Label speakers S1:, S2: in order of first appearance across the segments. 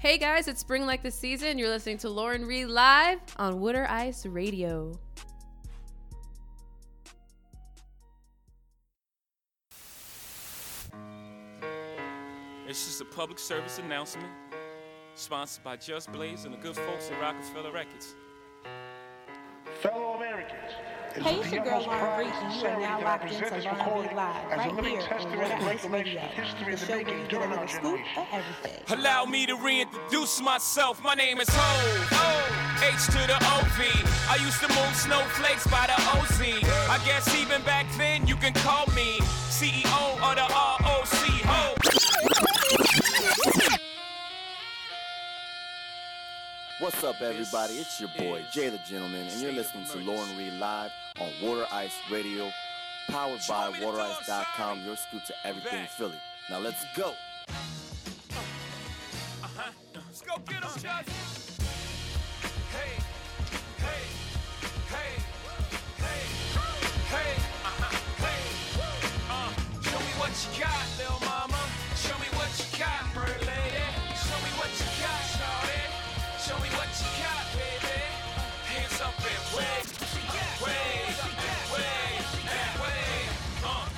S1: Hey guys, it's spring like the season. You're listening to Lauren Reed live on Water Ice Radio.
S2: This is a public service announcement sponsored by Just Blaze and the good folks at Rockefeller Records.
S3: Fellow Americans, it's
S4: Hey, it's
S3: the
S4: your girl
S3: utmost
S4: Lauren
S3: pride
S4: Reed,
S3: and
S4: and you are
S3: sincerity
S4: now
S3: that I
S4: locked
S3: present
S4: into
S3: this
S4: Lauren
S3: recording
S4: Reed Live,
S3: as a
S4: right
S3: living
S4: here on
S3: testament
S4: Red
S3: and
S4: Ice
S3: revelation
S4: Radio,
S3: of history
S4: the
S3: and the
S4: show where
S3: making
S4: you
S3: of
S4: get a
S3: our
S4: little scoop
S3: generation.
S4: of everything.
S2: Allow me to reintroduce myself. My name is Ho. Oh, H to the OV. I used to move snowflakes by the OZ. I guess even back then you can call me CEO of the ROC. Ho.
S5: What's up, everybody? It's your boy, Jay the Gentleman, and you're listening to Lauren Reed Live on Water Ice Radio, powered by WaterIce.com, your scoop to everything Philly. Now let's go.
S2: Let's go get 'em, Judge. Hey, hey, hey, hey, hey, uh-huh, hey. Uh, show me what you got, little mama. Show me what you got, pretty lady. Show me what you got, shawty. Show me what you got, baby. Hands up and wave, wave, wave, and wave. Uh.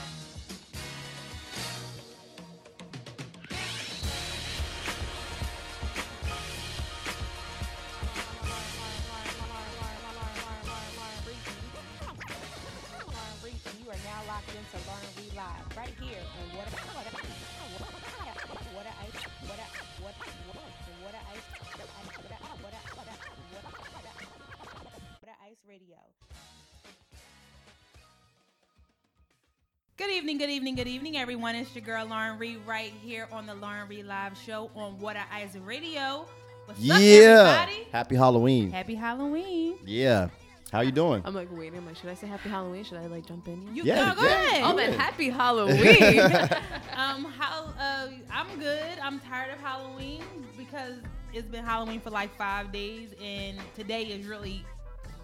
S4: You are now locked into Learn Read Live right here on Water Water Water Ice Water Water Water Ice Water Water Water Ice Radio.
S6: Good evening, good evening, good evening, everyone. It's your girl Lauren Reed right here on the Lauren Reed Live Show on Water Eyes Radio. What's up, everybody?
S5: Happy Halloween.
S6: Happy Halloween.
S5: Yeah. How you doing?
S1: I'm like waiting. I'm like, should I say Happy Halloween? Should I like jump in? Here?
S6: You
S5: Yeah,
S6: no, go
S5: yeah.
S6: ahead.
S1: Oh man, Happy Halloween!
S6: Um, how? Uh, I'm good. I'm tired of Halloween because it's been Halloween for like five days, and today is really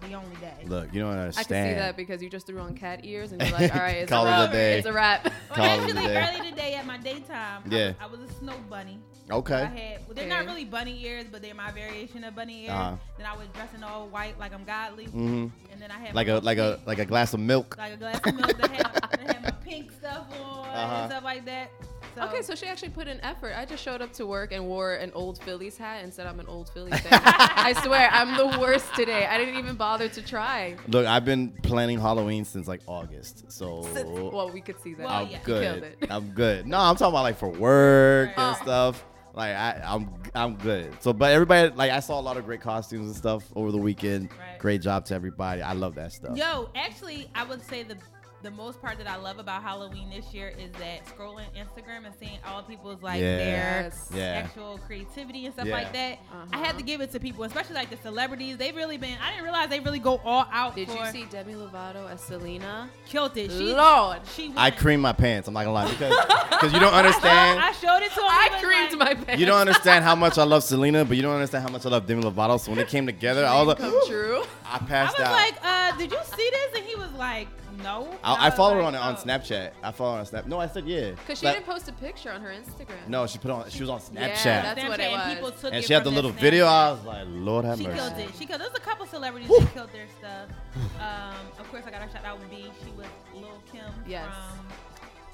S6: the only day.
S5: Look, you don't
S1: I can see
S5: understand.
S1: that because you just threw on cat ears and you're like, all right, it's
S5: Call
S1: a
S5: it a
S1: wrap.
S5: day.
S1: It's a wrap.
S5: Call it a
S6: Actually,
S5: day.
S6: early today at my daytime, I-
S5: Yeah.
S6: I was a snow bunny. I
S5: Okay.
S6: had, well, they're
S1: Okay.
S6: not really bunny ears, but they're my variation of bunny ears.
S5: Uh-huh.
S6: Then I was dressed in all white, like I'm godly.
S5: hmm
S6: And then I had
S5: Like
S6: my
S5: a like a
S6: pink-
S5: like a glass of milk.
S6: like a glass of milk. I had, I had my pink stuff on
S5: Uh-huh.
S6: and stuff like that. So,
S1: Okay, so she actually put in effort. I just showed up to work and wore an old Phillies hat and said I'm an old Phillies fan. I swear, I'm the worst today. I didn't even bother to try.
S5: Look, I've been planning Halloween since like August, so
S1: Well, we could see that.
S6: Well,
S5: I'm
S6: yeah.
S1: Oh, Killed
S5: good.
S1: it.
S5: I'm good. No, I'm talking about like for work
S6: Right.
S5: and
S1: Oh.
S5: stuff. Like I, I'm, I'm good. So, but everybody, like I saw a lot of great costumes and stuff over the weekend.
S6: Right.
S5: Great job to everybody. I love that stuff.
S6: yo, actually, I would say the the most part that I love about Halloween this year is that scrolling Instagram and seeing all people's like
S5: Yeah.
S6: their
S1: Yes.
S5: Yeah.
S6: actual creativity and stuff
S5: Yeah.
S6: like that. I
S1: Uh-huh.
S6: had to give it to people, especially like the celebrities. They've really been. I didn't realize they really go all out.
S1: Did you
S6: for-
S1: see Demi Lovato as Selena?
S6: killed it? She,
S1: Lord.
S6: she.
S5: I
S6: went. Oh,
S5: creamed my pants. I'm not gonna lie because 'cause you don't
S6: I
S5: understand.
S6: showed it to him.
S1: I
S6: he was
S1: creamed
S6: like,
S1: my pants.
S5: You don't understand how much I love Selena, but you don't understand how much I love Demi Lovato. So when it came together, I was like,
S1: Come true.
S5: I
S6: I
S5: passed
S6: was
S5: out.
S6: like, uh, did you see this? And he was like, no. And
S5: I, I
S6: was
S5: followed her
S6: like,
S5: on on
S6: oh.
S5: Snapchat. I followed her on Snap. No, I said yeah.
S1: Because she
S5: Like-
S1: didn't post a picture on her Instagram.
S5: No, she put on. She was on
S1: Yeah,
S5: Snapchat.
S1: that's what it
S6: Snapchat,
S1: was.
S6: And, people took
S5: and
S6: it
S5: she had the
S6: from
S5: little
S6: that
S5: video. I
S6: Snapchat.
S5: was like, Lord have
S6: She
S5: mercy.
S6: killed it. She killed. There's a couple celebrities
S5: Woo.
S6: that killed their stuff. Um, of course, I got to shout out B. She was Lil Kim
S1: Yes.
S6: from.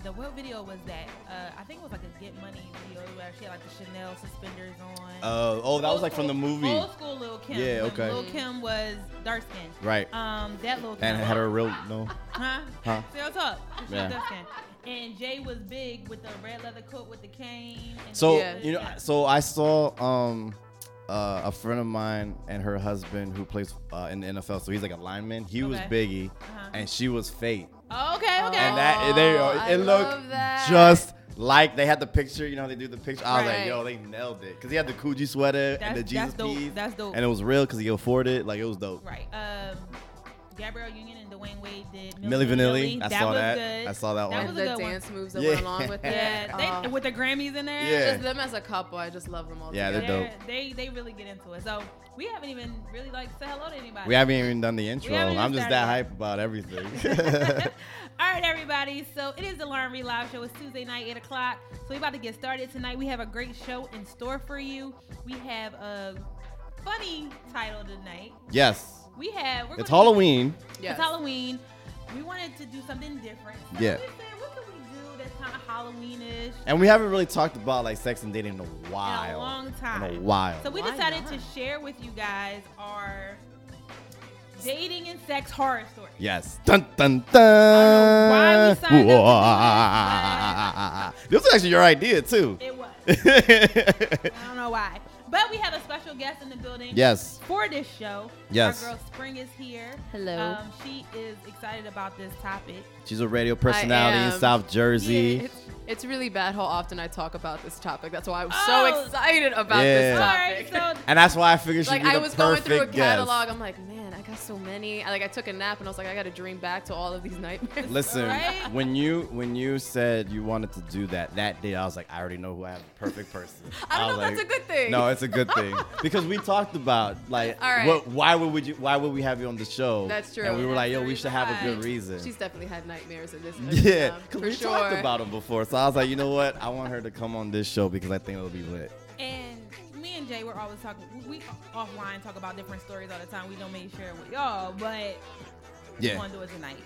S6: The what video was that? Uh, I think it was like a Get Money video where she had like the Chanel suspenders on.
S5: Uh, oh, that was
S6: Old
S5: like from the
S6: school-
S5: movie.
S6: Old school Lil Kim.
S5: Yeah,
S6: when
S5: okay.
S6: Lil Kim was dark skinned.
S5: Right.
S6: Um, that Lil Kim.
S5: And had her real no.
S6: Huh?
S5: Huh?
S6: See what's up? It's
S5: Yeah.
S6: your Dustin. And Jay was big with the red leather coat with the cane. And
S5: So
S1: Yeah.
S5: you know, so I saw um uh, a friend of mine and her husband who plays uh, in the NFL. So he's like a lineman. He was
S6: Okay.
S5: Biggie,
S6: Uh-huh.
S5: and she was Fate.
S6: Oh, okay, okay.
S5: And that they
S6: Oh,
S1: I
S5: it
S1: love
S5: looked
S1: that.
S5: just like they had the picture. You know, how they do the picture. I was
S1: Right.
S5: like, yo, they nailed it because he had the Coogee sweater and
S6: That's-
S5: the Jesus
S6: that's dope.
S5: piece,
S6: That's dope.
S5: and it was real because he afforded. it. Like it was dope.
S6: right. Um, Gabrielle Union and Dwayne Wade did
S5: Millie Vanilli. I
S6: That
S5: saw
S6: was
S5: that.
S6: good.
S5: I saw that
S6: That
S5: one.
S1: and
S6: was a
S1: the
S6: good one.
S1: dance moves that
S5: Yeah.
S1: went along with it.
S6: Yeah, they,
S1: Oh.
S6: with the Grammys in there.
S5: Yeah.
S1: just them as a couple, I just love them all.
S5: Yeah, they're
S1: together.
S6: they're-
S5: dope.
S6: They they really get into it. So we haven't even really like said hello to anybody.
S5: we haven't even done the intro.
S6: even
S5: I'm just
S6: started.
S5: that hype about everything.
S6: All right, everybody. So it is the Lauren Reed Live Show. It's Tuesday night, 8 o'clock. So we're about to get started tonight. We have a great show in store for you. We have a funny title tonight.
S5: yes.
S6: We have. We're
S5: It's
S6: gonna-
S5: Halloween.
S1: Yes.
S6: It's Halloween. We wanted to do something different. So
S5: Yeah.
S6: We said, what can we do that's kind of Halloween-ish?
S5: And we haven't really talked about like sex and dating in a while.
S6: long
S5: In a
S6: time.
S5: while.
S6: So we
S1: Why
S6: decided
S1: not?
S6: to share with you guys our dating and sex horror stories.
S5: yes. Dun dun
S6: I
S5: dun.
S6: don't know why we signed up
S5: Whoa. This was actually your idea too.
S6: It was. I don't know why. But we have a special guest in the building.
S5: yes.
S6: For this show,
S5: Yes.
S6: our girl Spring is here.
S1: Hello.
S6: Um, she is excited about this topic.
S5: She's a radio personality in
S1: am.
S5: South Jersey.
S1: It's, it's really bad how often I talk about this topic. That's why I'm
S6: Oh.
S1: so excited about
S5: Yeah.
S1: this topic.
S6: All right, so
S5: And that's why I figured she'd
S1: like
S5: be the
S1: I was going
S5: perfect
S1: through a
S5: guest.
S1: catalog. I'm like, man, I got so many. I, like I took a nap and I was like, I got to dream back to all of these nightmares.
S5: Listen,
S6: Right?
S5: when you when you said you wanted to do that that day, I was like, I already know who I have the perfect person.
S1: I don't
S5: was
S1: know if that's a good thing.
S5: No, it's a good thing because we talked about like,
S1: All right.
S5: what, why would you? Why would we have you on the show?
S1: That's true.
S5: And we were
S1: That's
S5: like, yo,
S6: the
S5: we should
S6: reason
S5: have a
S6: why.
S5: good reason.
S1: She's definitely had nightmares in this.
S5: yeah,
S1: um,
S5: because
S1: for
S5: we
S1: sure.
S5: talked about him before, so I was like, you know what? I want her to come on this show because I think it'll be lit.
S6: and me and Jay were always talking. We offline talk about different stories all the time. We don't make sure with y'all, but we're
S5: Yeah.
S6: gonna do it tonight.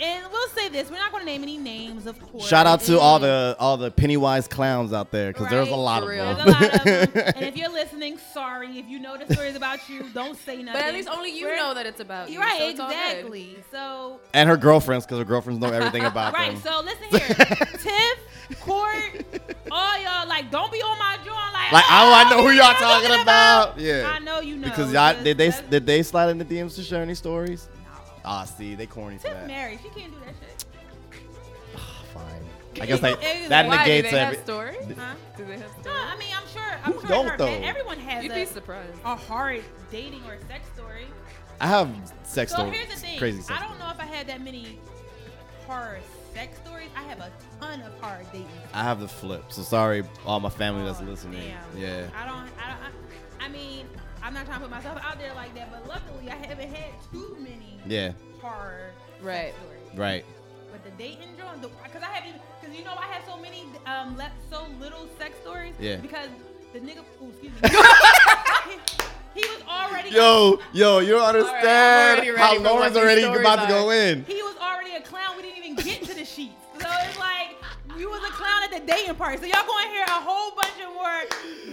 S6: And we'll say this: we're not gonna name any names, of course.
S5: Shout out to all the all the Pennywise clowns out there because there's a
S6: Right,
S5: lot of
S1: for
S5: them.
S1: real.
S6: There's a lot of them. and if you're listening, sorry. If you know the stories about you, don't say nothing.
S1: But at least only you
S6: We're-
S1: know that it's about you.
S6: You're right,
S1: so it's all good.
S6: exactly. So
S5: and her girlfriends because her girlfriends know everything about
S6: right,
S5: them.
S6: so listen here, Tiff, Court, all y'all like, don't be on my joint like.
S5: Like,
S6: oh,
S5: oh, I know who
S6: you
S5: y'all talking about. Yeah.
S6: I know you know
S5: because y'all did they
S6: that's-
S5: did they slide in the DMs to share any stories?
S6: No.
S5: Ah, see, they corny for
S6: Tiff
S5: that. Ah,
S6: married. She can't do that shit.
S5: Fine. I guess like
S6: Exactly.
S5: that
S1: Why do
S5: negates
S1: they have
S5: every.
S1: story?
S6: Huh?
S1: Do they have
S6: No,
S1: story?
S6: I mean, I'm sure. I'm
S5: Who
S6: sure
S5: don't,
S6: her,
S5: though?
S6: everyone has
S1: You'd
S6: a,
S1: be surprised.
S6: a hard dating or sex story.
S5: I have sex
S6: so
S5: stories.
S6: here's the thing.
S5: Crazy sex.
S6: I don't know if I had that many horror sex stories. I have a ton of horror dating.
S5: I have the flip. So sorry, all my family that's
S6: Oh,
S5: listening.
S6: damn.
S5: Yeah.
S6: I don't. I don't. I, I mean, I'm not trying to put myself out there like that, but luckily I haven't had too many
S5: Yeah.
S6: horror
S1: Right.
S6: sex stories.
S5: Right.
S6: But the dating joint, because I haven't, because you know I had so many, um, left so little sex stories.
S5: Yeah.
S6: Because the nigga, ooh, excuse me, he, he was already.
S5: Yo, yo, you don't
S1: right, I'm
S5: understand
S1: already
S5: how
S1: ready for what
S5: Lauren's
S1: these
S5: already
S1: stories
S5: about to go
S1: are.
S5: in.
S6: He was already a clown. We didn't even get to the sheets. So it's like you was a clown at the dating party. So y'all going to hear a whole bunch of more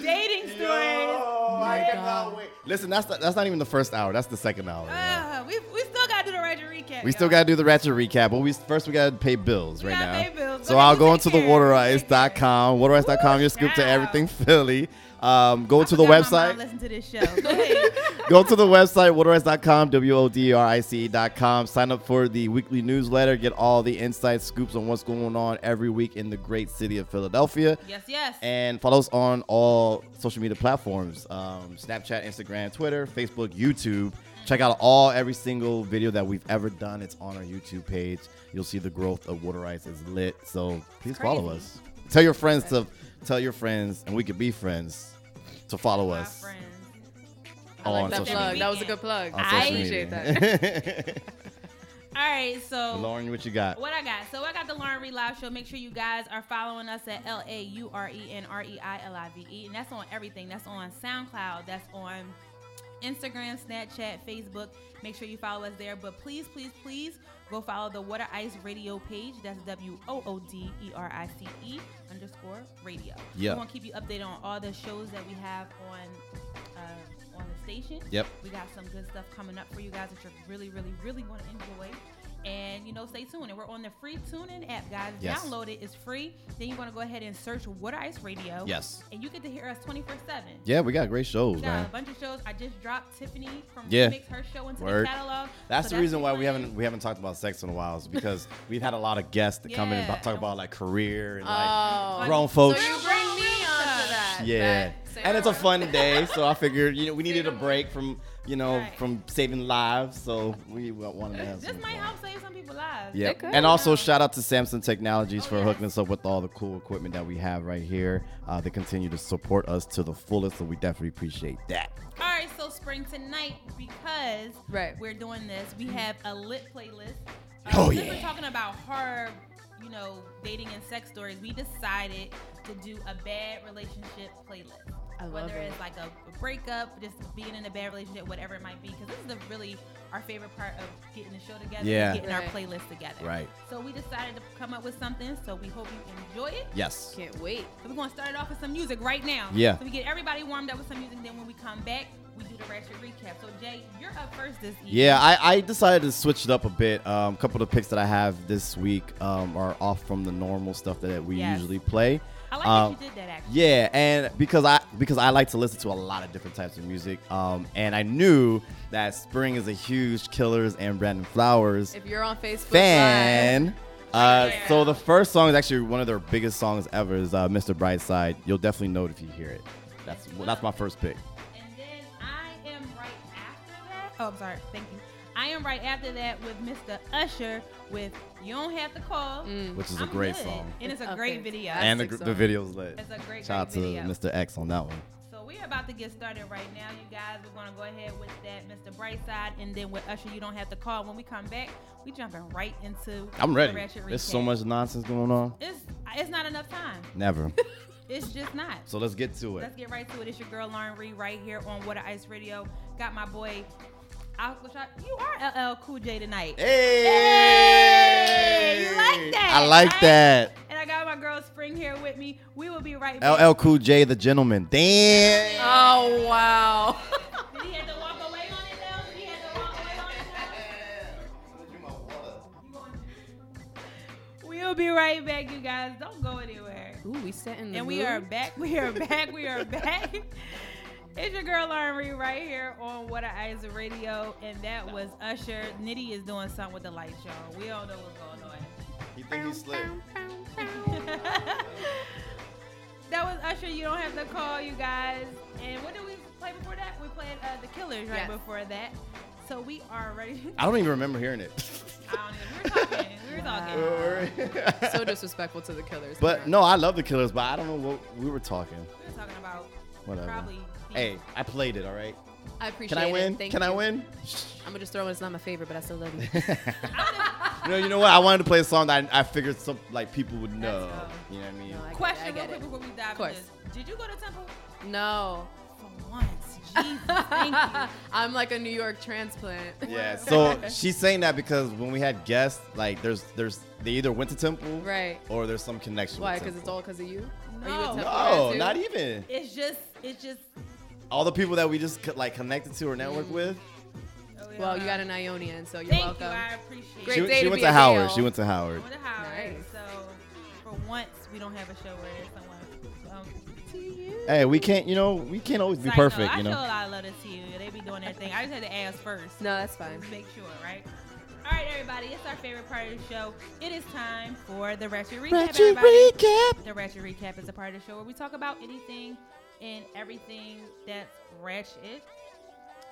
S6: dating stories.
S5: I cannot wait. Listen, that's not, that's not even the first hour. That's the second hour. yo.
S6: Uh, we, we still gotta do the Roger recap.
S5: We still
S6: y'all.
S5: gotta do the ratchet recap, but we first we gotta pay bills
S6: We
S5: right
S6: gotta
S5: now.
S6: pay bills.
S5: So
S6: Go
S5: I'll
S6: ahead,
S5: go
S6: take
S5: into the
S6: care.
S5: waterrice.com, waterrice.com, your scoop to
S6: shout.
S5: everything Philly. Um, go
S6: I
S5: to the
S6: forgot my mom
S5: website.
S6: Listen to this show. Go ahead.
S5: Go to the website, waterrice.com, W O D E R I C E.com. Sign up for the weekly newsletter. Get all the inside scoops on what's going on every week in the great city of Philadelphia.
S6: yes, yes.
S5: And follow us on all social media platforms um, Snapchat, Instagram, Twitter, Facebook, YouTube. Check out all every single video that we've ever done. It's on our YouTube page. You'll see the growth of Water Ice is lit. So please follow
S6: crazy.
S5: us. Tell your friends to tell your friends, and we could be friends to follow
S6: my
S5: us
S6: friends.
S1: I like
S5: Oh, on
S1: that
S5: social
S1: plug.
S5: media.
S1: That was a good plug.
S5: on
S1: I
S5: social
S1: appreciate
S5: media.
S1: that.
S6: All right, so
S5: Lauren, what you got?
S6: What I got? So I got the Lauren Reed Live Show. Make sure you guys are following us at L A U R E N R E I L I V E, and that's on everything. That's on SoundCloud. That's on Instagram, Snapchat, Facebook. Make sure you follow us there. But please, please, please go follow the Water Ice Radio page. That's W O O D E R I C E underscore radio.
S5: Yeah.
S6: We want to keep you updated on all the shows that we have on uh, on the station.
S5: Yep.
S6: We got some good stuff coming up for you guys that you're really, really, really going to enjoy. And you know, stay tuned. And we're on the free TuneIn app, guys.
S5: Yes.
S6: Download it; it's free. Then you want to go ahead and search Water Ice Radio.
S5: Yes.
S6: And you get to hear us 24 seven.
S5: Yeah, we got great shows,
S6: We got
S5: man.
S6: a bunch of shows. I just dropped Tiffany from
S5: Yeah.
S6: Remix her show into
S5: Word.
S6: the catalog.
S5: That's
S6: So
S5: the reason why we
S6: playing.
S5: haven't we haven't talked about sex in a while is because we've had a lot of guests that come in and
S6: Yeah.
S5: talk about like career and like
S1: Oh.
S5: grown folks.
S1: So you bring me onto that. that.
S5: Yeah,
S1: that Sarah
S5: and it's a
S1: Lawrence.
S5: fun day, so I figured you know we needed a break from you know
S6: Right.
S5: from saving lives, so we wanted to have
S6: This
S5: some
S6: might
S5: fun.
S6: help save some people lives.
S5: Yeah,
S1: It could.
S5: and also shout out to Samsung Technologies
S6: Oh,
S5: for
S6: yeah.
S5: hooking us up with all the cool equipment that we have right here. Uh, they continue to support us to the fullest, so we definitely appreciate that.
S6: All right, so spring tonight because
S1: Right.
S6: we're doing this. We have a lit playlist. Uh,
S5: Oh,
S6: since
S5: yeah.
S6: We're talking about horror, you know, dating and sex stories. We decided to do a bad relationship playlist.
S1: I love
S6: Whether
S1: it.
S6: it's like a, a breakup, just being in a bad relationship, whatever it might be, because this is the, really our favorite part of getting the show together,
S5: Yeah.
S6: and getting our
S1: Right.
S6: playlist together.
S5: Right.
S6: So we decided to come up with something. So we hope you enjoy it.
S5: Yes.
S1: Can't wait.
S6: So we're gonna start it off with some music right now.
S5: Yeah.
S6: So we get everybody warmed up with some music. Then when we come back, we do the ratchet recap. So Jay, you're up first this evening.
S5: Yeah, I, I decided to switch it up a bit. Um, a couple of the picks that I have this week um, are off from the normal stuff that we
S6: Yes.
S5: usually play.
S6: I like
S5: Um,
S6: that you did that actually.
S5: Yeah, and because I because I like to listen to a lot of different types of music, um, and I knew that spring is a huge Killers and Brandon Flowers
S1: If you're on Facebook Live,
S5: fan. Uh,
S6: Oh, Yeah.
S5: so the first song is actually one of their biggest songs ever. Is uh, "Mr. Brightside." You'll definitely know it if you hear it. That's well, that's my first pick.
S6: And then I am right after that. Oh, I'm sorry. Thank you. I am right after that with Mr. Usher with "You Don't Have to Call,"
S5: Which is a
S6: I'm
S5: great
S6: good.
S5: song.
S6: and it's a
S1: Okay.
S6: great video.
S1: That's
S5: And the,
S1: a
S5: gr-
S1: good
S5: the
S1: song.
S5: video's lit.
S6: It's a great,
S5: Shout out to
S6: great video.
S5: Mr. X on that one.
S6: So we're about to get started right now, you guys. We're gonna go ahead with that Mr. Brightside, and then with Usher, you don't have to call. When we come back, we jumping right into.
S5: I'm
S6: the
S5: ready.
S6: Ratchet
S5: There's
S6: Recap.
S5: so much nonsense going on.
S6: It's it's not enough time.
S5: Never.
S6: It's just not.
S5: so let's get to it.
S6: Let's get right to it. It's your girl Lauren Reed right here on Water Ice Radio. Got my boy. Aqua Shot. You are LL Cool J tonight.
S5: Hey!
S6: Hey, you like that,
S5: I like
S6: right?
S5: that.
S6: And I got my girl Spring here with me. We will be right back.
S5: LL Cool J, the gentleman. Damn.
S1: Oh wow.
S6: Did he have to walk away on it though? Did he have to walk away on it though? We'll be right back, you guys. Don't go anywhere.
S1: Ooh, we setting the
S6: And we
S1: mood.
S6: are back. We are back. We are back. It's your girl Lauren Reed right here on What a Eyes Radio, and that was Usher. Nitty is doing something with the lights, y'all. We all know what's going on.
S5: You think he slick?
S6: that was Usher. You don't have to call, you guys. And what did we play before that? We played uh, The Killers right
S1: Yes.
S6: before that. So we are ready.
S5: I don't even remember hearing it.
S6: I don't even. We were talking. We were talking.
S1: so disrespectful to the killers.
S5: but no, I love the Killers, but I don't know what we were talking.
S6: We were talking about
S5: Whatever.
S6: probably.
S5: Hey, I played it, all right?
S1: I appreciate
S5: Can I
S1: it.
S5: win?
S1: Thank
S5: Can I
S1: you.
S5: win?
S1: I'm gonna just throw in. It's not my favorite, but I still love you.
S5: You know, you know what? I wanted to play a song that I, I figured some like people would know.
S6: That's
S5: You know what I mean?
S1: No, I get it, I
S6: Question real
S1: get
S6: quick
S1: it.
S6: before we dive into
S1: course.
S6: this. Did you go to temple?
S1: No.
S6: For once. Jesus, thank you.
S1: I'm like a New York transplant.
S5: Yeah. So she's saying that because when we had guests, like there's there's they either went to temple,
S1: Right.
S5: or there's some connection.
S1: Why?
S5: with
S1: Because it's
S5: Temple.
S1: all because of you. Are you a
S6: No.
S1: Temple grad
S5: No,
S1: too?
S5: not even
S6: It's just, it's just.
S5: all the people that we just co- like connected to or network
S6: Mm-hmm.
S5: with.
S6: oh, yeah.
S1: Well, you got an Ionian, so you're
S6: Thank
S1: welcome.
S6: you. I appreciate
S1: Great
S5: she
S6: it.
S1: day
S5: she
S1: to
S5: went
S1: be
S5: to
S1: a
S5: Howard.
S1: male.
S5: She went to Howard.
S6: I went to Howard.
S1: Nice.
S6: So for once, we don't have a show where there's someone. Um,
S5: Hey, we can't. You know, we can't always be
S6: Psych,
S5: perfect.
S6: though.
S5: You
S6: I show
S5: know.
S6: a lot of love to you. They be doing their thing. I just had to ask first.
S1: No, that's fine.
S6: Make sure, right? All right, everybody. It's our favorite part of the show. It is time for the Ratchet Recap.
S5: Ratchet
S6: everybody.
S5: recap.
S6: The Ratchet Recap is a part of the show where we talk about anything and everything that's ratchet.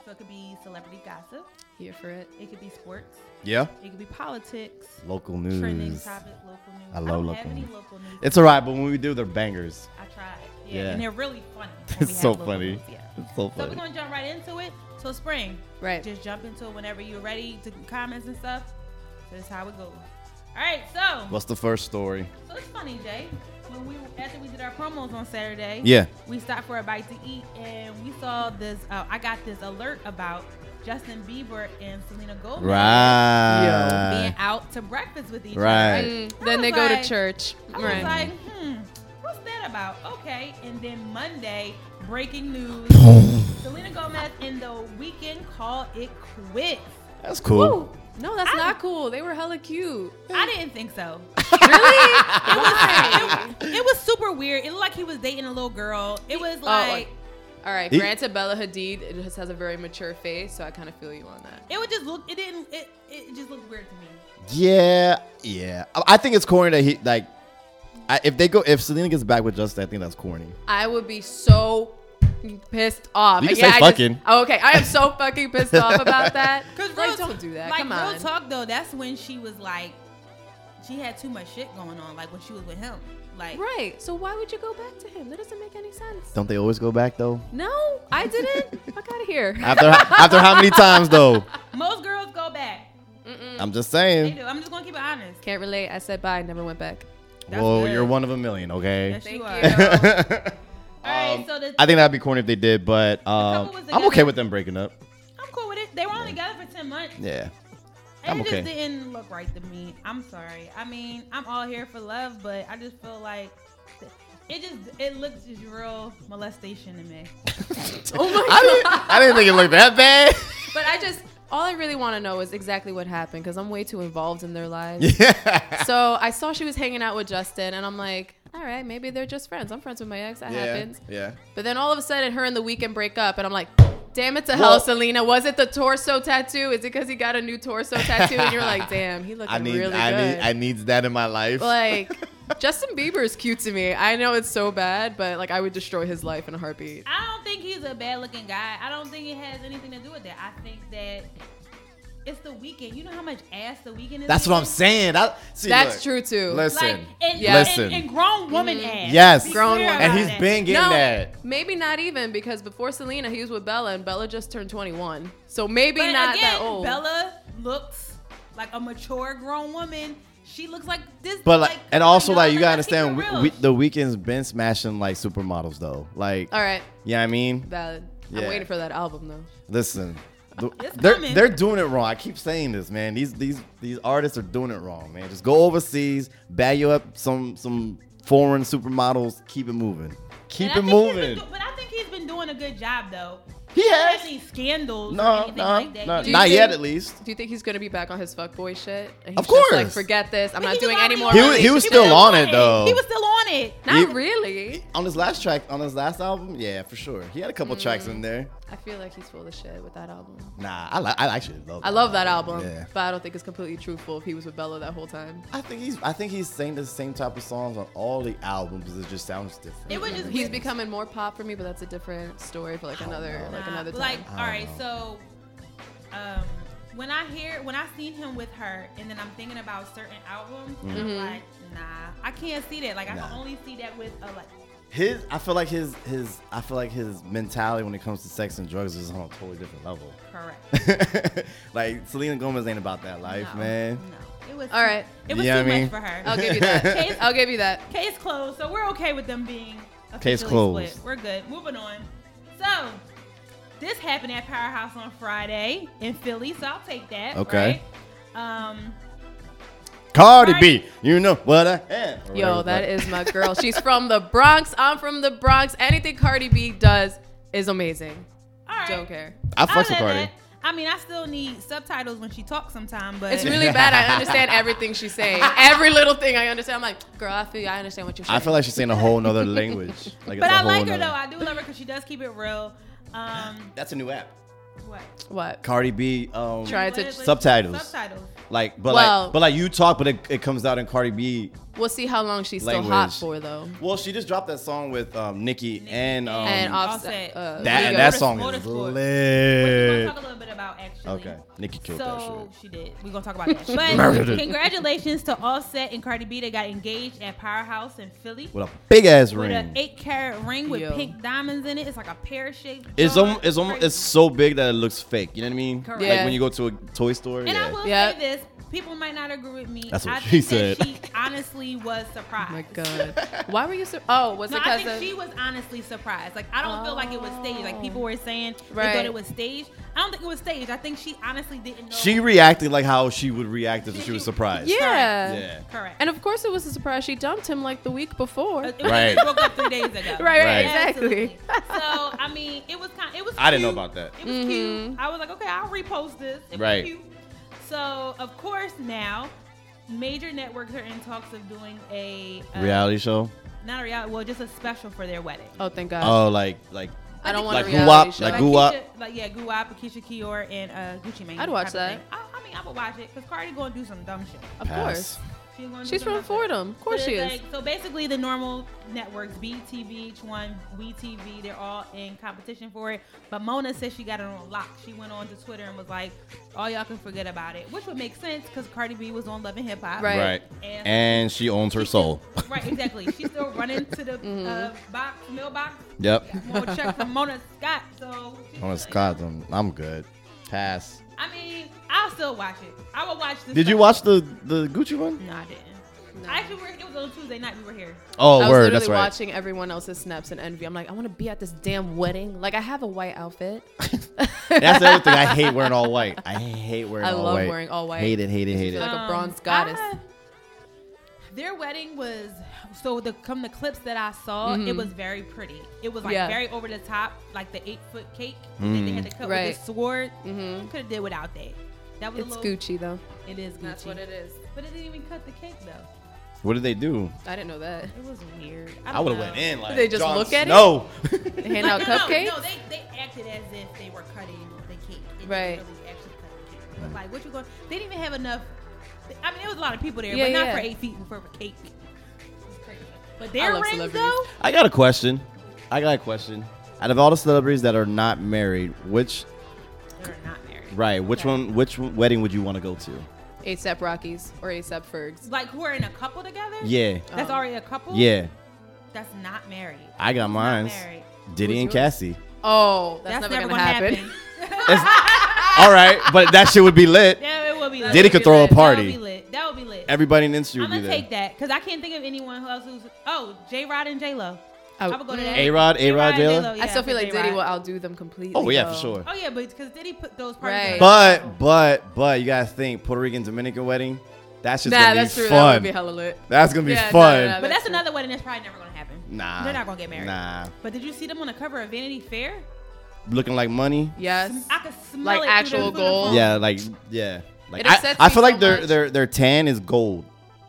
S6: So it could be celebrity gossip.
S1: Here for it.
S6: It could be sports.
S5: Yeah.
S6: It could be politics.
S5: Local
S6: Trending
S5: news.
S6: topic, local news.
S5: I love
S6: don't have
S5: local
S6: any
S5: news.
S6: local news.
S5: It's alright, but when we do, they're bangers.
S6: I tried. Yeah.
S5: Yeah.
S6: And they're really funny. when we
S5: It's
S6: have
S5: so
S6: local
S5: funny.
S6: news, Yeah.
S5: It's so
S6: So we're
S5: funny.
S6: gonna jump right into it. So spring,
S1: Right.
S6: just jump into it whenever you're ready to comments and stuff. So that's how it goes. All right, so
S5: What's the first story?
S6: so it's funny, Jay. When we after we did our promos on Saturday,
S5: Yeah.
S6: we stopped for a bite to eat, and we saw this. Uh, I got this alert about Justin Bieber and Selena Gomez being
S5: Right.
S6: out to breakfast with each
S5: Right.
S6: other.
S1: Mm,
S6: I
S1: then
S6: was
S1: they go to
S6: like-
S1: church.
S6: I was
S1: Right.
S6: like, hmm, what's that about? Okay. And then Monday, breaking news Selena Gomez and the weekend call it quits.
S5: That's cool.
S1: Ooh, no, that's not cool. They were hella cute. Oh,
S6: I didn't think so.
S1: Why?
S6: It was super weird. It looked like he was dating a little girl. It
S1: Oh,
S6: was like,
S1: All right.
S5: He-
S1: Granted, Bella Hadid it just has a very mature face, so I kind of feel you on that.
S6: it would just look, it didn't, it, it just looked weird to me.
S5: Yeah, yeah. I I think it's corny that he like I, if they go, if Selena gets back with Justin, I think that's corny.
S1: I would be so pissed off.
S5: You can
S1: I
S5: say
S1: just- Oh,
S5: fucking.
S1: okay, I am so fucking pissed off about that. Cause like, don't do that.
S6: Like
S1: Come
S6: real
S1: on.
S6: talk though, that's when she was like, she had too much shit going on. Like when she was with him, like
S1: Right. So why would you go back to him? That doesn't make any sense.
S5: Don't they always go back though?
S1: No, I didn't. Fuck out of here.
S5: After after how many times though?
S6: most girls go back.
S5: I'm just
S6: They
S5: saying.
S6: do. I'm just gonna keep it honest.
S1: Can't relate. I said bye. Never went back.
S6: That's
S5: Whoa,
S6: good.
S5: you're one of a million, okay?
S6: Yes,
S1: Thank
S6: you are.
S1: you.
S6: All right,
S5: Um,
S6: so the,
S5: I think that'd be corny if they did, but um,
S6: couple was
S5: I'm okay
S6: together.
S5: with them breaking up.
S6: I'm cool with it. They were only together for ten months.
S5: Yeah.
S6: And
S5: I'm
S6: it just
S5: okay.
S6: didn't look right to me. I'm sorry. I mean, I'm all here for love, but I just feel like it just it looks just real molestation to me.
S1: Oh my
S5: I didn't, I didn't think it looked that bad.
S1: But I just all I really want to know is exactly what happened because I'm way too involved in their lives.
S5: yeah.
S1: so I saw she was hanging out with Justin, and I'm like, all right, maybe they're just friends. I'm friends with my ex. That happens.
S5: Yeah.
S1: But then all of a sudden, her and the weekend break up, and I'm like, damn it to
S5: Well-
S1: hell, Selena. Was it the torso tattoo? Is it because he got a new torso tattoo? And you're like, damn, he looking
S5: I need,
S1: really
S5: I
S1: good.
S5: need, I needs that in my life.
S1: like, Justin Bieber is cute to me. I know it's so bad, but like, I would destroy his life in a heartbeat.
S6: I don't think he's a bad looking guy. I don't think it has anything to do with that. I think that it's the weekend. You know how much ass the weekend is.
S5: That's what I'm
S6: eating?
S5: saying. I, see,
S1: That's
S5: look,
S1: true too.
S5: Listen,
S6: Like and,
S1: Yeah.
S5: listen.
S6: and, and grown woman ass.
S5: yes,
S6: Be
S1: Mm-hmm. Grown
S6: clear
S1: woman.
S5: and
S6: about
S5: he's
S6: that.
S5: been getting
S1: no,
S5: that.
S1: maybe not even because before Selena, he was with Bella, and Bella just turned 21. So maybe
S6: But
S1: not
S6: again,
S1: that old.
S6: Bella looks like a mature grown woman. She looks like this.
S5: But like, and also like, you gotta
S6: let's keep it
S5: understand,
S6: real.
S5: we, we, the weekend's been smashing like supermodels though. Like,
S1: all right,
S5: yeah, I mean,
S1: valid.
S5: Yeah.
S1: I'm waiting for that album though.
S5: listen, th-
S6: It's
S5: they're
S6: coming.
S5: they're doing it wrong. I keep saying this, man. These these these artists are doing it wrong, man. Just go overseas, bag you up some some foreign supermodels. Keep it moving. Keep it
S6: And I think he's been
S5: moving.
S6: do- but I think he's been doing a good job though.
S5: He
S6: He
S5: has.
S6: Any scandals? or
S5: No,
S6: anything
S5: no,
S6: like that.
S5: no,
S1: you
S5: not yet
S1: think-
S5: at least.
S1: Do you think he's gonna be back on his fuckboy shit? And he's
S5: Of
S1: just like,
S5: course.
S1: forget this. I'm
S6: But
S1: not
S6: he
S1: doing
S6: was
S1: any
S6: already
S1: more.
S5: He was-
S1: really."
S5: he was still on it, though.
S6: He was still on it.
S1: Not
S5: he-
S1: really.
S5: On his last track, on his last album, yeah, for sure. He had a couple tracks
S6: Mm.
S5: in there.
S1: I feel like he's full of shit with that album.
S5: Nah, I, li- I actually love.
S1: I love that album,
S5: Yeah.
S1: but I don't think it's completely truthful if he was with Bella that whole time.
S5: I think he's I think he's saying the same type of songs on all the albums. It just sounds different.
S6: It was just
S1: He's
S6: weird.
S1: becoming more pop for me, but that's a different story for like another like
S6: Nah,
S1: another time.
S6: Like, all right, so um, when I hear when I seen him with her, and then I'm thinking about certain albums, I'm
S1: Mm-hmm.
S6: like, nah, I can't see that. Like, I can
S5: Nah.
S6: only see that with a like.
S5: his I feel like his his I feel like his mentality when it comes to sex and drugs is on a totally different level.
S6: Correct.
S5: like Selena Gomez ain't about that life,
S6: No,
S5: man.
S6: No, it was
S1: All right.
S6: It was
S5: You know
S6: too
S5: what I mean?
S6: much for her.
S1: I'll give you that.
S6: Case-
S1: I'll give you that.
S6: Case closed. So we're okay with them being
S5: Case
S6: officially
S5: closed.
S6: Split. We're good. Moving on. So this happened at Powerhouse on Friday in Philly, so I'll take that.
S5: Okay.
S6: right? Um,
S5: Cardi B,
S6: Right.
S5: you know what I am. Or
S1: Yo,
S5: whatever,
S1: that
S5: but-
S1: is my girl. She's from the Bronx. I'm from the Bronx. Anything Cardi B does is amazing.
S6: all right.
S1: Don't care.
S5: I fucks
S6: Other
S5: with
S6: than
S5: Cardi.
S6: that, I mean, I still need subtitles when she talks sometimes, but
S1: It's really bad. I understand everything she's saying. Every little thing I understand. I'm like, girl, I feel you. I understand what you're saying.
S5: I feel like she's saying a whole nother language. Like it's
S6: but
S5: a
S6: I
S5: whole
S6: like her
S5: nother-
S6: though. I do love her because she does keep it real. Um,
S5: That's a new app.
S6: what?
S1: what?
S5: Cardi B. Um,
S1: Try
S6: What
S1: to-
S6: is it?
S5: Subtitles.
S6: Subtitles.
S5: Like, but
S1: Well-
S5: like, but like you talk, but it, it comes out in Cardi B.
S1: We'll see how long she's still hot
S5: Language.
S1: for though.
S5: Well, she just dropped that song with um, Nicki, and um,
S1: and
S6: all
S1: Offset.
S6: set.
S1: Uh,
S5: that
S1: Leo.
S5: and that
S6: Motorsport-
S5: song is
S6: Motorsport. We're gonna
S5: lit.
S6: talk a little bit about actually.
S5: Eh, Okay, Nicki killed that
S6: So
S5: shit.
S6: she did. We're gonna talk about that. But congratulations to Offset and Cardi B that got engaged at Powerhouse in Philly
S5: With a big ass
S6: with an
S5: ring.
S6: eight carat ring with
S1: Yo.
S6: pink diamonds in it. It's like a pear shaped.
S5: It's
S6: jar.
S5: almost, it's almost,
S6: Crazy.
S5: it's so big that it looks fake. You know what I mean?
S6: Correct.
S5: Like
S1: Yeah.
S5: when you go to a toy store.
S6: And I
S5: yeah.
S6: will
S1: Yep.
S6: say this: people might not agree with me.
S5: That's what
S6: I
S5: she
S6: think that
S5: said.
S6: She honestly was surprised.
S1: Oh my god. Why were you so? Oh, was
S6: No,
S1: it
S6: I
S1: because
S6: think
S1: of?
S6: she was honestly surprised. Like I don't feel like it was staged. Like people were saying they
S1: Right.
S6: thought it was staged. I don't think it was staged. I think she honestly didn't know.
S5: she reacted like how she would react if she was surprised.
S1: yeah.
S5: Yeah.
S6: correct.
S1: And of course, it was a surprise. She dumped him like the week before.
S6: It was
S5: Right.
S6: right. broke up three days ago.
S1: Right,
S5: Right.
S1: right, exactly.
S6: Absolutely. So I mean, it was kind. It was.
S5: I didn't know
S6: cute.
S5: about that.
S6: It was
S1: Mm-hmm.
S6: cute. I was like, okay, I'll repost this. It
S5: Right.
S6: Was cute. So of course now, major networks are in talks of doing a uh,
S5: Reality show.
S6: Not a reality. Well, just a special for their wedding.
S1: Oh, thank God.
S5: Oh, like like
S1: I don't want
S5: like
S1: a reality
S5: guap,
S1: show.
S5: like
S6: Like,
S5: guap.
S6: Keisha- like yeah, Guwap, Keisha Kior, and uh, Gucci Mane.
S1: I'd watch
S6: type of
S1: that.
S6: thing. I, I mean, I would watch it because Cardi gonna do some dumb shit.
S1: of course.
S5: Oh, Pass.
S6: She was gonna do
S1: She's
S6: something
S1: from
S6: like that.
S1: Fordham. Of course
S6: But
S1: she
S6: it's
S1: is.
S6: like- so basically, the normal networks, BTV, H1, WeTV, E they're all in competition for it. But Mona says she got it on lock. She went on to Twitter and was like, all y'all can forget about it, which would make sense because Cardi B was on Love and Hip Hop.
S1: Right.
S5: Right.
S6: And-
S5: And she owns her soul.
S6: Right, exactly. She's still running to the
S1: Mm-hmm.
S6: uh, box, mailbox.
S5: Yep.
S6: More check from Mona Scott. So she's
S5: Mona
S6: like-
S5: Scott, Oh I'm, I'm good. Pass.
S6: I mean, I'll still watch it. I will watch this.
S5: Did you
S6: stuff.
S5: watch the, the Gucci one?
S6: No, I didn't. Actually, we were, it was on Tuesday night. We were here.
S5: Oh,
S1: I was
S5: word.
S1: literally
S5: That's right.
S1: watching everyone else's snaps and envy. I'm like, I want to be at this damn wedding. Like, I have a white outfit.
S5: That's the other thing. I hate wearing all white. I hate wearing
S1: I
S5: all
S1: love
S5: white.
S1: wearing all white.
S5: Hate it, hate it, hate
S1: Feel
S5: it.
S1: like a
S6: Um,
S1: bronze goddess.
S6: I- their wedding was so the come the clips that I saw, it was very pretty. It was
S1: Mm-hmm.
S6: like
S1: Yeah.
S6: very over the top, like the eight foot cake. And then they
S5: Mm.
S6: had to cut
S1: Right. Mm-hmm.
S6: with the sword. Could have did without that. That was
S1: It's
S6: a little,
S1: Gucci though.
S6: It is Gucci.
S1: is.
S6: But it didn't even cut the cake though.
S5: What did they do?
S1: I didn't know that.
S6: It was weird.
S5: I would have went in. Like,
S1: They just
S5: Jon
S1: look at it?
S5: Snow.
S1: They hand out
S6: no,
S1: cupcakes.
S6: No, no, they, they acted as if they were cutting the cake. It didn't
S1: Right.
S6: Really actually cut the cake. It was like, what you going? They didn't even have enough. I mean, there was a lot of people there,
S1: Yeah,
S6: but not
S1: yeah.
S6: for eight feet for a cake. It's crazy. But their
S1: love
S6: rings
S1: celebrities.
S6: though.
S5: I got a question. I got a question. Out of all the celebrities that are not married, which
S6: They're not married.
S5: right, which
S6: Okay.
S5: one, which wedding would you want to go to?
S1: ASAP Rockies or ASAP Fergs.
S6: Like who are in a couple together?
S5: Yeah,
S1: Oh.
S6: That's already a couple?
S5: yeah.
S6: That's not married.
S5: I got mine.
S6: married.
S5: Diddy
S1: Who's
S5: and
S1: yours?
S5: Cassie.
S1: Oh, that's,
S6: That's,
S1: never, gonna,
S6: gonna
S1: happen.
S5: All right, but that shit would be lit.
S6: yeah, it will be lit.
S5: Diddy could throw a
S6: That would be
S5: party.
S6: lit. That would be lit.
S5: Everybody in the industry
S6: I'm
S5: would be
S6: gonna
S5: there.
S6: take that because I can't think of anyone who else who's oh J Rod and J Lo.
S1: I
S6: I
S1: would-
S6: would go to that.
S5: A Rod, A Rod,
S6: J-Rod,
S5: J
S6: J-Lo,
S5: Lo.
S6: yeah,
S1: I still feel
S6: for
S1: like Diddy
S6: J-Rod.
S1: will outdo them completely.
S5: Oh yeah, for
S1: though.
S5: sure.
S6: Oh yeah, but because Diddy put those parties.
S1: Right.
S6: on.
S5: But but but you gotta think Puerto Rican Dominican wedding. That's just
S1: Nah,
S5: gonna
S1: that's
S5: be
S1: true. That would
S5: fun.
S1: be hella lit.
S5: That's gonna be
S1: Yeah, nah,
S5: fun.
S1: nah, nah,
S6: but that's
S1: That's true.
S6: another wedding that's probably never gonna happen.
S5: Nah.
S6: they're not gonna get married.
S5: Nah.
S6: But did you see them on the cover of Vanity Fair?
S5: Looking like money.
S1: Yes.
S6: I could smell
S1: Like
S6: it. through
S1: actual
S6: the- through the
S1: gold?
S6: phone.
S5: Yeah, like yeah. Like
S1: Oh. It
S5: I,
S1: upsets
S5: I
S1: me
S5: feel like
S1: so
S5: their
S1: much.
S5: their their tan is gold.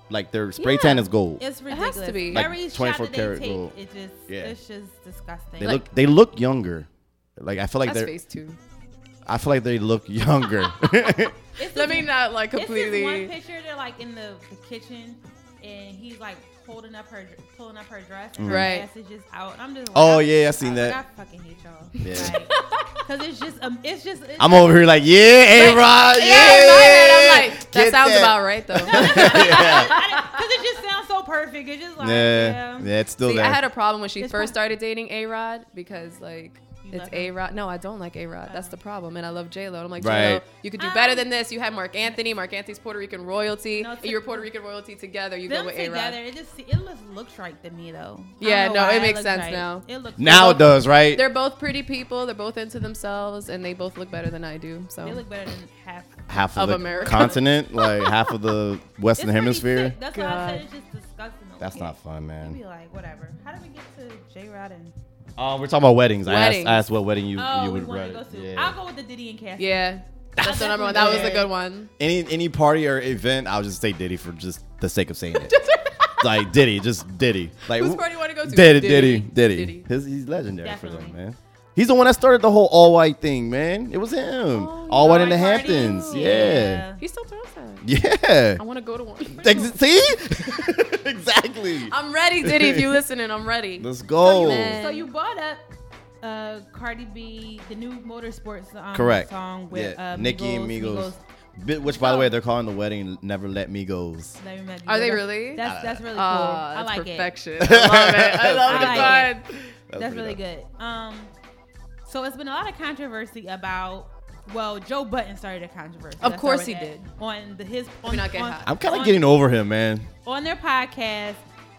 S5: Like their spray tan
S6: Yeah.
S5: is gold.
S1: has
S6: It's
S1: to
S6: ridiculous.
S1: be.
S5: Like
S6: Every
S5: 24
S6: shot that
S5: karat
S6: they take,
S5: gold.
S6: it just
S5: Yeah.
S6: it's just disgusting.
S5: they
S1: like-
S5: look they look younger. Like I feel like
S1: That's
S5: they're
S1: phase two.
S5: I feel like they look younger.
S6: It's
S1: Let
S6: this-
S1: me not like completely.
S6: It's this one picture. They're like in the, the kitchen, and he's like holding up her, pulling up her dress, and her
S1: Right.
S6: ass is just out. I'm just. Like,
S5: Oh,
S6: I-
S5: yeah, I seen
S6: I-
S5: that.
S6: I fucking hate y'all.
S5: Yeah.
S6: Because it's just, um, it's just. It's
S5: I'm over here like, yeah, A Rod, yeah.
S1: yeah, in my head, I'm like, that
S5: get
S1: sounds about right though.
S6: Because it just sounds so perfect. It's just like,
S5: Yeah,
S6: yeah.
S5: yeah, it's still
S1: See,
S5: there.
S1: I had a problem when she
S6: It's
S1: first
S6: fine.
S1: started dating A Rod because like
S6: You
S1: it's
S6: love
S1: A
S6: him.
S1: Rod. No, I don't like A Rod. That's the problem. And I love J Lo. I'm like
S5: Right.
S1: J Lo, you could do better
S6: Um,
S1: than this. You had Mark Anthony. Mark Anthony's Puerto Rican royalty.
S6: No,
S1: and
S6: it's-
S1: you were Puerto Rican royalty together. You go
S6: Them
S1: with A
S6: together,
S1: Rod.
S6: it just it looks, looks right to me though. I
S1: Yeah,
S6: don't
S1: no,
S6: know why
S1: it makes
S6: looks
S1: sense
S6: right.
S1: now.
S6: It looks
S5: now
S6: it
S5: it does, right?
S1: They're both pretty people. They're both into themselves, and they both look better than I do. So
S6: They look better than half.
S5: half
S1: of
S5: of, the
S1: America.
S5: continent, like half of the
S6: It's
S5: Western
S6: pretty
S5: Hemisphere.
S6: sick. That's why I said
S1: God.
S6: it's just disgusting. to
S5: That's
S6: look at.
S5: not fun,
S6: You'd be
S5: man.
S6: like, whatever. How did we get to J Rod and?
S5: Uh, we're talking about weddings. I,
S1: Weddings.
S5: asked, I asked what wedding you,
S6: Oh,
S5: you
S6: we
S5: would
S6: want to
S5: rather.
S6: go to.
S5: yeah.
S6: I'll go with the Diddy and Cassie.
S1: yeah, that's the number one. That was
S6: definitely
S1: a
S6: go.
S1: good one.
S5: Any any party or event, I'll just say Diddy for just the sake of saying it. like Diddy, just Diddy. Like
S1: Whose
S5: wh-
S1: party you want to go to?
S5: Diddy, Diddy, Diddy.
S1: Diddy.
S5: His, he's legendary for them,
S6: Definitely.
S5: man. He's the one that started the whole all white thing, man. It was him. all white in the Hamptons. Yeah.
S1: He still throws that.
S5: Yeah.
S1: I want to go to one.
S5: Ex- See? exactly.
S1: I'm ready, Diddy. If you listening, I'm ready.
S5: Let's go.
S1: man.
S6: So you brought up uh, Cardi B, the new motorsports um,
S5: Correct.
S6: song with
S5: yeah.
S6: uh,
S5: Nicki and
S6: Migos.
S5: Migos. Bi- Which, by the way, they're calling the wedding "Never Let Me Go's."
S6: Let Me Met You.
S1: Are they
S6: That's-
S1: really?
S5: Uh,
S6: That's that's really cool.
S1: Ah,
S6: I
S1: that's
S6: like it.
S1: perfection. I love it. I love
S6: I
S1: the vibe.
S6: That's, really good. Um, so it's been a lot of controversy about. Well, Joe Button started a controversy.
S1: Of
S6: Let's
S1: course
S6: start with
S1: he
S6: that. On the, his
S1: me
S6: on,
S1: not get
S6: on-
S1: hot.
S5: I'm kind
S6: on-
S5: of getting over him, man.
S6: on their podcast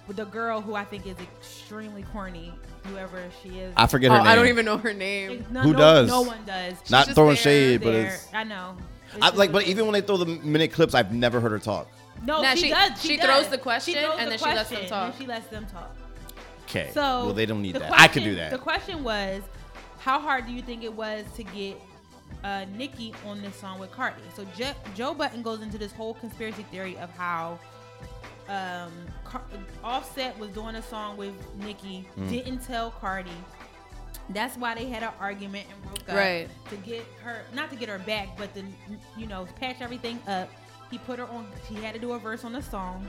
S6: with the girl who I think is extremely corny, whoever she is.
S5: I forget
S1: Oh,
S5: her name.
S1: I don't even know her name.
S6: No,
S5: Who
S6: no-
S5: does?
S6: No one does.
S5: Not
S1: just
S5: throwing
S1: there,
S5: shade, but
S6: there.
S5: it's.
S6: I know. It's
S5: I,
S6: just
S5: like,
S6: a-
S5: but even when they throw the minute clips, I've never heard her talk.
S6: no,
S1: Nah,
S6: she,
S1: she-
S6: does. She,
S1: she
S6: does.
S1: throws the question and then she lets them
S6: question,
S1: talk.
S6: and she lets them talk.
S5: Okay.
S6: So
S5: well, they don't need
S6: the
S5: that. I could
S6: question-
S5: do that.
S6: The question was, how hard do you think it was to get uh, Nicki on this song with Cardi? So Je- Joe Button goes into this whole conspiracy theory of how um, Car- Offset was doing a song with Nicki,
S5: Mm.
S6: didn't tell Cardi. That's why they had an argument and broke up
S1: Right.
S6: to get her, not to get her back, but to you know patch everything up. He put her on. She had to do a verse on the song,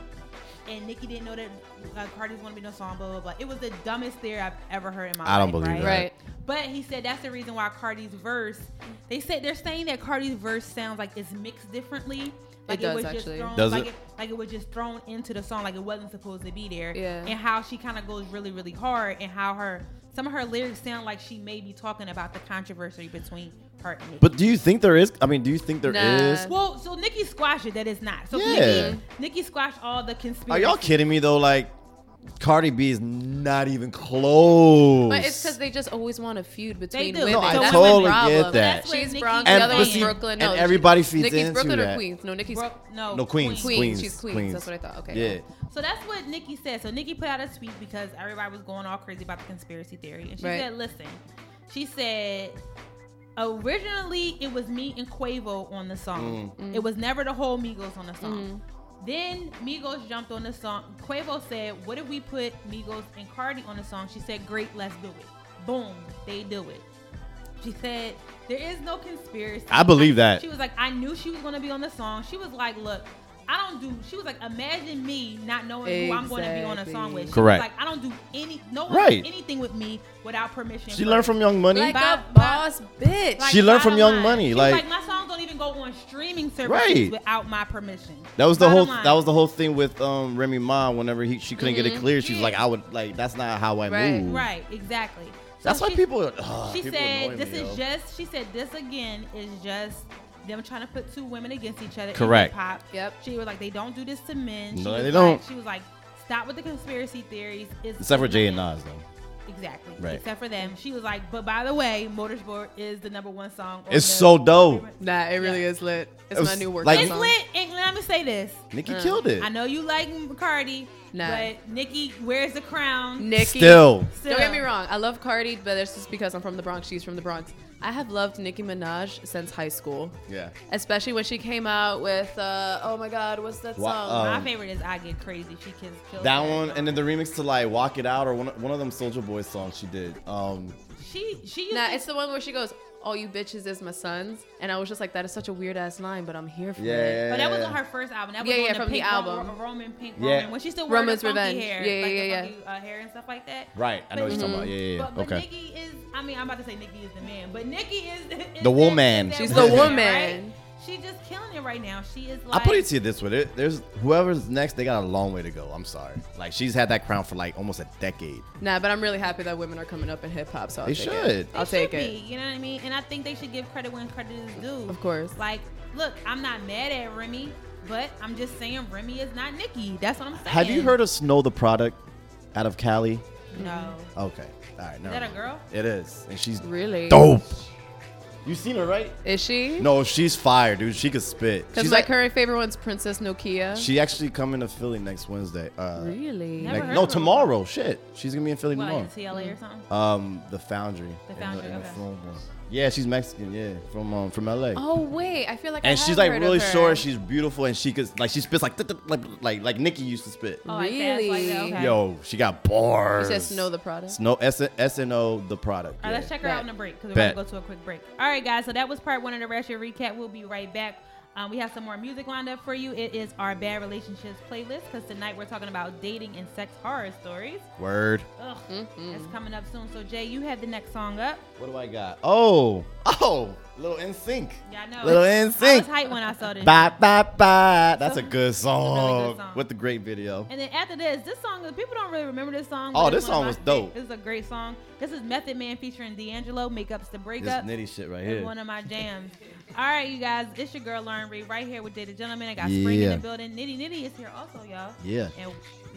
S6: and Nicki didn't know that uh, Cardi's going to be no song. Blah blah blah. It was the dumbest theory I've ever heard in my life.
S5: I don't believe
S6: right?
S5: that.
S1: Right.
S6: But he said that's the reason why Cardi's verse. They said they're saying that Cardi's verse sounds like it's mixed differently. Like
S1: does,
S6: was
S1: actually.
S6: just thrown,
S5: Does
S6: like
S5: it?
S6: like it was just thrown into the song, like it wasn't supposed to be there.
S1: Yeah.
S6: And how she kind of goes really, really hard, and how her some of her lyrics sound like she may be talking about the controversy between her and Nicki.
S5: But do you think there is? I mean, do you think there is?
S1: Nah.
S6: well, so Nicki squashed it. That is not. So
S5: Yeah.
S6: Nicki, Nicki squashed all the
S5: Are
S6: conspiracy.
S5: y'all kidding me though? Like, Cardi B is not even close.
S1: But it's because they just always want a feud between
S6: do.
S1: women.
S6: No, I
S1: That's
S5: totally
S1: the problem.
S5: get that.
S6: That's
S1: She's
S6: what
S1: Bronx,
S6: Nicki
S1: the other
S6: was
S1: one's
S6: saying.
S1: Brooklyn. No,
S5: And
S1: she-
S5: everybody feeds
S1: Nicki's
S5: into
S1: Brooklyn or
S5: that.
S1: Queens? No, Nicki's
S6: Bro- no,
S5: No, Queens.
S1: Queens.
S5: Queens,
S1: She's Queens. That's what I thought. Okay.
S5: Yeah.
S6: So that's what Nikki said. So Nikki put out a tweet because everybody was going all crazy about the conspiracy theory. And she
S1: Right.
S6: said, listen, she said, originally it was me and Quavo on the song. It was never the whole Migos on the song. Then Migos jumped on the song. Quavo said, what if we put Migos and Cardi on the song? She said, great, let's do it. Boom, they do it. She said, there is no conspiracy.
S5: I believe that.
S6: She was like, I knew she was going to be on the song. She was like, look, I don't do, she was like, imagine me not knowing who I'm going to be on a song with. She
S5: Correct.
S6: Was like, I don't do any, no one
S5: Right.
S6: does anything with me without permission.
S5: She
S6: first.
S5: learned from Young Money.
S1: Like
S6: Bye-
S1: a
S6: bye.
S1: boss bitch.
S6: Like,
S5: She learned from Young
S6: bottom line.
S5: Money,
S6: She was
S5: like-
S6: like, my songs don't even go on streaming services
S5: Right.
S6: without my permission.
S5: that was the
S6: Bottom
S5: whole.
S6: line. Mm-hmm.
S5: That was the whole thing with um, Remy Ma. Whenever he, she couldn't get it clear, she's
S6: Yeah.
S5: like, "I would like. That's not how I
S1: Right.
S5: move."
S6: Right, exactly.
S5: That's
S6: So
S5: why
S6: she-
S5: people. ugh,
S6: She
S5: people annoy
S6: said, "This
S5: me,
S6: is
S5: yo.
S6: just." She said, "This again is just them trying to put two women against each other."
S5: Correct.
S6: Pop.
S1: Yep.
S6: She was like, "They don't do this to men." She
S5: No,
S6: was
S5: they
S6: like-
S5: don't.
S6: She was like, "Stop with the conspiracy theories." It's
S5: Except for Jay and
S6: women."
S5: Nas though.
S6: Exactly.
S5: Right.
S6: Except for them. She was like, "But by the way, Motorsport is the number one song." on
S5: It's
S6: the-
S5: so dope.
S1: Nah, it really is lit. It's
S5: It was
S1: my new work.
S5: like-
S6: It's
S1: song.
S6: lit. And let me say this.
S5: Nicki killed it.
S6: Uh, I know you like Cardi,
S1: Nah.
S6: but Nikki wears the crown.
S1: Nicki.
S5: Still.
S1: Don't get me wrong. I love Cardi, but it's just because I'm from the Bronx. She's from the Bronx. I have loved Nicki Minaj since high school,
S5: Yeah.
S1: especially when she came out with, uh, oh my God, what's that
S5: Wha-
S1: song?
S6: My
S5: Um,
S6: favorite is "I Get Crazy." She kills. kills
S5: That one, and then the remix to like "Walk It Out" or one, one of them Soldier Boy songs she did. Um,
S6: she she used
S1: nah,
S6: to
S1: it's the one where she goes, all you bitches is my sons. And I was just like, that is such a weird ass line, but I'm here for it.
S5: yeah.
S6: But that was on her first album. That was
S1: Yeah,
S6: on
S1: yeah,
S6: the
S1: from the
S6: pink
S1: album.
S6: Roman, Roman pink
S5: Yeah.
S6: Roman when she still wore
S1: Roman's
S6: the funky
S1: Revenge.
S6: hair,
S1: Yeah,
S6: like
S1: yeah,
S6: the
S1: yeah,
S6: funky, uh, hair and stuff like that.
S5: Right, I know
S6: But-
S5: what you're talking about. Yeah, yeah, yeah.
S6: But, but
S5: okay.
S6: Nikki is, I mean, I'm about to say Nikki is the man, but Nikki is, is
S5: The woman.
S6: that
S1: She's the
S6: right?
S1: woman.
S6: She just killing it right now. She is
S5: I'll
S6: like.
S5: put it to you this way: there- there's whoever's next, they got a long way to go. I'm sorry. Like she's had that crown for like almost a decade.
S1: Nah, but I'm really happy that women are coming up in hip hop, so I'll
S5: They
S1: take
S5: should.
S1: it. I'll
S6: It
S1: take
S6: should
S1: it.
S6: Be, you know what I mean? And I think they should give credit when credit is due.
S1: Of course.
S6: Like, look, I'm not mad at Remy, but I'm just saying Remy is not Nikki. That's what I'm saying.
S5: Have you heard of Snow the Product out of Cali?
S6: No.
S5: Okay. All right. never
S6: that a
S5: mind.
S6: girl?
S5: It is, and she's
S1: Really?
S5: dope. You seen her, right?
S1: Is she?
S5: No, she's fire, dude. She could spit.
S1: Because
S5: She's
S1: my
S5: like her.
S1: current favorite one's Princess Nokia.
S5: She actually coming to Philly next Wednesday. Uh,
S1: really?
S6: Never
S5: Like,
S6: heard
S5: no,
S6: of her.
S5: tomorrow. Shit, she's gonna be in Philly
S6: What,
S5: tomorrow.
S6: like TLA or something?
S5: Um, the Foundry.
S6: The
S5: in
S6: Foundry,
S5: in
S6: okay.
S5: film room. Yeah, she's Mexican. Yeah, from um, from LA.
S1: Oh wait, I feel like. I
S5: and she's
S1: have
S5: like
S1: heard
S5: really
S1: of her.
S5: short. She's beautiful, and she could like she spits like "Th-th-th," like like like Nikki used to spit.
S6: Oh, like that, like
S1: Really?
S6: that, okay.
S5: Yo, she got bars.
S1: She says Snow the Product.
S5: Snow S S N O the product.
S6: All right, let's
S5: yeah.
S6: check her
S1: Bet.
S6: out on the break because we're
S5: Bet.
S6: going to go to a quick break. All right, guys. So that was part one of the Ratchet Recap. We'll be right back. Um, we have some more music lined up for you. It is our Bad Relationships playlist because tonight we're talking about dating and sex horror stories.
S5: Word.
S6: Ugh,
S5: Mm-hmm.
S6: it's coming up soon. So, Jay, you have the next song up.
S5: What do I got? Oh, oh, little in sync.
S6: Yeah, I know.
S5: Little
S6: I
S5: in
S6: was
S5: sync.
S6: hype when I saw this.
S5: Bye bye bye. That's a good song.
S6: song.
S5: with the great video.
S6: And then after this, this song people don't really remember this song.
S5: Oh,
S6: but it's
S5: this
S6: one
S5: song
S6: of my
S5: was
S6: fa-
S5: dope.
S6: This is a great song. This is Method Man featuring D'Angelo. Make ups the
S5: This
S6: breakup.
S5: nitty shit right
S6: It's
S5: here.
S6: one of my jams. All right, you guys, it's your girl Lauren Reed right here with Data Gentleman. I got Spring in
S5: Yeah.
S6: the building. Nitty Nitty is here also, y'all.
S5: Yeah.
S6: And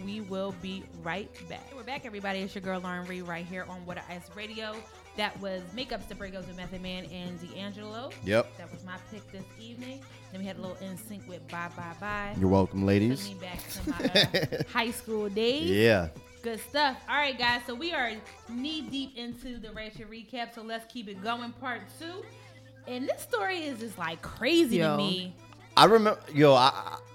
S6: we will be right back. We're back, everybody. It's your girl Lauren Reed right here on Water Ice Radio. That was Makeups to Breakups with Method Man and D'Angelo.
S5: Yep.
S6: That was my pick this evening. Then we had a little in sync with Bye Bye Bye.
S5: You're welcome,
S6: Took
S5: ladies.
S6: me back to my uh, high school days.
S5: Yeah.
S6: Good stuff. All right, guys. So we are knee deep into the Ratchet recap. So let's keep it going. Part two. And this story is just like crazy to
S1: Yo.
S6: me.
S5: I remember, yo, I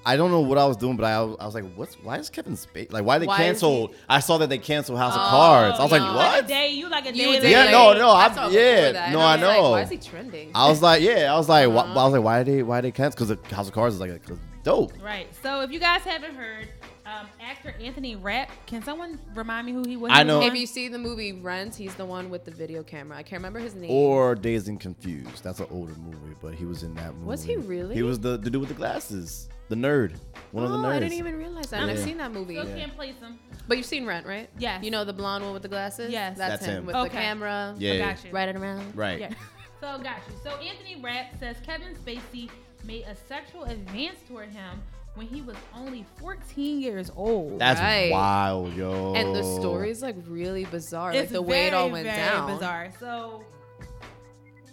S5: I I don't know what I was doing, but I, was- I was like, what's why is Kevin Spacey like why they
S1: Why is he- Oh,
S5: canceled? I saw that they canceled House of Cards. I was
S1: no.
S5: like,
S6: Like a
S5: what?
S6: day, you like a
S1: You
S6: day.
S1: did
S6: late.
S5: Yeah, no, no,
S1: I
S5: I-
S1: saw it
S5: yeah,
S1: before that, and
S5: no,
S1: I,
S5: I
S1: was like,
S5: know.
S1: why is he trending?
S5: I was like, yeah, I was like, why, I was like, why did they why did they cancel? Because House of Cards is like a 'cause Dope.
S6: Right. So if you guys haven't heard, um, actor Anthony Rapp, can someone remind me who he was?
S5: I
S6: in
S5: know-
S6: the
S1: If
S6: one?
S1: you see the movie Rent, he's the one with the video camera. I can't remember his name.
S5: Or Dazed and Confused. That's an older movie, but he was in that movie.
S1: Was he really?
S5: He was the, the dude with the glasses, the nerd, one of the
S1: oh,
S5: nerds.
S1: I didn't even realize that. And I've
S5: Yeah.
S1: seen that movie.
S6: Still can't place him.
S1: But you've seen Rent, right?
S6: Yes.
S1: You know the blonde one with the glasses?
S6: Yes.
S1: That's,
S5: That's
S1: him,
S5: him.
S1: with the
S6: Okay.
S1: camera.
S5: Yeah.
S6: Got you.
S1: Riding around.
S5: Right.
S6: Yeah. So got you. So Anthony Rapp says Kevin Spacey made a sexual advance toward him when he was only 14 years old.
S5: That's
S1: Right.
S5: wild, yo.
S1: And the story's like really bizarre. like the way it all went down.
S6: Bizarre. So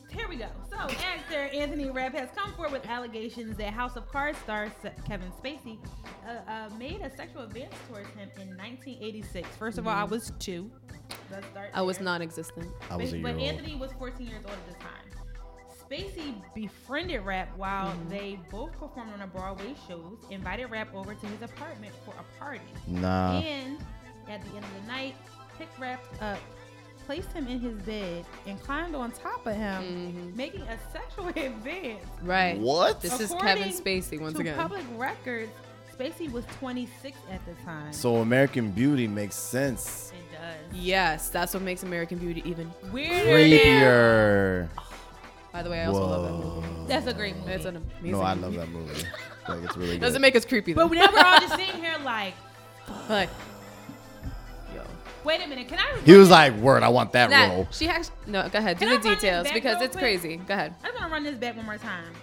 S6: here we go. So actor Anthony Rapp has come forward with allegations that House of Cards star Se- Kevin Spacey uh, uh, made a sexual advance towards him in 1986. First of all, I was two. Let's start
S1: Mm-hmm. I was
S6: there.
S1: non existent.
S5: I was a
S6: But-
S5: year
S6: but
S5: old.
S6: Anthony was 14 years old at the time. Spacey befriended Rap while
S1: Mm-hmm.
S6: they both performed on a Broadway shows, invited Rap over to his apartment for a party.
S1: Uh.
S5: Nah.
S6: and at the end of the night, picked Rap up, placed him in his bed, and climbed on top of him, making a sexual advance.
S1: Right.
S5: What?
S1: Mm-hmm. This is Kevin
S6: According
S1: Spacey once
S6: to
S1: again.
S6: public records, Spacey was 26 at the time.
S5: So American Beauty makes sense.
S6: it does.
S1: Yes, that's what makes American Beauty even.
S6: Weirder than-
S5: Creepier.
S1: By the way, I also love that
S5: Whoa.
S1: movie.
S6: That's a great movie.
S1: It's an amazing
S5: No, I
S1: movie.
S5: love that movie. Like it's really good.
S1: Doesn't make us creepy though.
S6: but now we're all just sitting here like,
S1: like, yo.
S6: Wait a minute. Can I?
S5: he was like, "Word, I want that
S1: Nah,
S5: role."
S1: she has no. Go ahead, do
S6: Can
S1: the
S6: I run this
S1: details
S6: back
S1: because
S6: real
S1: it's
S6: quick?
S1: crazy. Go ahead.
S6: I'm gonna run this back one more time.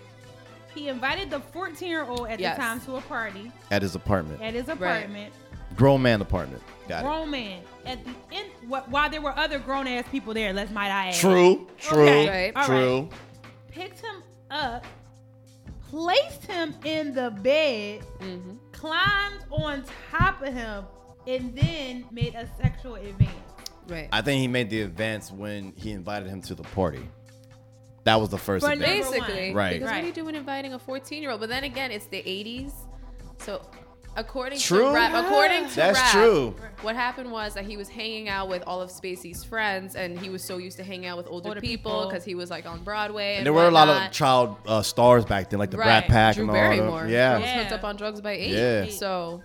S6: He invited the 14 year old at
S1: Yes.
S6: the time to a party
S5: At his apartment,
S6: at his apartment.
S5: grown man apartment. Got it.
S6: Grown man. At the end, wh- while there were other grown ass people there, let's might I add.
S5: True. True.
S6: Okay. Right.
S5: True.
S6: All Picked him up, placed him in the bed,
S1: Mm-hmm.
S6: climbed on top of him, and then made a sexual advance.
S1: Right.
S5: I think he made the advance when he invited him to the party. That was the first
S6: But
S5: advance.
S6: number
S1: Basically,
S6: one.
S5: Right.
S1: Because what
S6: Right.
S1: are you doing inviting a 14 year old? But then again, it's the 80s, so according
S5: True.
S1: to rap, according to
S5: That's
S1: rap,
S5: true.
S1: What happened was that he was hanging out with all of Spacey's friends, and he was so used to hanging out with older,
S6: Older
S1: people
S6: people.
S1: because he was like on Broadway. And,
S5: And there were a lot of
S1: whatnot.
S5: child uh, stars back then, like the Brad
S6: Right.
S5: Pack
S1: Drew
S5: and all
S1: Barrymore.
S5: that.
S1: who
S5: Yeah,
S1: was
S6: Yeah.
S1: hooked up on drugs by eight.
S5: Yeah.
S1: So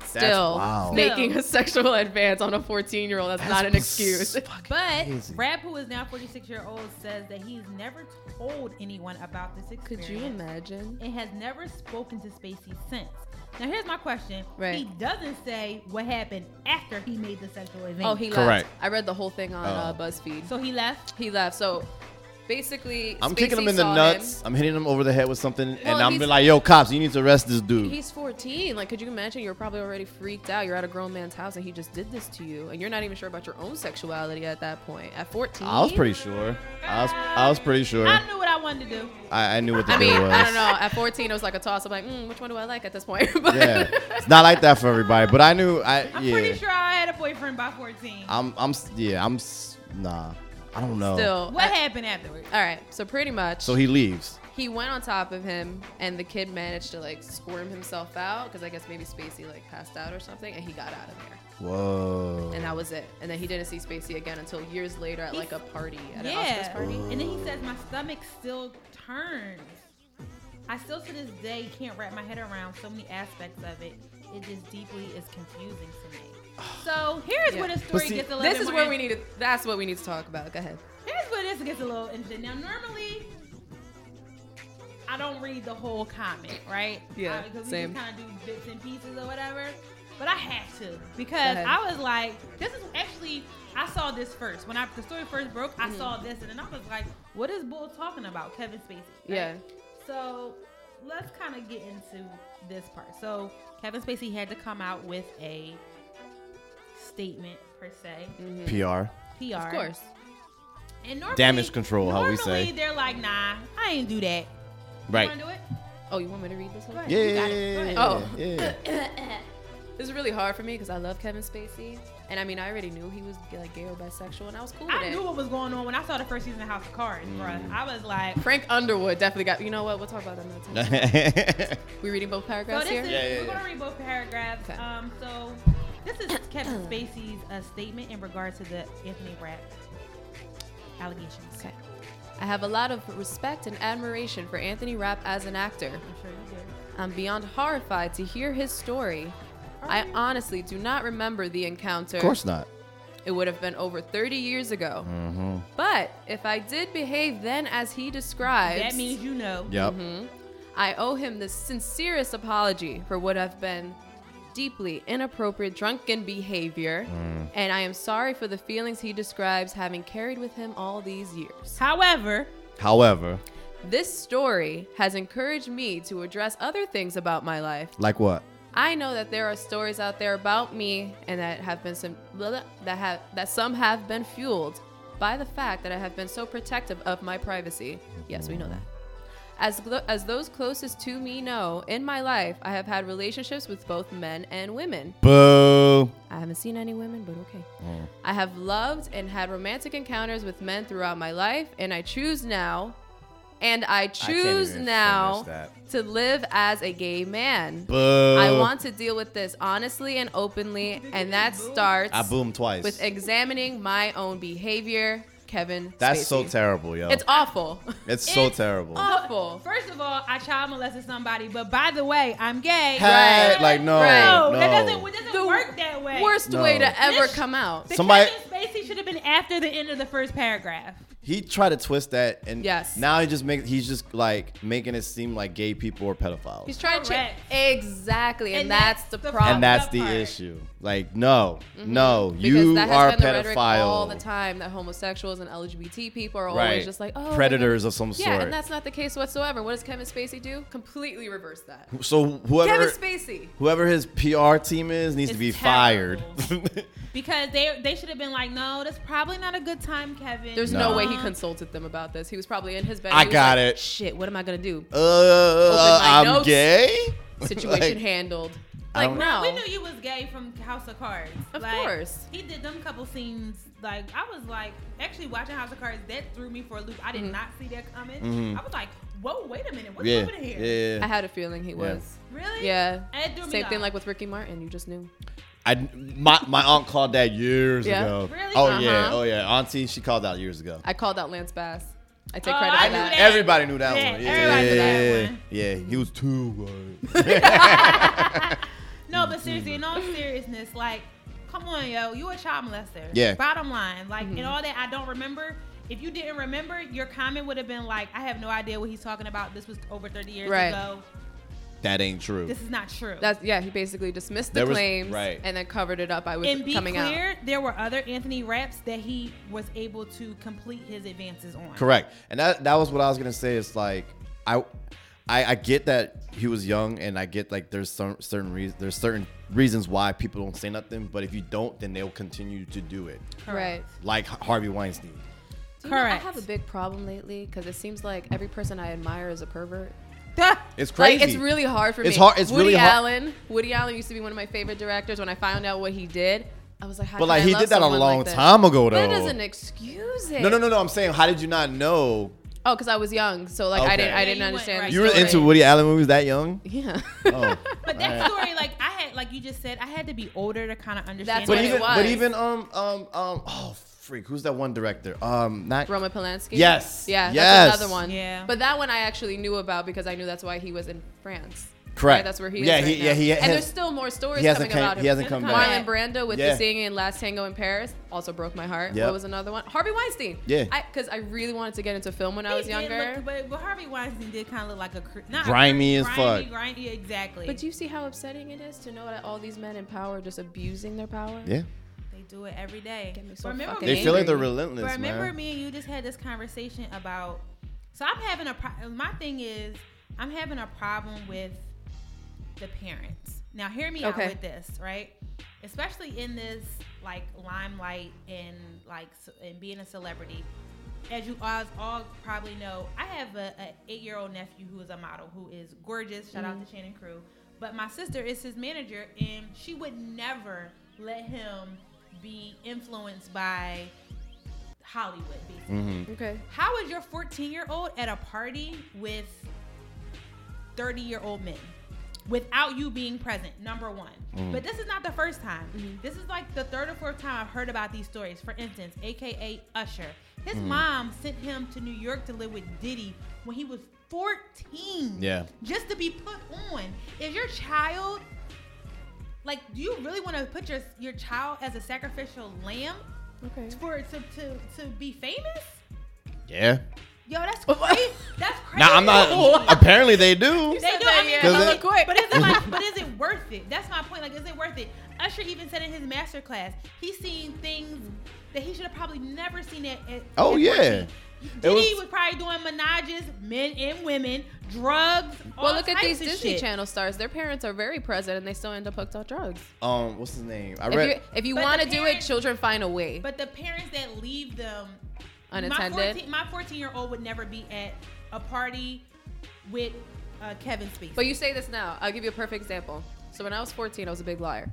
S5: That's
S1: still
S5: wild.
S1: making
S6: Still.
S1: a sexual advance on a 14 year old that's, not an
S5: That's
S1: excuse.
S5: fucking
S6: But
S5: crazy.
S6: Rap, who is now 46 year old, says that he's never told anyone about this experience.
S1: Could you imagine?
S6: and has never spoken to Spacey since. Now here's my question.
S1: Right.
S6: He doesn't say what happened after he made the sexual advance.
S1: Oh, he left.
S5: Correct. Oh.
S1: I read the whole thing on uh, BuzzFeed.
S6: so he left.
S1: He left. So basically,
S5: I'm kicking
S1: Spacey
S5: him in the
S1: saw
S5: nuts. I'm hitting him over the head with something,
S1: Well,
S5: and I'm
S1: he's-
S5: be like, "Yo, cops, you need to arrest this dude."
S1: him. He's 14. Like, could you imagine? You're probably already freaked out. You're at a grown man's house, and he just did this to you, and you're not even sure about your own sexuality at that point. At 14,
S5: I was pretty sure. I was, I was pretty sure.
S6: I knew what I wanted to do.
S5: I, I knew what the
S1: I mean,
S5: deal was.
S1: I don't know. At 14, it was like a toss. I'm like, mm, which one do I like at this point? but
S5: Yeah, it's not like that for everybody, but I knew. I
S6: I'm
S5: yeah.
S6: pretty sure I had a boyfriend by 14.
S5: I'm I'm s- yeah. I'm s- nah. I don't know.
S1: still,
S6: what
S1: I-
S6: happened afterwards?
S1: All right. So pretty much,
S5: Oh. So he leaves.
S1: he went on top of him, and the kid managed to like squirm himself out because I guess maybe Spacey like passed out or something, and he got out of there.
S5: Whoa.
S1: and that was it. And then he didn't see Spacey again until years later at like a party at an Oscars
S6: yeah.
S1: party.
S6: And then he says my stomach still turns. I still to this day can't wrap my head around so many aspects of it. It just deeply is confusing to me. So here's
S1: Yeah.
S6: where the
S1: But
S6: story
S5: see-
S6: gets a little
S1: This
S6: bit
S1: is
S6: more
S1: where we need to. That's what we need to talk about. Go ahead.
S6: Here's where this gets a little interesting. Now, normally, I don't read the whole comment, right?
S1: Yeah,
S6: I- Because we
S1: same.
S6: just kind of do bits and pieces or whatever. But I have to
S1: Go
S6: because
S1: ahead.
S6: I was like, this is actually. I saw this first when I the story first broke. I saw
S1: Mm-hmm.
S6: this and then I was like, "What is Bull talking about, Kevin Spacey?" right?
S1: Yeah.
S6: So let's kind of get into this part. So Kevin Spacey had to come out with a statement per se,
S5: PR.
S6: PR,
S1: Mm, Of course.
S6: and normally,
S5: Damage control, how we
S6: normally
S5: say.
S6: they're like, nah, I ain't do that.
S5: Right.
S6: You wanna do it?
S1: Oh, you want me to read this? Whole
S6: Right.
S1: thing?
S5: Yeah.
S6: You got it. Go ahead.
S1: Oh.
S5: yeah.
S1: This is really hard for me because I love Kevin Spacey, and I mean I already knew he was like gay or bisexual, and I was cool with
S6: I
S1: it.
S6: knew what was going on when I saw the first season of House of Cards,
S5: Mm.
S6: bruh. I was like,
S1: Frank Underwood definitely got. You know what? We'll talk about that another time.
S5: yeah.
S1: we reading both
S6: so
S1: paragraphs
S6: this
S1: here.
S6: is,
S5: Yeah, yeah,
S6: we're
S5: yeah.
S6: gonna read both paragraphs.
S1: Okay.
S6: Um, so this is Kevin Spacey's uh, statement in regards to the Anthony Rapp allegations.
S1: Okay. I have a lot of respect and admiration for Anthony Rapp as an actor.
S6: I'm sure you do.
S1: I'm beyond horrified to hear his story. I honestly do not remember the encounter.
S5: Of course not.
S1: It would have been over 30 years ago.
S5: Mm-hmm.
S1: But if I did behave then as he describes,
S6: That means you know.
S5: Yep.
S1: Mm-hmm. I owe him the sincerest apology for what have been deeply inappropriate drunken behavior,
S5: Mm.
S1: and I am sorry for the feelings he describes having carried with him all these years.
S6: However,
S5: However,
S1: This story has encouraged me to address other things about my life.
S5: like what?
S1: I know that there are stories out there about me and that have been some blah, blah, that have that some have been fueled by the fact that I have been so protective of my privacy. Yes, we know that. As glo- as those closest to me know, in my life I have had relationships with both men and women.
S5: Boo.
S1: I haven't seen any women, but okay.
S5: Mm.
S1: I have loved and had romantic encounters with men throughout my life, and I choose now, and I choose
S5: even
S1: now
S5: finish
S1: to live as a gay man.
S5: Boo.
S1: I want to deal with this honestly and openly, and that starts
S5: I boomed twice.
S1: with examining my own behavior, Kevin.
S5: That's
S1: Spacey.
S5: so terrible, yo.
S1: It's
S5: It's,
S1: awful.
S5: so
S6: it's
S5: terrible.
S1: awful.
S6: first of all, I child molested somebody, but by the way, I'm gay.
S5: Hey,
S6: Right.
S5: like, no,
S6: No,
S5: no.
S6: that doesn't, it doesn't
S1: The
S6: work that way.
S1: Worst
S5: No.
S1: way to ever
S6: This-
S1: come out.
S6: The
S5: Somebody-
S6: Kevin Spacey should have been after the end of the first paragraph.
S5: He tried to twist that, and
S1: Yes.
S5: now he just makes he's just like making it seem like gay people are pedophiles,
S1: He's trying
S6: Correct.
S1: to exactly, and,
S6: And
S1: that's,
S6: that's
S1: the
S6: the
S1: problem.
S5: and that's
S6: that
S5: the
S6: part.
S5: issue. Like, no, no,
S1: Mm-hmm. Because
S5: you
S1: that has
S5: are a
S1: been the rhetoric all the
S5: pedophile,
S1: time that homosexuals and LGBT people are
S5: Right.
S1: always just like, oh,
S5: predators of some
S1: Yeah,
S5: sort.
S1: and that's not the case whatsoever. What does Kevin Spacey do? Completely reverse that.
S5: so whoever
S1: Kevin Spacey.
S5: whoever his PR team is needs to
S6: It's
S5: be
S6: terrible.
S5: fired.
S6: Because they they should have been like, no, that's probably not a good time, Kevin.
S1: There's no.
S5: No.
S1: way he consulted them about this. He was probably in his bed.
S5: I
S1: He was
S5: got
S1: like,
S5: it.
S1: Shit, what am I gonna do?
S5: uh,
S1: my
S5: I'm
S1: notes.
S5: gay.
S1: Situation
S5: Like,
S1: handled.
S5: I
S1: Like
S5: don't-
S1: no.
S6: We knew you was gay from House of Cards.
S1: Of
S6: Like,
S1: course.
S6: He did them couple scenes. Like I was like, actually watching House of Cards, that threw me for a loop. I
S1: Mm-hmm.
S6: did not see that coming. I was like, whoa, wait a minute,
S5: Mm-hmm.
S6: what's
S5: Yeah,
S6: happening here?
S5: yeah.
S1: I had a feeling he was.
S6: Really?
S1: Yeah.
S6: And it threw me
S1: Same thing
S6: off.
S1: like with Ricky Martin. You just knew.
S5: I my my aunt called that years
S1: Yeah.
S5: ago.
S6: Really?
S5: Oh
S6: Uh-huh.
S5: yeah, oh yeah. Auntie, she called out years ago.
S1: I called out Lance Bass. I take
S6: Oh,
S1: credit
S6: I
S1: for
S6: knew
S1: that.
S6: that.
S5: Everybody knew that
S6: Yeah,
S5: one.
S6: everybody knew that
S5: Yeah,
S6: one.
S5: yeah. He was too good.
S6: No, but
S5: Mm-hmm.
S6: seriously, in all seriousness, like, come on, yo, you a child molester.
S5: Yeah.
S6: Bottom line, like,
S1: Mm-hmm.
S6: and all that, I don't remember. If you didn't remember, your comment would have been like, I have no idea what he's talking about. This was over 30 years
S1: Right.
S6: ago.
S5: That ain't true.
S6: This is not true.
S1: That's yeah. He basically dismissed the
S5: There was-
S1: claims
S5: right.
S1: and then covered it up by with
S6: and be
S1: coming
S6: clear,
S1: out.
S6: there were other Anthony raps that he was able to complete his advances on.
S5: Correct. And that that was what I was gonna say. It's like I I, I get that he was young, and I get like there's some certain reasons there's certain reasons why people don't say nothing. But if you don't, then they'll continue to do it,
S1: Right.
S5: like Harvey Weinstein.
S1: Do you know, I
S6: Correct.
S1: have a big problem lately because it seems like every person I admire is a pervert.
S5: It's crazy.
S1: Like, it's really hard for me.
S5: It's hard- it's
S1: Woody
S5: really hard-
S1: Allen. Woody Allen used to be one of my favorite directors. When I found out what he did, I was like, How
S5: But
S1: can
S5: like
S1: I
S5: he
S1: love
S5: did that a
S1: someone
S5: long
S1: like this?
S5: time ago though.
S1: That doesn't excuse it.
S5: no, no, no, no. I'm saying, how did you not know?
S1: Oh, because I was young, so like I
S5: Okay.
S1: didn't, I
S5: Yeah,
S1: didn't
S6: you went
S1: understand.
S6: right.
S1: the
S5: You were
S1: story.
S5: into Woody Allen movies that young?
S1: Yeah.
S5: Oh.
S6: But that story, like I had, like you just said, I had to be older to kind of understand.
S1: That's
S5: but
S1: what
S6: it.
S1: it
S5: even,
S1: was.
S5: but even, um, um, um, oh, freak, who's that one director? Um, not
S1: Roman Polanski.
S5: Yes.
S1: Yeah.
S5: Yes.
S1: That's another one.
S6: Yeah.
S1: But that one I actually knew about because I knew that's why he was in France.
S5: Correct.
S1: Right, that's where he
S5: Yeah,
S1: is. right
S5: he- yeah,
S1: now.
S5: he has-
S1: and there's still more stories
S5: he hasn't
S1: coming
S5: came-
S1: about him.
S5: he hasn't come
S1: Marlon
S6: back.
S1: Brandon with
S5: Yeah.
S1: the singing in Last Tango in Paris also broke my heart.
S5: Yep.
S1: What was another one? Harvey Weinstein.
S5: Yeah.
S1: Because I, really wanted to get into film when I
S6: He
S1: was
S6: did look-
S1: younger.
S6: but, but Harvey Weinstein did kind of look like a cr- not
S5: Grimy
S6: a,
S5: as
S6: creep,
S5: fuck.
S6: Grimy, yeah, exactly.
S1: But do you see how upsetting it is to know that all these men in power are just abusing their power?
S5: Yeah.
S6: they do it every day.
S1: Get me so
S6: remember,
S1: fucking
S5: They feel like they're
S1: Angry.
S5: relentless,
S6: remember
S5: man.
S6: me and you just had this conversation about. So I'm having a pro- my thing is I'm having a problem with the parents. Now hear me
S1: Okay.
S6: out with this, right? Especially in this like limelight and like s- and being a celebrity. As you guys all probably know, I have a, a eight year old nephew who is a model who is gorgeous. Shout out to Shannon Crew. But my sister is his manager, and she would never let him be influenced by Hollywood. Basically,
S1: Okay.
S6: how is your 14 year old at a party with 30 year old men? without you being present, number one. But this is not the first time. This is like the third or fourth time I've heard about these stories. For instance, AKA Usher. His mom sent him to New York to live with Diddy when he was 14.
S5: Yeah.
S6: Just to be put on. If your child like, do you really want to put your your child as a sacrificial lamb
S1: Okay.
S6: for to to, to be famous?
S5: Yeah.
S6: Yo, that's crazy. that's crazy.
S5: Now I'm not. apparently they do.
S6: They
S1: said
S6: do.
S1: that,
S6: I mean,
S1: yeah.
S6: but,
S5: Does
S6: like,
S1: it- Look,
S6: but is it like, but is it worth it? That's my point. Like, is it worth it? Usher even said in his master class, he's seen things that he should have probably never seen at. at
S5: Oh
S6: at
S5: yeah.
S6: 14.
S5: It
S6: Diddy
S5: was-
S6: was, probably doing menages, men and women, drugs. all
S1: Well, look at these
S6: types of
S1: Disney
S6: shit.
S1: Channel stars. Their parents are very present, and they still end up hooked on drugs.
S5: Um, what's his name? I
S1: If you
S5: read.
S1: if you
S6: But
S1: want to
S6: the
S1: do it,
S6: parents-
S1: children find a way.
S6: But the parents that leave them
S1: Unattended.
S6: My 14 year old would never be at a party with uh, Kevin Spacey.
S1: But you say this now. I'll give you a perfect example. So when I was 14, I was a big liar.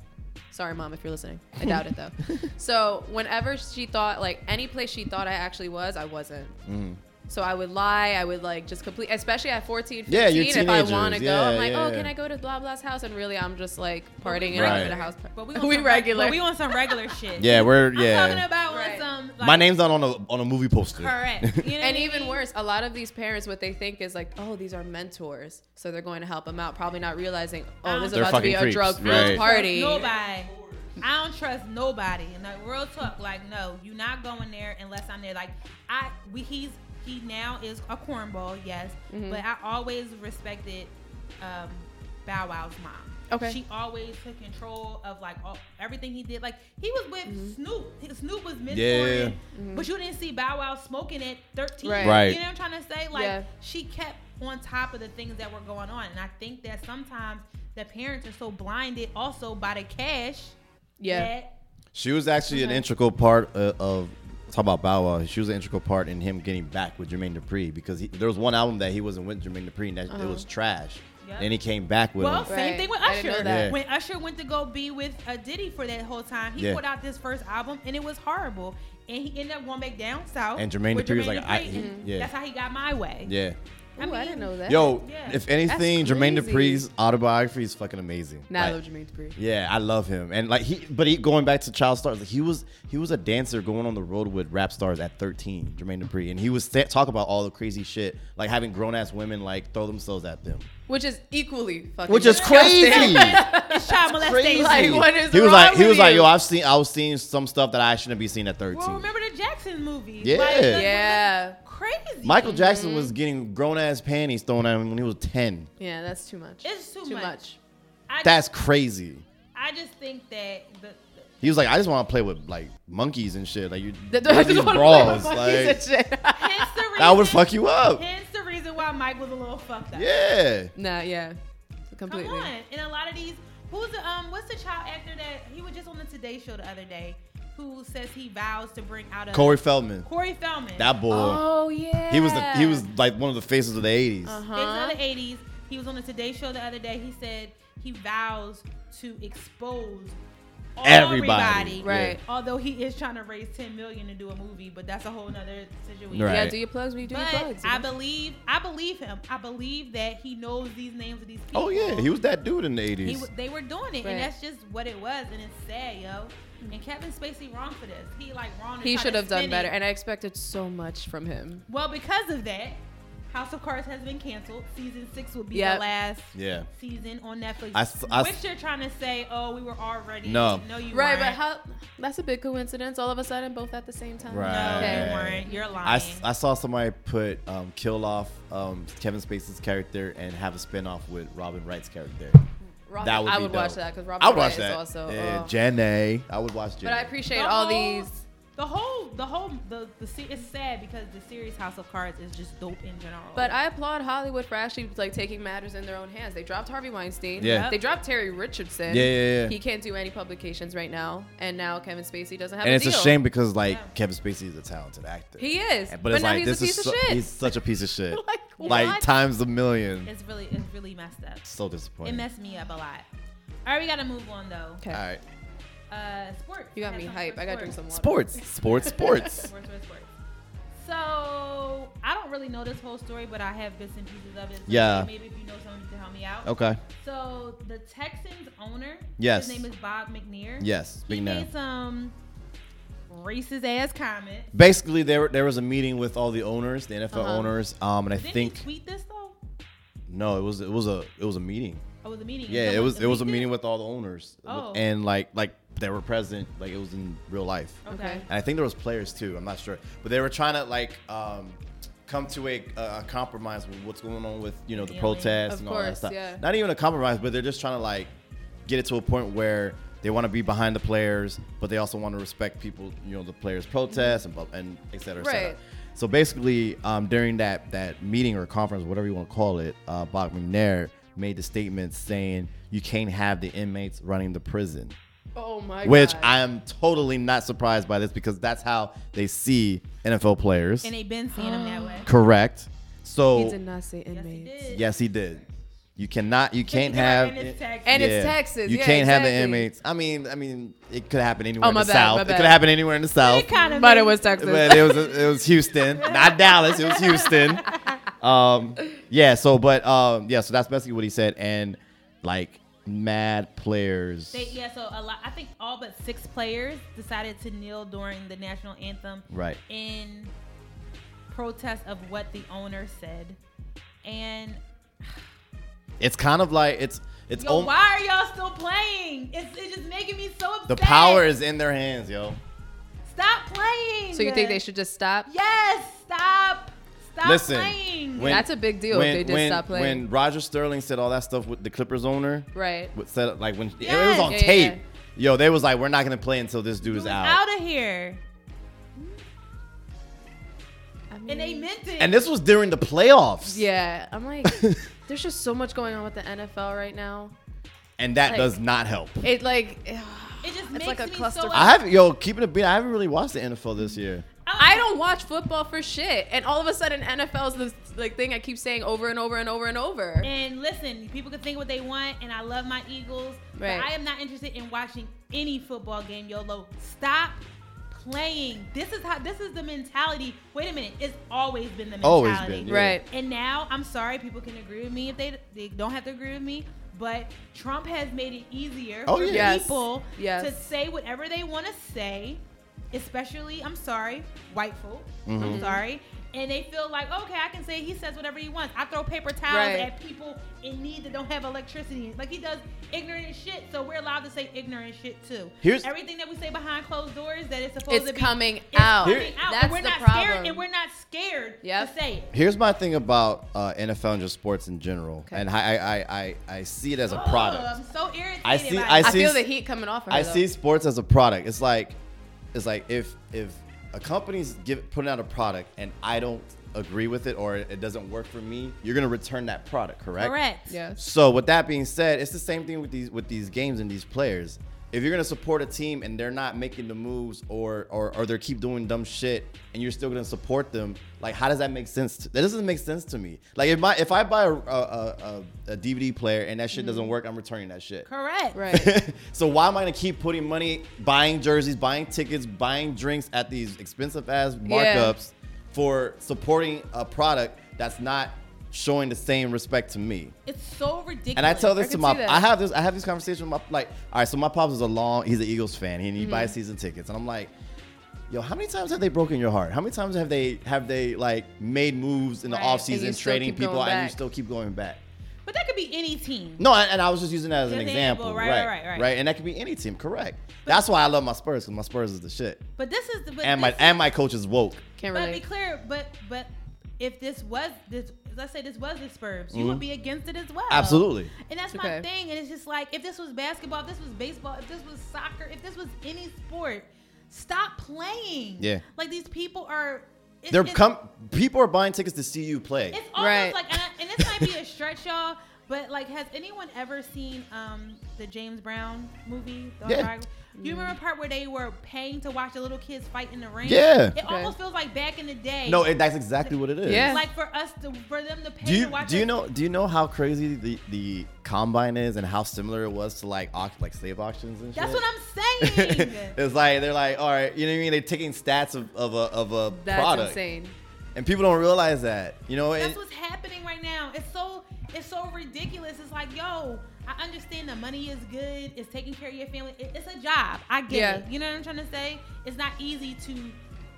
S1: Sorry, mom, if you're listening. I doubt it though. So whenever she thought, like any place she thought I actually was, I wasn't.
S5: Mm.
S1: So I would lie. I would like just complete, especially at 14, 15.
S5: Yeah, you're
S1: if I want to
S5: teenagers.
S1: go,
S5: Yeah,
S1: I'm like,
S5: yeah,
S1: oh,
S5: yeah.
S1: can I go to blah blah's house? And really, I'm just like partying and
S5: Right.
S1: I go to the house. par-
S6: but we, want
S1: we
S6: some reg-
S1: regular.
S6: but we want some regular shit.
S5: Yeah, we're
S6: I'm
S5: yeah.
S6: talking about when
S1: Right.
S6: some. Like,
S5: My name's not on a on a movie poster.
S6: Correct. You know what
S1: and
S6: I
S1: even
S6: mean?
S1: worse, a lot of these parents, what they think is like, oh, these are mentors, so they're going to help them out. Probably not realizing, oh, this is
S5: They're
S1: about to be
S5: fucking
S1: a drug
S5: creeps,
S1: filled
S5: right.
S1: party.
S6: Nobody. I don't trust nobody. And like real talk, like no, you're not going there unless I'm there. Like I, we, he's he now is a cornball, yes,
S1: Mm-hmm.
S6: but I always respected um, Bow Wow's mom.
S1: Okay.
S6: She always took control of like all, everything he did. Like he was with
S1: Mm-hmm.
S6: Snoop. His- Snoop was mentoring, but you didn't see Bow Wow smoking at 13.
S1: Right.
S5: Right.
S6: You know what I'm trying to say? Like
S1: Yeah.
S6: she kept on top of the things that were going on. And I think that sometimes the parents are so blinded also by the cash.
S1: Yeah.
S6: That,
S5: She was actually an integral part of, of talk about Bow Wow. She was an integral part in him getting back with Jermaine Dupri because he, there was one album that he wasn't with Jermaine Dupri and that it was trash.
S6: Uh-huh. Yep.
S5: And he came back with
S6: well,
S5: him.
S1: Right.
S6: same thing with
S1: I didn't know
S6: Usher.
S1: that.
S5: Yeah.
S6: When Usher went to go be with a Diddy for that whole time, he
S5: Yeah.
S6: put out this first album and it was horrible. And he ended up going back down south.
S5: And Jermaine
S6: with
S5: Dupri was like, I-
S6: Dupri,
S5: he-
S6: and
S5: yeah.
S6: That's how he got my way.
S5: Yeah.
S1: Ooh, I, didn't know that.
S5: Yo,
S6: Yeah.
S5: if anything,
S1: That's
S5: Jermaine
S1: crazy.
S5: Dupri's autobiography is fucking amazing.
S1: Now I
S5: Like,
S1: love Jermaine Dupri.
S5: Yeah, I love him. And like he but he going back to child stars, like he was he was a dancer going on the road with rap stars at 13, Jermaine Dupri. And he was st- talk about all the crazy shit, like having grown ass women like throw themselves at them.
S1: Which is equally fucking
S5: Which is
S1: disgusting.
S5: crazy.
S6: It's child molestation.
S1: Like, what is
S5: he was
S1: wrong
S5: like he
S1: with
S5: was like,
S1: you?
S5: yo, I've seen I was seeing some stuff that I shouldn't be seeing at 13.
S6: Well, remember the Jackson movie?
S5: Yeah.
S6: Like, the-
S1: Yeah.
S6: Crazy.
S5: Michael
S1: Mm-hmm.
S5: Jackson was getting grown ass panties thrown at him when he was 10.
S1: Yeah, that's too much.
S6: It's too
S1: too
S6: much.
S1: much.
S6: I
S5: That's crazy.
S6: I just think that the, the
S5: He was like, I just want to play with like monkeys and shit. Like you
S1: That-
S5: what are these
S1: that's what
S5: bras.
S1: I'm saying.
S5: Like,
S1: He's a shit.
S6: hence the reason,
S5: that would fuck you up.
S6: Hence the reason why Mike was a little fucked up.
S5: Yeah.
S1: nah, yeah,
S6: Come
S1: completely.
S6: on. And a lot of these, who's the um, what's the child actor that he was just on the Today Show the other day, who says he vows to bring out a
S5: Corey Feldman.
S6: Corey Feldman.
S5: That boy.
S1: Oh yeah.
S5: He was the, he was like one of the faces of the 80s.
S1: Uh-huh.
S6: It's not the '80s. He was on the Today Show the other day. He said he vows to expose
S5: Everybody.
S6: everybody.
S1: Right.
S6: Although he is trying to raise 10 million to do a movie, but that's a whole nother situation.
S5: Right.
S1: Yeah, do your plugs. We do your
S6: But
S1: plugs.
S6: I believe, I believe him. I believe that he knows these names of these people.
S5: Oh yeah, he was that dude in the 80s.
S6: He w- they were
S1: Right.
S6: doing it,
S1: Mm-hmm.
S6: and that's just what it was, and it's sad, yo. And Kevin Spacey wrong for this. He like wrong. to
S1: he
S6: try
S1: should
S6: to
S1: have done
S6: spin it.
S1: better, and I expected so much from him.
S6: well, because of that, House of Cards has been canceled. Season six will be
S1: Yep.
S6: the last
S5: yeah.
S6: season on Netflix.
S5: I s- I s-
S6: Which you're trying to say, oh, we were already.
S5: No.
S6: no, you
S1: Right, but
S6: weren't.
S1: how? That's a big coincidence. All of a sudden, both at the same time.
S5: Right.
S6: No,
S1: Okay.
S6: you weren't. You're lying.
S5: I, s- I saw somebody put um, kill off um, Kevin Spacey's character and have a spin-off with Robin Wright's character.
S1: Robin,
S5: That would
S1: I
S5: be
S1: would
S5: dope.
S1: watch that because Robin
S5: I would
S1: Wright
S5: watch
S1: is
S5: that.
S1: also.
S5: yeah,
S1: oh.
S5: Jenny. I would watch Jenny.
S1: But I appreciate
S6: The
S1: all
S6: whole-
S1: these.
S6: The whole, the whole, the the se- it's sad because the series House of Cards is just dope in general.
S1: But I applaud Hollywood for actually like taking matters in their own hands. They dropped Harvey Weinstein.
S5: Yeah.
S1: They dropped Terry Richardson.
S5: Yeah, yeah, yeah.
S1: He can't do any publications right now, and now Kevin Spacey doesn't have.
S5: and
S1: a
S5: it's
S1: deal.
S5: a shame because like
S6: Yeah.
S5: Kevin Spacey is a talented actor.
S1: He is,
S5: But,
S1: but,
S5: it's
S1: now
S5: like
S1: he's
S5: this
S1: a
S5: is
S1: piece
S5: so,
S1: of shit.
S5: he's such a piece of shit.
S1: Like, what?
S5: times a million.
S6: it's really, it's really messed up.
S5: so
S6: It
S5: disappointing.
S6: messed me up a lot. All right, we gotta move on though.
S1: okay.
S5: All right.
S6: Uh, sports.
S1: You got
S6: Have
S1: me
S6: some
S1: hype.
S6: sports,
S1: I gotta
S6: sports.
S1: drink some water.
S5: Sports. Sports. Sports.
S6: Sports, sports, sports. So I don't really know this whole story, but I have bits and pieces of it. So
S5: Yeah.
S6: Maybe if you know someone, you can help me out.
S5: Okay.
S6: So the Texans owner,
S5: Yes.
S6: his name is Bob McNair.
S5: Yes,
S6: he
S5: McNair.
S6: made some racist ass comment.
S5: Basically, there there was a meeting with all the owners, the NFL
S1: Uh-huh.
S5: owners, um, and I
S6: Didn't
S5: think
S6: he tweet this though?
S5: no, it was it was a it was a meeting.
S6: Oh, it was a meeting.
S5: Yeah, it
S6: Someone
S5: was it was a
S6: tweeted?
S5: meeting with all the owners,
S6: Oh.
S5: and like like they were present, like it was in real life.
S6: Okay.
S5: And I think there was players too. I'm not sure, but they were trying to like um, come to a, a compromise with what's going on with you know the
S6: Dealing.
S5: protests
S1: Of
S5: and all that
S1: course,
S5: stuff.
S1: yeah.
S5: Not even a compromise, but they're just trying to like get it to a point where they want to be behind the players, but they also want to respect people, you know, the players' protests and bu- and et cetera, et cetera.
S1: Right.
S5: So basically, um, during that that meeting or conference, whatever you want to call it, uh, Bob McNair made the statement saying you can't have the inmates running the prison
S1: Oh my
S5: which
S1: God.
S5: I am totally not surprised by this because that's how they see NFL players.
S6: And they've been seeing him that way.
S5: Correct.
S1: He
S5: So
S1: did not say
S6: Yes, he
S1: inmates.
S6: did.
S5: yes, he did. You cannot. You
S6: He
S5: can't
S6: got
S5: have.
S6: in his text.
S1: And it's Texas,
S5: You
S1: yeah,
S5: can't have the
S1: exactly.
S5: inmates. I mean, I mean, it could happen anywhere
S1: Oh,
S5: in
S1: my
S5: the
S1: bad,
S5: south.
S1: my
S5: It
S1: bad.
S5: could happen anywhere in the south.
S6: It kind of
S1: But
S6: made-
S1: it was Texas.
S5: But it was it was Houston, not Dallas. It was Houston. Um, yeah. So, but um, yeah. So that's basically what he said, and like mad players.
S6: They, yeah, so a lot. I think all but six players decided to kneel during the national anthem.
S5: Right.
S6: In protest of what the owner said, and
S5: It's kind of like it's it's
S6: yo,
S5: om-
S6: why are y'all still playing? It's, it's just making me so upset.
S5: The power is in their hands, yo.
S6: Stop playing.
S1: So you think they should just stop?
S6: Yes, stop. Stop
S5: Listen,
S6: playing.
S5: when-
S1: That's a big deal if they did
S5: when,
S1: stop playing.
S5: When Roger Sterling said all that stuff with the Clippers owner,
S1: Right.
S5: with said like when it- it
S6: Yes.
S5: was on
S1: Yeah, yeah,
S5: tape, yo, they was like, we're not gonna play until this dude is out.
S6: out of here.
S1: I mean,
S6: And they meant it.
S5: And this was during the playoffs.
S1: Yeah, I'm like, there's just so much going on with the NFL right now.
S5: and that
S1: Like-
S5: does not help.
S1: It like,
S6: it just
S1: it's
S6: makes
S1: like a
S6: me
S1: cluster-
S6: so.
S5: I haven't, yo, keeping it beat. I haven't really watched the NFL this year.
S1: I don't watch football for shit, and all of a sudden NFL is the like thing I keep saying over and over and over and over.
S6: And listen, people can think what they want, and I love my Eagles.
S1: Right.
S6: But I am not interested in watching any football game, YOLO. Stop playing. This is how this is the mentality. Wait a minute, it's always been the mentality.
S5: Always been, yeah.
S1: Right.
S6: And now, I'm sorry, people can agree with me if they they don't have to agree with me, but Trump has made it easier
S5: Oh,
S6: for
S5: yeah. Yes.
S6: people
S1: Yes.
S6: to say whatever they want to say, especially, I'm sorry, white folk.
S5: Mm-hmm.
S6: I'm sorry. And they feel like, okay, I can say he says whatever he wants. I throw paper towels
S1: Right.
S6: at people in need that don't have electricity. Like he does ignorant shit, so we're allowed to say ignorant shit too.
S5: Here's-
S6: everything that we say behind closed doors that it's supposed
S1: It's
S6: to be
S1: coming
S6: it's
S1: out.
S6: Coming out.
S1: That's
S6: and we're
S1: the
S6: not
S1: problem.
S6: scared, and we're not scared
S1: Yep.
S6: to say it.
S5: Here's my thing about uh, NFL and just sports in general, and I, I, I, I, I see it as a
S6: Ugh,
S5: product.
S6: I'm so irritated.
S5: I see-
S6: by
S5: I
S6: it.
S1: I
S5: see-
S1: feel the heat coming off. Of her,
S5: I
S1: though.
S5: see sports as a product. It's like, it's like if if a company's give, putting out a product and I don't agree with it or it doesn't work for me, you're gonna return that product, correct?
S6: Correct.
S1: Yes.
S5: So with that being said, it's the same thing with these with these games and these players. If you're gonna support a team and they're not making the moves or or, or they keep doing dumb shit and you're still gonna support them, like how does that make sense? To, that doesn't make sense to me. Like if my if I buy a a, a, a- a DVD player and that shit doesn't work, I'm returning that shit.
S6: Correct.
S1: Right.
S5: so why am I gonna keep putting money, buying jerseys, buying tickets, buying drinks at these expensive ass
S1: Yeah.
S5: markups for supporting a product that's not showing the same respect to me?
S6: It's so ridiculous.
S5: And I tell this
S1: I
S5: to
S1: can
S5: my,
S1: see that.
S5: I have this, I have these conversations with my, like, all right, so my pops is a long, he's an Eagles fan, and
S1: Mm-hmm.
S5: he buys season tickets, and I'm like, yo, how many times have they broken your heart? How many times have they have they like made moves in the
S6: Right,
S5: off
S6: and
S1: you
S5: offseason,
S1: still
S5: trading
S1: keep going
S5: people, out, and you
S1: back.
S5: still keep going back?
S6: But that could be any team.
S5: No, and, and I was just using that as an
S6: Just an
S5: example,
S6: example,
S5: right, right, right, right, And that could be any team, correct? That's why I love my Spurs because my Spurs is the shit,
S6: But this is the. But
S5: and my
S6: this-
S5: and my coach is woke.
S1: Can't
S6: But be
S1: relate.
S6: clear. But but if this was this, let's say this was the Spurs, you would be against it as well.
S5: Mm-hmm. Absolutely.
S6: And that's my
S1: Okay.
S6: thing. And it's just like if this was basketball, if this was baseball, if this was soccer, if this was any sport, stop playing.
S5: Yeah.
S6: Like these people are. It,
S5: They're
S6: it's-
S5: come, people are buying tickets to see you play.
S6: It's almost
S1: Right.
S6: like, and, I- and this might be a stretch, y'all, but like, has anyone ever seen um the James Brown movie? The
S5: Yeah.
S6: autobiography? You remember the part where they were paying to watch the little kids fight in the ring?
S5: Yeah.
S6: It
S5: Okay.
S6: almost feels like back in the day.
S5: No, it, that's exactly what it is.
S1: Yeah.
S6: like for us to for them to pay
S5: Do
S6: to
S5: you
S6: watch.
S5: do you
S6: us-
S5: know do you know how crazy the, the combine is and how similar it was to like au- like slave auctions and shit?
S6: That's what I'm saying.
S5: it's like they're like, all right, you know what I mean? They're taking stats of, of a of a
S1: That's
S5: product.
S1: insane.
S5: And people don't realize that. You know,
S6: That's
S5: it-
S6: what's happening right now. It's so it's so ridiculous. It's like, yo, I understand the money is good. It's taking care of your family. It- it's a job. I get
S1: Yeah.
S6: it. You know what I'm trying to say? It's not easy to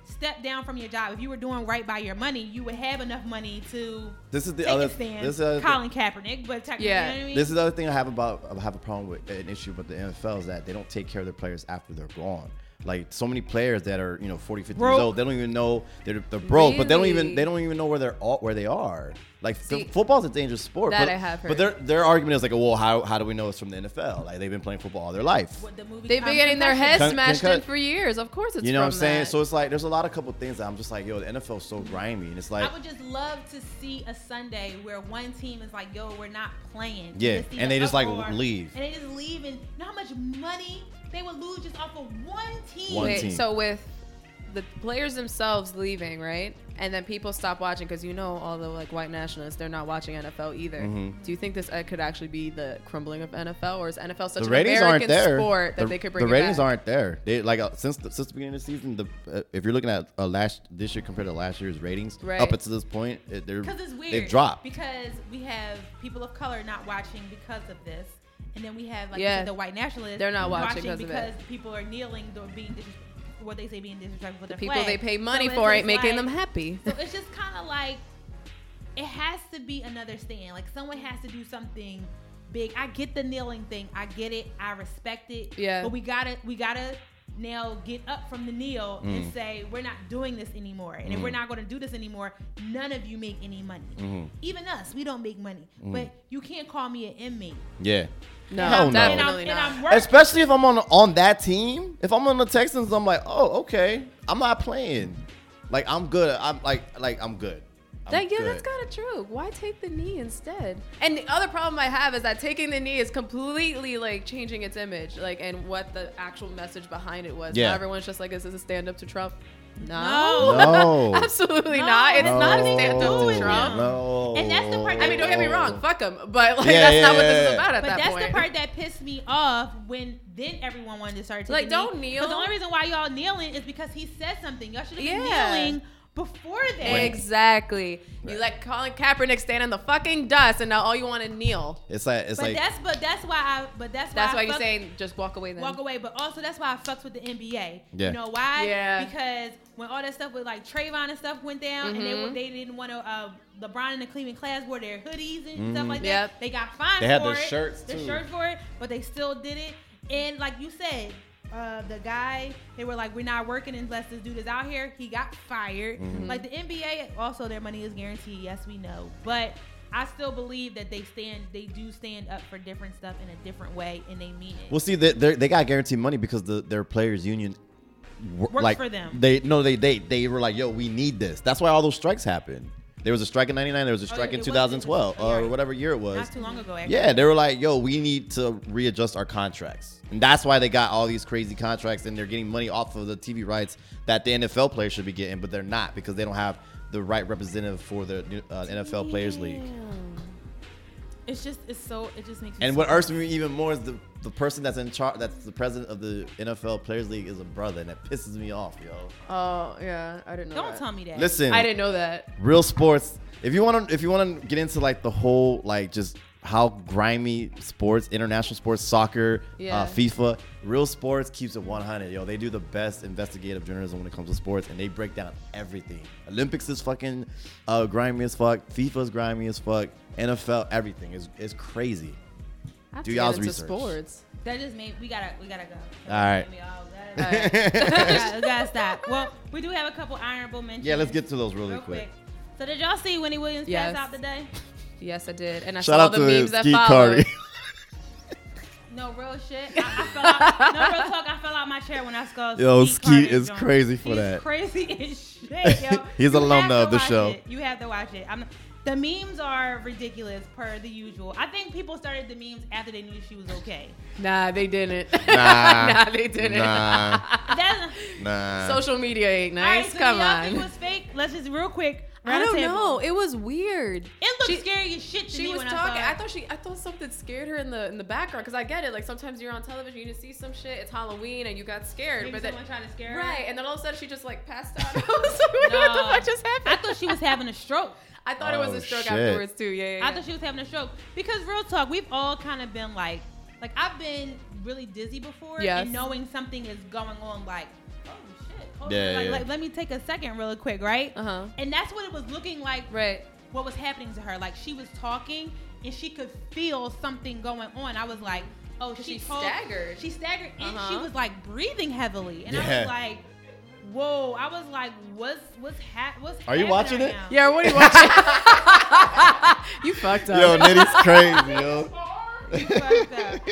S6: step down from your job. If you were doing right by your money, you would have enough money to
S5: This is the
S6: take
S5: other-
S6: a stand.
S5: this is the other-
S6: Colin Kaepernick, but technically,
S1: Yeah.
S6: you know what I mean?
S5: This is the other thing I have about I have a problem with an issue with the NFL is that they don't take care of their players after they're gone. Like so many players that are you know 40, 50 years
S6: Broke.
S5: old, they don't even know they're, they're broke, but they don't even
S1: Really?
S5: they don't even know where they're all, where they are. Like the-
S1: See,
S5: football's a dangerous sport.
S1: that
S5: but,
S1: I have
S5: But
S1: heard.
S5: their their argument is like, well, how, how do we know it's from the NFL? Like they've been playing football all their life.
S6: What the movie
S1: They've
S6: Con-
S1: been getting their
S6: Concussion.
S1: heads
S5: Con-
S1: smashed in
S5: concussion.
S1: for years. Of course, it's
S5: You know what I'm
S1: from
S5: saying?
S1: that.
S5: So it's like there's a lot of couple things that I'm just like, yo, the NFL is so grimy, and it's like
S6: I would just love to see a Sunday where one team is like, "Yo, we're not playing." You
S5: Yeah,
S6: just see
S5: and
S6: the
S5: they just, like,
S6: uproar,
S5: leave.
S6: And they just leave, and you know how much money they would lose just off of one team.
S5: One
S1: Wait,
S5: team.
S1: so with the players themselves leaving, right? And then people stop watching because you know all the like white nationalists, they're not watching NFL either.
S5: Mm-hmm.
S1: Do you think this uh, could actually be the crumbling of NFL, or is NFL such
S5: the
S1: an
S5: ratings aren't
S1: American
S5: there.
S1: sport that
S5: the,
S1: they could bring?
S5: the
S1: it
S5: ratings
S1: back?
S5: aren't there. They like uh, since the, since the beginning of the season. The uh, if you're looking at uh, last this year compared to last year's ratings,
S1: Right.
S5: up until this point, it, they're
S6: Because it's weird.
S5: they've dropped.
S6: Because we have people of color not watching because of this, and then we have like you
S1: Yeah.
S6: said, the white nationalists.
S1: They're not watching because of
S6: because
S1: it.
S6: people are kneeling, or being dis- what they say being disrespectful. to their
S1: People
S6: flag.
S1: they pay money
S6: So it's
S1: for
S6: just
S1: ain't making
S6: like-
S1: them happy.
S6: So it's just kind of like it has to be another stand. Like someone has to do something big. I get the kneeling thing. I get it. I respect it.
S1: Yeah.
S6: But we gotta we gotta now get up from the kneel and say we're not doing this anymore. And if we're not gonna do this anymore, none of you make any money. Even us, we don't make money. But you can't call me an inmate.
S5: Yeah,
S1: No,
S5: Hell no.
S6: And I'm,
S1: definitely
S6: and I'm
S1: not.
S6: working.
S5: especially if I'm on on that team. If I'm on the Texans, I'm like, oh okay, I'm not playing. Like I'm good. I'm like like I'm good. I'm
S1: That, yeah, that's
S5: good.
S1: kind of true. Why take the knee instead? And the other problem I have is that taking the knee is completely like changing its image, like and what the actual message behind it was.
S5: Yeah.
S1: Now everyone's just like, "Is this a stand up to Trump?" No,
S6: No.
S5: No.
S1: absolutely
S6: No.
S1: not. It's not a
S6: No.
S1: stand up
S6: doing
S1: to Trump.
S5: No.
S6: And that's the part-
S1: I mean, don't get me wrong, fuck him, but like
S5: Yeah,
S1: that's
S5: yeah,
S1: not what
S5: yeah,
S1: this
S5: yeah.
S1: is about at
S6: But
S1: that
S6: that's
S1: point.
S6: the part that pissed me off when then everyone wanted to start taking
S1: Like, don't
S6: knee.
S1: kneel.
S6: But the only reason why y'all kneeling is because he said something. Y'all should have been
S1: Yeah.
S6: kneeling before that.
S1: exactly. You let Colin Kaepernick stand in the fucking dust, and now all you want to kneel.
S5: It's like it's
S6: But
S5: like
S6: that's but that's why I but that's why
S1: That's
S6: I
S1: why you're
S6: fuck-
S1: saying just walk away then.
S6: walk away. But also that's why I fucks with the NBA.
S5: Yeah.
S6: You know why?
S1: Yeah.
S6: Because when all that stuff with like Trayvon and stuff went down,
S1: Mm-hmm.
S6: and they, they didn't want to. Uh, LeBron and the Cleveland Cavs wore their hoodies and stuff like that.
S1: Yep.
S6: They got fined.
S5: Mm-hmm. They had
S6: for
S5: their
S6: it,
S5: shirts,
S6: Their
S5: too.
S6: shirts for it, but they still did it. And like you said. Uh, the guy, they were like, "We're not working unless this dude is out here." He got fired.
S5: Mm-hmm.
S6: Like the NBA, also their money is guaranteed. Yes, we know, but I still believe that they stand, they do stand up for different stuff in a different way, and they mean it.
S5: Well, see, they they're- they got guaranteed money because the their players union wor-
S6: Worked
S5: like
S6: for them.
S5: They no, they they they were like, yo, we need this. That's why all those strikes happened. There was a strike in '99. There was a strike
S6: Oh, yeah,
S5: in
S6: it was- it was-
S5: 2012
S6: oh, you're
S5: or
S6: right.
S5: whatever year it was.
S6: Not too long ago, actually.
S5: yeah, they were like, yo, we need to readjust our contracts, and that's why they got all these crazy contracts, and they're getting money off of the TV rights that the NFL players should be getting, but they're not because they don't have the right representative for the uh, NFL Players League.
S6: It's just, it's so, it just makes me.
S5: And
S6: so
S5: what irks me even more is the, the person that's in charge, that's the president of the NFL Players League, is a brother, and that pisses me off, yo.
S1: Oh yeah, I didn't know.
S6: Don't
S1: that.
S6: tell me that.
S5: Listen,
S1: I didn't know that.
S5: real sports. If you want to, if you want to get into like the whole like just how grimy sports, international sports, soccer, uh,
S1: Yeah.
S5: FIFA, real sports keeps it 100, yo. They do the best investigative journalism when it comes to sports, and they break down everything. Olympics is fucking uh, grimy as fuck. FIFA's grimy as fuck. NFL, everything is is crazy.
S1: I have
S5: Do
S1: to get
S5: y'all's
S1: into
S5: research.
S1: sports.
S6: That just made, we gotta, we gotta go.
S5: All right.
S6: We,
S1: All
S6: gotta,
S1: right.
S6: we gotta- we gotta stop. Well, we do have a couple honorable mentions.
S5: Yeah, let's get to those really
S6: real
S5: quick.
S6: quick. So did y'all see Winnie Williams
S1: Yes.
S6: pass out today?
S1: yes, I did, and I
S5: Shout
S1: saw
S5: out
S1: the
S5: to
S1: memes that
S5: Ski
S1: followed.
S5: Cardi.
S6: No real shit. I, I fell out, no real talk. I fell out my chair when I saw.
S5: Yo, Skeet
S6: Carter's
S5: is
S6: joint.
S5: crazy for
S6: He's
S5: that.
S6: Crazy as shit, yo.
S5: He's
S6: You
S5: alumna
S6: have to
S5: of the
S6: watch
S5: show.
S6: it. You have to watch it. I'm, the memes are ridiculous, per the usual. I think people started the memes after they knew she was okay.
S1: Nah, they didn't.
S5: Nah.
S1: nah, they didn't.
S5: Nah,
S6: That's
S5: nah.
S1: Social media ain't nice.
S6: so
S1: Come
S6: y'all Think
S1: on.
S6: was fake. Let's just real quick.
S1: I
S6: Round
S1: don't
S6: table.
S1: know. It was weird.
S6: It looked
S1: She-
S6: scary as shit to
S1: She
S6: me
S1: was
S6: when
S1: talking.
S6: I saw
S1: I
S6: it.
S1: thought she. I thought something scared her in the in the background because I get it. Like sometimes you're on television, you just see some shit. It's Halloween and you got scared,
S6: Maybe
S1: but then
S6: someone tried to scare her.
S1: right, and then all of a sudden she just like passed out. I was like, what the
S6: No.
S1: fuck just happened?
S6: I thought she was having a stroke.
S1: I thought it
S5: Oh,
S1: was a stroke
S5: shit.
S1: afterwards too. Yeah, yeah, yeah.
S6: I thought she was having a stroke because real talk, we've all kind of been like, like I've been really dizzy before,
S1: Yes.
S6: and knowing something is going on, like, oh shit, hold
S5: Yeah,
S6: on, like,
S5: yeah.
S6: like, let me take a second, really quick, right?
S1: Uh-huh.
S6: And that's what it was looking like.
S1: right.
S6: What was happening to her? Like she was talking, and she could feel something going on. I was like, oh, she,
S1: she
S6: told-
S1: staggered.
S6: She staggered, and she
S1: Uh-huh.
S6: was like breathing heavily, and I
S5: Yeah.
S6: was like. Whoa! I was like, "What's what's hap- what's
S5: Are you
S6: happening
S5: watching
S6: right
S5: it?
S6: now?
S1: Yeah, what are you watching? you fucked up.
S5: Yo, Nitty's crazy, yo.
S6: You fucked up.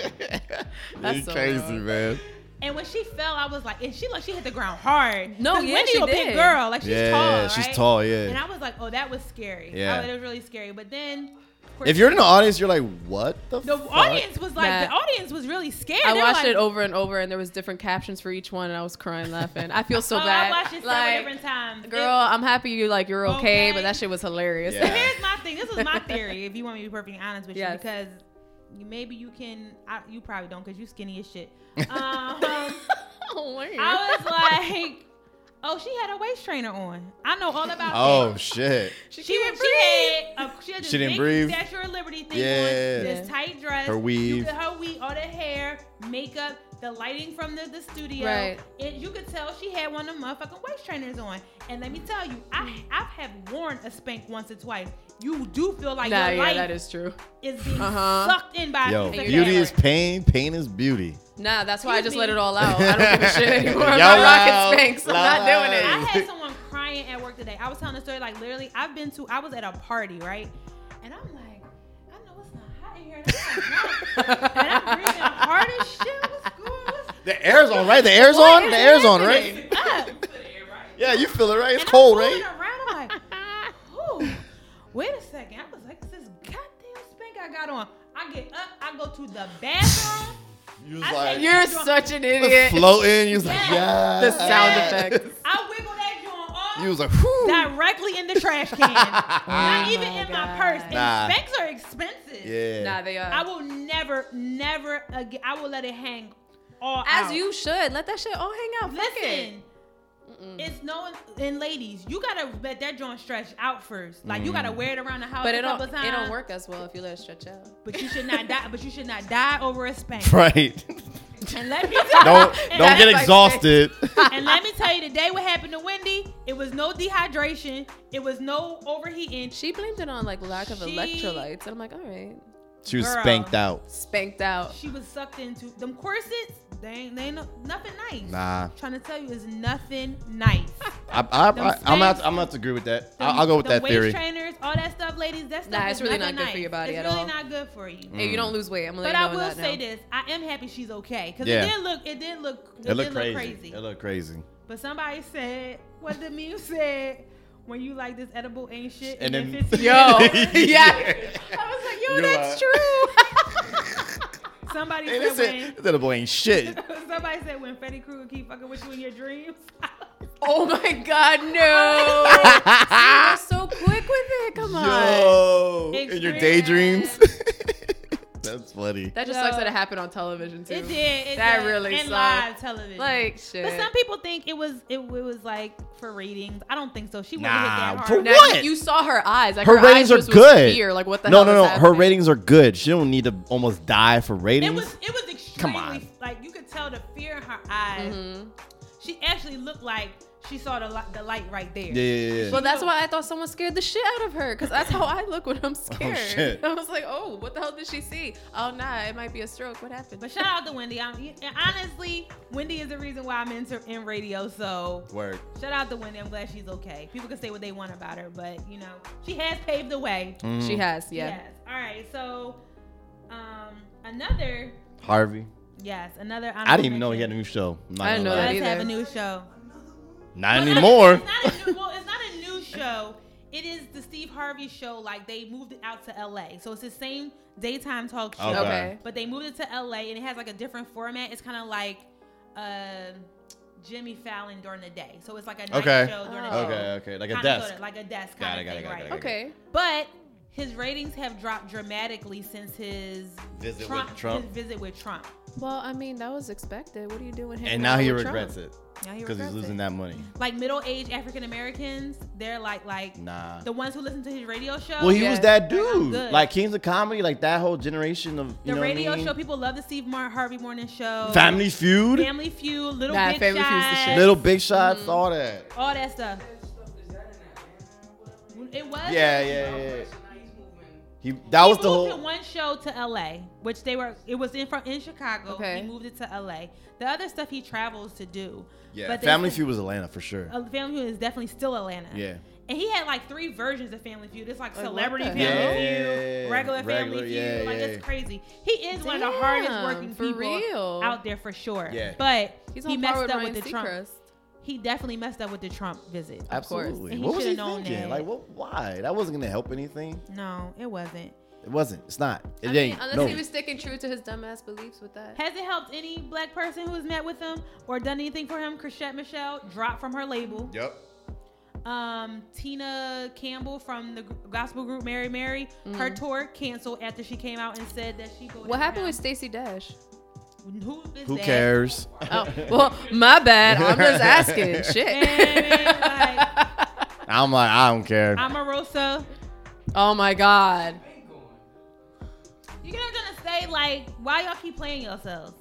S5: Nitty's
S1: so
S5: crazy,
S1: wrong.
S5: man.
S6: And when she fell, I was like, and she like she hit the ground hard.
S1: No,
S6: 'Cause
S1: yeah,
S6: Wendy
S1: she
S6: a big
S1: did.
S6: girl, like she's
S5: Yeah,
S6: tall,
S5: she's
S6: right?
S5: tall, yeah.
S6: And I was like, oh, that was scary.
S5: Yeah.
S6: Yeah, it was really scary. But then, of course,
S5: If you're in the audience, you're like, what the?
S6: the
S5: fuck?
S6: audience was like,
S1: Nah.
S6: the audience was really scared.
S1: I
S6: They were
S1: watched
S6: like,
S1: it over and over, and there was different captions for each one, and I was crying laughing. I feel so
S6: oh,
S1: bad.
S6: I watched it several
S1: like,
S6: different times.
S1: girl, I'm happy you like you're okay,
S6: Okay.
S1: but that shit was hilarious.
S6: But
S5: Yeah.
S6: here's my thing. This was my theory. if you want me to be perfectly honest with you,
S1: Yes.
S6: because you- maybe you can. I, you probably don't, because you skinny as shit. Um,
S1: oh, word.
S6: I was like, oh, she had a waist trainer on. I know all about.
S5: Oh
S6: that.
S5: shit.
S6: She,
S1: can't
S6: was, she had a, she, had this
S5: She didn't
S6: big
S5: breathe.
S6: Statue of Liberty thing
S5: Yeah.
S6: on, this
S1: Yeah.
S6: tight dress,
S5: Her
S6: You
S5: weave.
S6: could- her weave, all the hair, makeup, the lighting from the, the studio.
S1: Right.
S6: And you could tell she had one of the motherfucking waist trainers on. And let me tell you, I I've have worn a spank once or twice. You do feel like
S1: Nah,
S6: your
S1: yeah,
S6: life
S1: that is true.
S6: is being
S1: Uh-huh.
S6: sucked in by
S5: Yo,
S6: a piece of
S5: beauty
S6: fabric.
S5: is pain. Pain is beauty.
S1: Nah, that's why I just
S6: Excuse
S1: let
S6: me.
S1: it all out. I don't give a shit anymore. I'm
S5: Y'all
S1: not
S5: loud,
S1: rocking Spanx. I'm not
S5: loud.
S1: doing it.
S6: I had someone crying at work today. I was telling the story like literally. I've been to. I was at a party right, and I'm like, I know it's not hot in here, and I'm, like, what? and I'm breathing hard as shit. What's going? What's
S5: The air's on, right? The air's on. The air's on, right?
S6: up?
S5: Yeah, you feel it, right? It's
S6: And
S5: cold,
S6: I'm
S5: right?
S6: fooling Around, I'm like, Ooh, wait a second. I was like, this is goddamn spank I got on. I get up. I go to the bathroom.
S5: You
S6: I
S5: was
S6: think
S5: like
S1: You're such an idiot.
S5: floating. You was like, yeah.
S1: The sound effects.
S6: I wiggle that joint off.
S5: You was like, whew.
S6: directly in the trash can. Not even in my
S1: God.
S6: purse. And
S5: Nah.
S6: Spanx are expensive.
S5: Yeah.
S1: Nah, they
S6: I
S1: are.
S6: will never, never again. I will let it hang all
S1: As
S6: out.
S1: you should. Let that shit all hang out. Fuck it.
S6: listen. It's no, and ladies, you gotta let that joint stretch out first. Like you gotta wear it around the house
S1: Mm. But
S6: a
S1: it don't,
S6: couple
S1: it
S6: times.
S1: don't work as well if you let it stretch out.
S6: But you should not die. But you should not die over a spank.
S5: Right.
S6: And let me tell
S5: Don't
S6: and
S5: don't
S6: let-
S5: get
S1: like-
S5: exhausted.
S6: and let me tell you, today what happened to Wendy, it was no dehydration, it was no overheating.
S1: She blamed it on like lack of
S6: She-
S1: electrolytes. And I'm like, all right.
S5: She was
S6: Girl.
S5: spanked out.
S1: Spanked out.
S6: She was sucked into them corsets. They ain't, they ain't no, nothing nice.
S5: Nah.
S6: trying to tell you, it's nothing nice.
S5: I, I,
S6: Them
S5: I, I'm
S6: spanks.
S5: not. I'm not to agree with that. I'll, I'll go with
S6: Them
S5: that theory.
S6: Waist trainers, all that stuff, ladies. That stuff
S1: Nah,
S6: is
S1: it's really
S6: nothing
S1: not good for
S6: nice.
S1: your body
S6: it's
S1: at
S6: really
S1: all.
S6: not good for you.
S5: Mm.
S1: Hey, you don't lose weight. I'm gonna
S6: But
S1: let you know
S6: I will
S1: that now.
S6: say this: I am happy she's okay because
S5: Yeah.
S6: it did look, it did look, it,
S5: It looked
S6: did look
S5: crazy.
S6: crazy.
S5: It looked crazy.
S6: But somebody said, what the meme said, when you like this edible ain't shit, and,
S5: And
S6: then,
S5: then-
S6: 50
S1: Yo, yeah. I was like, yo,
S5: You're
S1: that's true.
S6: somebody
S5: Hey,
S6: said
S5: listen, that boy ain't shit.
S6: when, somebody said when Freddy Krueger keep fucking with you in your dreams.
S1: oh my God, no. you were so quick with it. Come on.
S5: Yo, in your
S6: Extreme.
S5: daydreams. That's funny.
S1: That just
S6: Yo.
S1: sucks that it happened on television too.
S6: It did. It
S1: That
S6: did.
S1: really
S6: and
S1: sucked.
S6: live television.
S1: Like shit.
S6: but some people think it was it, was like for ratings. I don't think so. She wouldn't
S5: Nah,
S6: hit that
S5: for
S6: hard.
S1: Now,
S5: What?
S1: You saw her eyes. Like,
S5: her,
S1: eyes
S5: ratings are
S1: just was
S5: good.
S1: Fear. Like what the
S5: no,
S1: hell?
S5: no,
S1: is
S5: no. Her
S1: happening?
S5: ratings are good. She don't need to almost die for
S6: It
S5: ratings.
S6: was it was extremely
S5: on.
S6: like you could tell the fear in her eyes.
S1: Mhm.
S6: She actually looked like she saw the li- the light right there.
S5: yeah, yeah, yeah.
S1: Well, that's why I thought someone scared the shit out of her, because that's how I look when I'm scared.
S5: Oh, shit.
S1: I was like, oh, what the hell did she see? Oh, nah, it might be a stroke. What happened?
S6: But shout out to Wendy. I'm, and honestly, Wendy is the reason why I'm into in radio. So
S5: Word.
S6: shout out to Wendy. I'm glad she's okay. People can say what they want about her, but you know she has paved the way.
S5: Mm. Mm-hmm.
S1: she has, yeah.
S6: Yes. All right. So um, another
S5: Harvey.
S6: yes, another.
S5: I didn't even know he had a new show. I'm not
S1: I didn't
S5: gonna
S1: know
S5: lie.
S1: that
S6: Does have a
S1: either.
S6: new show.
S5: Not
S6: Well,
S5: anymore.
S6: It's not, a new, well, it's not a new show. It is the Steve Harvey show. Like they moved it out to LA, so it's the same daytime talk show,
S5: Okay.
S1: Okay.
S6: but they moved it to LA and it has like a different format. It's kind of like uh, Jimmy Fallon during the day. So it's like a night
S5: Okay.
S6: show during the
S1: Oh.
S6: day.
S5: Okay, okay, like a
S6: Kinda
S5: desk.
S6: sorta, like a desk
S5: Got
S6: kind
S5: it,
S6: of
S5: got it,
S6: thing,
S5: got it,
S6: right?
S5: got it.
S1: Okay.
S6: But his ratings have dropped dramatically since his
S5: Visit with
S6: Trump,
S5: Trump.
S6: His visit with Trump.
S1: Well, I mean, that was expected. What are you doing?
S5: And now he regrets it
S6: Now he
S5: because he's
S6: regrets
S5: losing
S6: it.
S5: that money.
S6: Like middle-aged African Americans, they're like like
S5: Nah.
S6: the ones who listen to his radio show.
S5: Well, he was
S1: Yeah.
S5: that
S6: Oh, Like, I'm
S5: dude.
S6: good.
S5: Like Kings of Comedy, like that whole generation of you
S6: the
S5: know what I
S6: radio
S5: mean?
S6: show people love the Steve Martin Harvey Morning Show.
S5: Family Feud,
S6: Family Mm-hmm. Feud, Little
S1: Nah,
S6: Big
S1: Family Feud's the
S6: Shots,
S1: shit.
S5: Little Big Shots, all that.
S6: all that stuff. It was.
S5: Yeah, yeah, yeah. He that was
S6: he
S5: the
S6: moved to
S5: whole.
S6: one show to LA, which they were. It was in from in Chicago.
S1: Okay.
S6: He moved it to LA. The other stuff he travels to do.
S5: Yeah,
S6: But they
S5: Family
S6: said-
S5: Feud was Atlanta for sure.
S6: Uh, Family Feud is definitely still Atlanta.
S5: Yeah.
S6: And he had like three versions of Family Feud. It's like
S1: I love
S6: Celebrity
S1: that.
S6: Family
S5: Yeah,
S6: Feud,
S5: yeah, yeah, yeah. Regular,
S6: regular, Family
S5: yeah,
S6: Feud. Like
S5: yeah,
S6: it's
S5: yeah.
S6: crazy. He is one of the hardest
S1: Damn,
S6: working
S1: for
S6: people
S1: real.
S6: out there for sure.
S5: Yeah.
S6: But
S1: He's on
S6: he
S1: par
S6: messed
S1: with
S6: up
S1: Ryan
S6: with the Trump.
S1: Seacrest.
S6: He definitely messed up with the Trump visit.
S1: course.
S5: Absolutely.
S6: And he
S5: What was he
S6: should've known
S5: thinking?
S6: that.
S5: Like, what? Why? That wasn't gonna help anything.
S6: No, it wasn't.
S5: It wasn't. It's not. It
S1: I mean,
S5: ain't.
S1: unless
S5: no.
S1: he was sticking true to his dumbass beliefs with that.
S6: Has it helped any black person who has met with him or done anything for him? Chrisette Michelle dropped from her label.
S5: Yep.
S6: Um, Tina Campbell from the gr- gospel group Mary Mary, her tour canceled after she came out and said that she. voted
S1: Mm. What happened
S6: him.
S1: with Stacey Dash?
S6: Who, is
S5: Who
S6: that?
S5: cares?
S1: Oh, well, my bad. I'm just asking.
S6: Man, like,
S1: Shit.
S5: I'm like, I don't care.
S6: Omarosa.
S1: Oh my god.
S6: You get what I'm trying to say? Like, why y'all keep playing yourselves?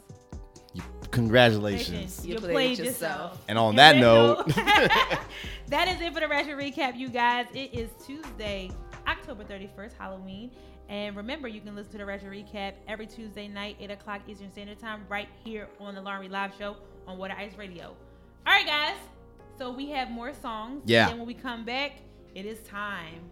S5: Congratulations.
S1: You
S6: You,
S1: played
S6: played
S1: yourself.
S6: yourself.
S5: And on that note,
S6: that is it for the Ratchet Recap, you guys. It is Tuesday, October 31st, Halloween. And remember, you can listen to the Ratchet Recap every Tuesday night, 8 o'clock Eastern Standard Time, right here on the Laundry Live Show on Water Ice Radio. All right, guys. So we have more songs.
S5: Yeah.
S6: And when we come back, it is time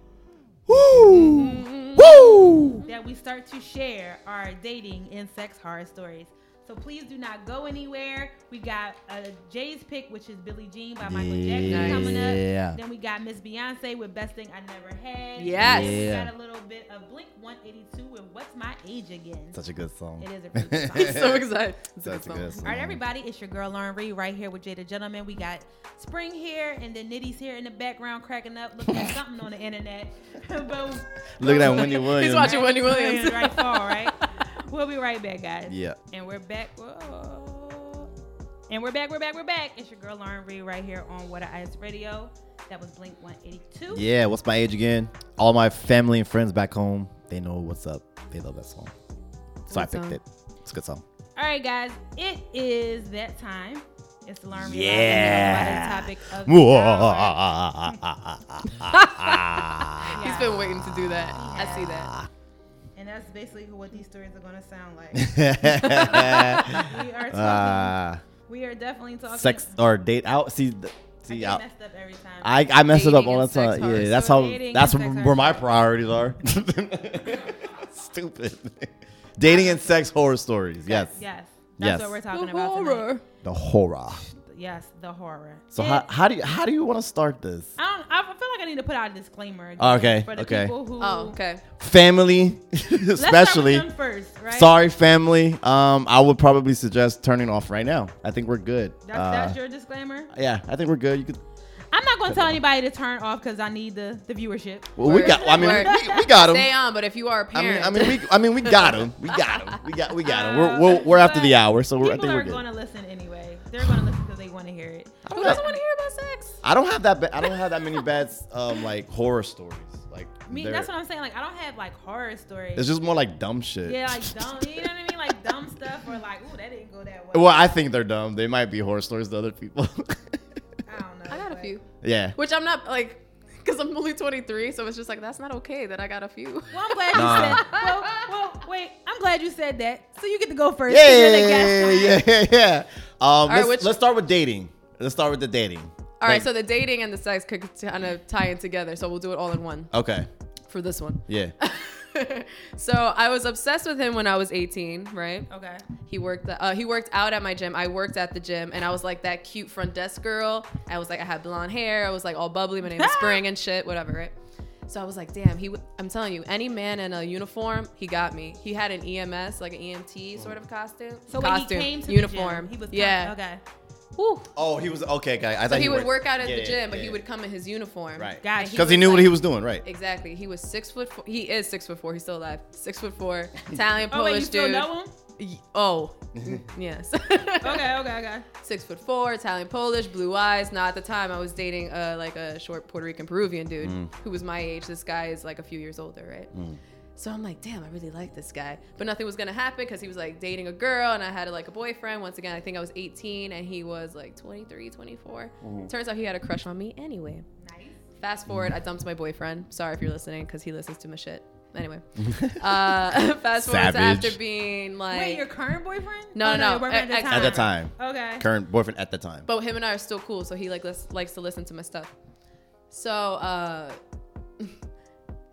S5: Woo! Woo!
S6: that we start to share our dating and sex horror stories. So please do not go anywhere. We got uh, Jay's pick, which is Billie Jean by Michael Jackson
S5: Yeah.
S6: coming
S5: Nice.
S6: up. Then we got Miss Beyonce with Best Thing I Never Had.
S1: Yes.
S6: Then
S5: Yeah.
S6: We got a little bit of Blink 182 with What's My Age Again.
S5: Such a good song.
S6: It is a pretty good song.
S1: I'm so excited. It's a
S5: Such a
S1: good
S5: good
S1: song.
S5: song.
S6: All right, everybody, it's your girl Lauren Ree right here with Jada Gentleman. We got Spring here and then Nitty's here in the background cracking up, looking at something on the internet. but
S5: Look at that Wendy Williams.
S1: He's watching Wendy Williams.
S6: right fall, right? We'll be right back, guys.
S5: Yeah.
S6: And we're back. Whoa. And we're back, we're back, we're back. It's your girl Lauren Reed right here on Water Ice Radio. That was Blink 182.
S5: Yeah, what's my age again? All my family and friends back home, they know what's up. They love that song. So I
S1: Good
S5: picked
S1: song.
S5: it. It's a good song.
S6: All right, guys, it is that time. It's the Lauren Reed.
S5: Yeah.
S6: Live, and that's about the topic of the hour.
S5: Whoa.
S1: He's been waiting to do that. I see that.
S6: And that's basically what these stories are going to sound like. we are talking.
S5: Ah,
S6: we are definitely talking.
S5: sex or date out. See, th-
S6: I
S5: see,
S6: get
S5: I,
S6: messed up every time.
S5: I, I mess it up
S1: Dating
S5: all the
S1: and sex
S5: time.
S1: hard.
S5: Yeah, that's
S6: So
S5: how.
S6: dating
S5: That's
S6: and sex
S5: where my
S6: hard.
S5: priorities are. Stupid. dating and sex horror stories. Yes.
S6: yes.
S5: Yes.
S6: That's what we're talking about. tonight.
S5: The horror.
S6: Yes, the horror.
S5: So
S6: It-
S5: how, how do you how do you want to start this?
S6: I don't. I feel like I need to put out a disclaimer.
S5: Okay,
S6: For the
S5: okay.
S6: people who.
S1: Oh, okay.
S5: Family,
S6: Let's start with
S5: especially.
S6: them first, right?
S5: Sorry, family. Um, I would probably suggest turning off right now. I think we're good.
S6: That's,
S5: Uh,
S6: that's your disclaimer.
S5: yeah, I think we're good. You could.
S6: I'm not gonna tell anybody to turn off because I need the, the viewership.
S5: Well, we
S1: Word.
S5: got. I mean,
S1: Word.
S5: we, we got
S1: Stay
S5: him.
S1: on, but if you are a
S5: I mean,
S1: parent,
S5: I mean, we. I mean, we got him. We got him. We got. We got him. We're
S6: Uh,
S5: we're, we're after the
S6: but
S5: hour, so we're, I
S6: People
S5: think
S6: are
S5: we're good.
S6: gonna listen anyway. They're gonna listen because they want to hear it.
S5: I
S1: who
S5: don't,
S1: doesn't
S5: have,
S1: want to hear about sex?
S5: I don't have that. Ba- I don't have that many bad um like horror stories. Like
S6: I mean,
S5: they're-
S6: that's what I'm saying. Like I don't have like horror stories.
S5: It's just more like dumb shit.
S6: yeah, like dumb. You know what I mean? Like dumb stuff or like, ooh, that didn't go that way.
S5: Well, I think they're dumb. They might be horror stories to other people.
S6: I don't know.
S1: I got a
S6: but-
S1: few,
S5: yeah.
S1: which I'm not like, because I'm only 23, so it's just like that's not okay that I got a few.
S6: Well, I'm glad
S5: Nah.
S6: you said. Well, well, wait. I'm glad you said that. So you get to go first. 'cause you're the
S5: Yeah,
S6: guest.
S5: yeah, yeah, yeah. Um,
S1: right,
S5: let's,
S1: which-
S5: let's start with dating. Let's start with the dating.
S1: All right, so the dating and the sex could kind of tie in together, so we'll do it all in one
S5: okay,
S1: for this one.
S5: yeah,
S1: so I was obsessed with him when I was 18, right?
S6: Okay.
S1: He worked. Uh, he worked out at my gym. I worked at the gym, and I was like that cute front desk girl. I was like, I had blonde hair. I was like all bubbly. My name was Spring and shit, whatever, right? So I was like, damn. He. W- I'm telling you, any man in a uniform, he got me. He had an EMS, like an EMT sort of costume.
S6: So when
S1: costume,
S6: he came to the
S1: uniform,
S6: gym, he was
S1: yeah.
S6: Kind of, okay. Whew.
S5: Oh, he was okay, guy. I
S1: So
S5: thought
S1: he would work out at
S5: yeah,
S1: the
S5: yeah,
S1: gym, but
S5: yeah,
S1: he would come in his uniform.
S5: Right.
S1: And
S6: Gotcha.
S5: because he
S1: was
S5: knew what
S1: like-
S5: he was doing. Right.
S1: Exactly. He was six foot four. He is six foot four. He's still alive. Six foot four. Italian
S6: Oh,
S1: Polish
S6: wait, you still
S1: dude.
S6: know him?
S1: Y- Oh, mm, yes.
S6: Okay, okay, okay.
S1: Six foot four, Italian Polish, blue eyes. Now at the time, I was dating uh, like a short Puerto Rican Peruvian dude who was my age. This guy is like a few years older, right? So I'm like, damn, I really like this guy. But nothing was gonna happen because he was like dating a girl and I had like a boyfriend. Once again, I think I was 18 and he was like 23, 24. Turns out he had a crush on me anyway.
S6: Nice.
S1: Fast forward, I dumped my boyfriend. Sorry if you're listening, because he listens to my shit. Anyway, uh, fast forward
S5: Savage.
S1: to after being like,
S6: Wait, your current boyfriend?
S1: No,
S6: Oh,
S1: no, e-
S6: your boyfriend
S1: ex-
S5: At the time,
S6: Okay.
S5: current boyfriend at the time.
S1: but him and I are still cool, so he like lis- likes to listen to my stuff. So, uh,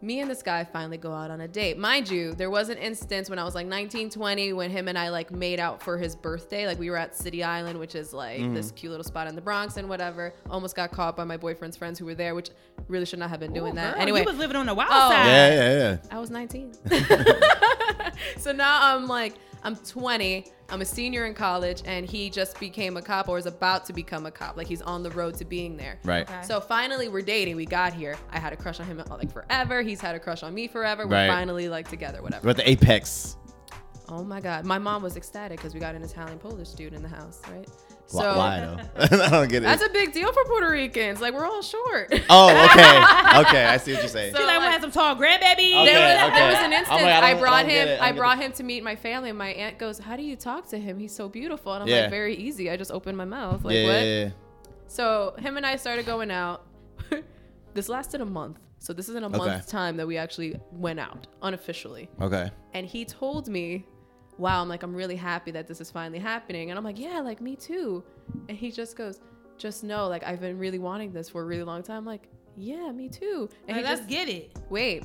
S1: me and this guy finally go out on a date. Mind you, there was an instance when I was like 19, 20 when him and I like made out for his birthday. Like we were at City Island, which is like this cute little spot in the Bronx and whatever. Almost got caught by my boyfriend's friends who were there, which really should not have been doing
S6: Ooh,
S1: that.
S6: girl,
S1: anyway,
S6: you was living on the wild
S1: Oh.
S6: side.
S5: yeah, yeah, yeah.
S1: I was 19. so now I'm like, I'm 20. I'm a senior in college, and he just became a cop or is about to become a cop. Like he's on the road to being there.
S5: Right.
S6: Okay.
S1: So finally, we're dating. We got here. I had a crush on him like forever. He's had a crush on me forever. We're
S5: Right.
S1: finally like together, whatever.
S5: We're at the apex.
S1: Oh my God. My mom was ecstatic because we got an Italian Polish dude in the house, right?
S5: Why,
S1: So
S5: why though? I don't get it.
S1: that's a big deal for Puerto Ricans. Like we're all short.
S5: oh, okay, okay. I see what you're saying.
S1: So-
S6: She like, we
S1: like-
S6: had some tall grandbaby.
S5: Okay,
S1: there, was, there
S5: okay.
S1: was an
S5: I'm
S1: instance
S5: like, I
S1: I,
S5: don't- I
S1: brought
S5: don't get
S1: him.
S5: it, I
S1: I,
S5: don't get
S1: brought him to meet my family, and my aunt goes, "How do you talk to him? He's so beautiful." And I'm
S5: Yeah.
S1: like, "Very easy. I just opened my mouth. Like
S5: yeah,
S1: what?"
S5: yeah, yeah.
S1: So him and I started going out. this lasted a month. So this is in a month's time that we actually went out unofficially.
S5: Okay.
S1: And he told me, "Wow, I'm like I'm really happy that this is finally happening." And I'm like, "Yeah, like me too." And he just goes, "Just know, like I've been really wanting this for a really long time." I'm like, "Yeah, me too." And
S6: Like,
S1: he
S6: let's
S1: just
S6: get it.
S1: wait.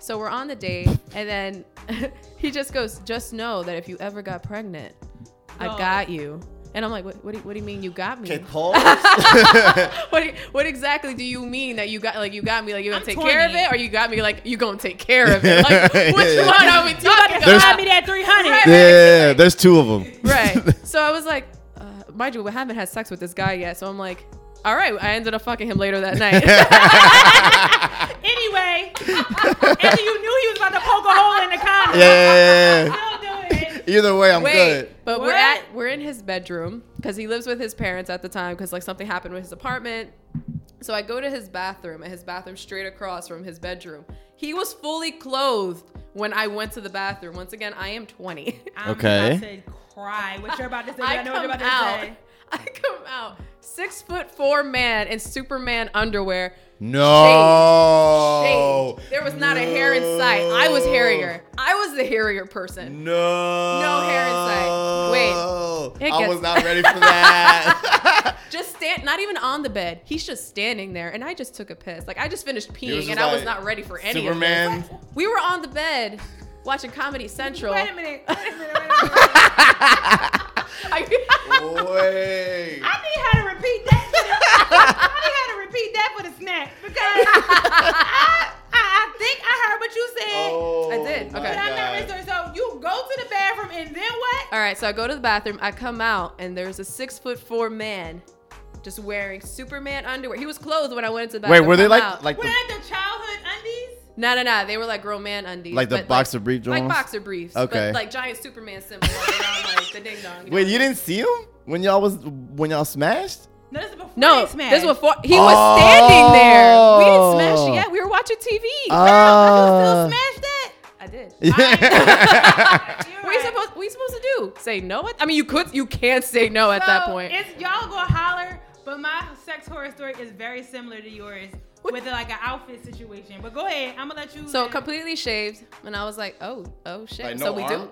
S1: So we're on the date, and then he just goes, just know that if you ever got pregnant,
S6: No.
S1: I got you. And I'm like, what, what, do, you- what do you mean you got me?
S5: Okay, pause.
S1: What, do you- what exactly do you mean that you got like you got me like you gonna
S6: I'm
S1: take care of
S6: 20.
S1: it or you got me like you gonna take care of it? Like which one are we talking about?
S5: There's-
S6: Buy me that 300.
S1: Right.
S5: yeah, there's two of them.
S1: right. So I was like, uh, mind you, we haven't had sex with this guy yet. So I'm like, all right. I ended up fucking him later that night.
S6: Anyway, after you knew he was about to poke a hole in the condom.
S5: yeah.
S6: Don't do it.
S5: Either way, I'm
S1: Wait,
S5: good.
S1: but we're
S6: What?
S1: at we're in his bedroom because he lives with his parents at the time because like something happened with his apartment. So I go to his bathroom and his bathroom straight across from his bedroom. He was fully clothed when I went to the bathroom. Once again, I am 20.
S6: I'm
S5: Okay.
S6: about to cry. What you're about to say. but
S1: I
S6: I know what
S1: come
S6: you're about
S1: out.
S6: to say.
S1: I come out six foot four man in Superman underwear.
S5: No.
S1: Shaved. There was not a hair in sight. I was hairier. I was the hairier person.
S5: No.
S1: No hair in sight. Wait. It
S5: I
S1: gets-
S5: was not ready for that.
S1: just stand not even on the bed he's just standing there and i just took a piss like i just finished peeing
S5: just
S1: and i was
S5: like,
S1: not ready for any
S5: Superman.
S1: of this we were on the bed watching comedy central
S6: Wait a minute. Wait a minute. Wait a minute.
S1: I-
S5: Wait.
S6: I need her to repeat that. For the, I need her to repeat that for the snack because I, I, I think I heard what you said.
S5: Oh,
S1: I did.
S5: my
S1: Okay.
S6: But I'm not
S5: God.
S6: research. So you go to the bathroom and then what?
S1: all right so i go to the bathroom i come out and there's a six foot four man just wearing superman underwear he was clothed when i went into the
S5: Wait,
S1: bathroom
S5: were they
S1: I'm
S5: like
S1: out.
S5: like
S6: Were
S5: the,
S6: that the childhood undies?
S1: no no no they were like grown man undies
S5: like the
S1: but,
S5: boxer brief
S1: like,
S5: joints?
S1: boxer briefs
S5: Okay.
S1: but like giant superman symbol around like the ding dong you know?
S5: Wait, you didn't see him when y'all was when y'all smashed?
S6: No, this is before
S1: No,
S6: they smashed.
S1: this was for, he was standing there. We didn't
S5: Oh.
S1: smash yet. We were watching TV.
S5: Oh.
S6: Still smash that?
S1: I did.
S6: You're
S1: What are you
S6: right.
S1: supposed? What are you supposed to do? Say no? At, I mean, you could. You can't say no at that
S6: So,
S1: point.
S6: It's y'all gonna holler, but my sex horror story is very similar to yours with like an outfit situation. But go ahead, I'm gonna let you.
S1: So completely shaved, and I was like, oh, oh shit. so we do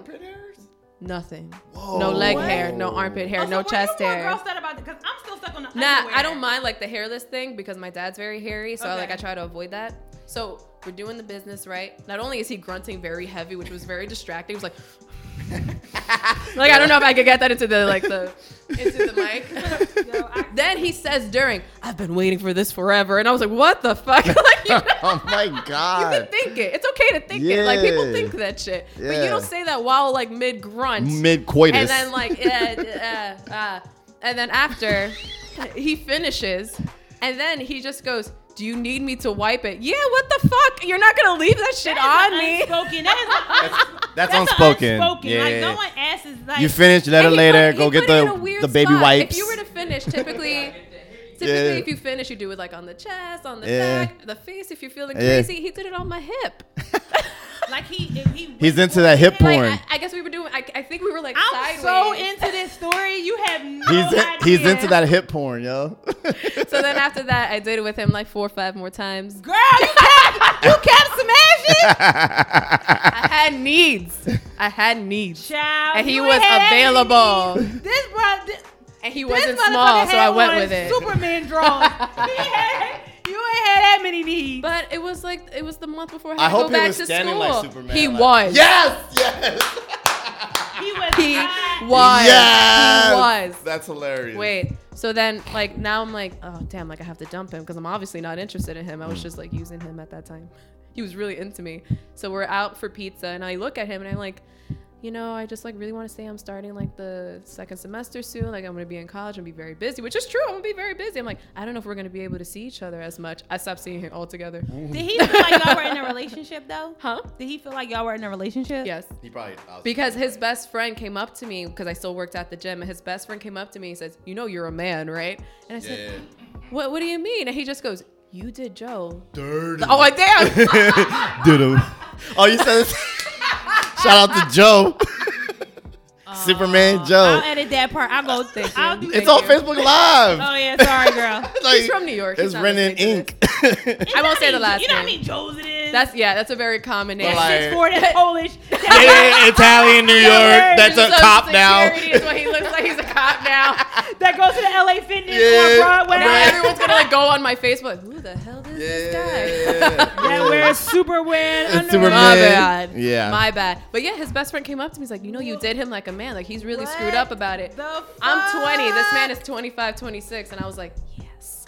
S1: nothing. No leg hair, no armpit hair,
S6: Oh, so
S1: no
S6: were
S1: chest
S6: you more
S1: hair.
S6: grossed out about because I'm still stuck on the
S1: Nah,
S6: underwear.
S1: I don't mind like the hairless thing because my dad's very hairy, so I,
S6: Okay.
S1: like I try to avoid that. So we're doing the business right. Not only is he grunting very heavy, which was very distracting. He was like, like I don't know if I could get that into the like the into the mic.
S6: Yo, I,
S1: then he says during, I've been waiting for this forever, and I was like, what the fuck? like, you know,
S5: Oh my
S1: you
S5: god.
S1: can think it. It's okay to think it. Like people
S5: Yeah.
S1: think that shit, but
S5: Yeah.
S1: you don't say that while like mid grunt
S5: Mid coitus.
S1: and then like uh, uh, uh, And then after he finishes, and then he just goes, Do you need me to wipe it? Yeah, what the fuck? You're not gonna leave that shit
S6: That
S1: on
S6: is
S1: me.
S6: Unspoken. That is
S5: That's,
S6: that's
S5: unspoken.
S6: unspoken.
S5: Yeah.
S6: Like no one asks. Like
S5: you finish, let it
S1: And he
S5: later.
S1: put-
S5: Go
S1: he
S5: get
S1: put it in a
S5: the
S1: weird
S5: the baby
S1: spot.
S5: wipes.
S1: If you were to finish, typically, typically
S5: Yeah.
S1: if you finish, you do it like on the chest, on the
S5: Yeah.
S1: back, the face. If you're feeling
S5: Yeah.
S1: crazy, he did it on my hip.
S6: Like he, if he
S5: He's into that
S1: Like,
S5: hip porn.
S1: I, I guess we were doing. I, I think we were like sideways.
S6: I'm so into this story. You have no
S5: He's in,
S6: idea.
S5: he's into that hip porn, yo.
S1: So then after that, I dated with him like four or five more times.
S6: Girl, you kept, you kept smashing.
S1: I had needs. I had needs.
S6: Child,
S1: And he
S6: you
S1: was
S6: had
S1: available.
S6: these- This bro, this,
S1: And he
S6: this
S1: wasn't
S6: motherfucker
S1: small, so
S6: had
S1: I went
S6: on
S1: with it.
S6: Superman drawers. he had, you ain't had that many needs.
S1: But it was like it was the month before I had
S5: I
S1: to go
S5: hope he
S1: back
S5: was
S1: to
S5: standing
S1: school.
S5: like Superman,
S1: He
S5: like-
S1: was.
S5: Yes, yes,
S6: he was
S1: He
S6: not-
S1: was.
S5: yes.
S1: He was.
S5: That's hilarious.
S1: Wait. So then, like now, I'm like, oh damn, like I have to dump him because I'm obviously not interested in him. I was just like using him at that time. He was really into me. So we're out for pizza, and I look at him and I'm like, you know, I just like really want to say I'm starting like the second semester soon. Like I'm gonna be in college and be very busy, which is true. I'm gonna be very busy. I'm like, I don't know if we're gonna be able to see each other as much. I stopped seeing him altogether.
S6: Did he feel like y'all were in a relationship though?
S1: Huh?
S6: Did he feel like y'all were in a relationship?
S1: Yes.
S5: He probably I was-
S1: Because his best friend came up to me because I still worked at the gym, and his best friend came up to me and says, "You know, you're a man, right?" And I
S5: yeah,
S1: said, "What? What do you mean?" And he just goes, "You did Joe."
S5: dirty.
S1: Oh, I damn!
S5: Doodle. Oh, you said. Shout out to Joe. Superman Joe.
S6: I'll edit that part. I'll go.
S1: Thank
S6: I'll
S1: you.
S6: do
S5: It's on
S6: that.
S5: Facebook Live.
S6: Oh yeah, sorry, girl.
S5: Like,
S1: He's from New York. He's
S5: It's
S1: not
S5: written in
S1: listening
S5: ink.
S1: I won't say the last
S6: You know how
S1: name.
S6: many Joes it is.
S1: That's yeah. That's a very common name.
S5: But, like-
S6: six four. That's Polish.
S5: Yeah, yeah, Italian New York. That's a
S1: Social
S5: cop now.
S1: Security Is what he looks like. He's a cop now.
S6: that goes to the LA Fitness
S5: Yeah,
S6: or Broadway.
S1: Now everyone's gonna like go on my Facebook. Who the hell is this guy?
S6: That wears Superman.
S5: It's
S6: under-
S5: Superman.
S1: My bad.
S5: Yeah.
S1: My bad. But yeah, his best friend came up to me. He's like, you know, you did him like a man. Like he's really screwed up about it.
S6: The
S1: I'm 20. This man
S6: fuck?
S1: is 25, 26, and I was like, yes.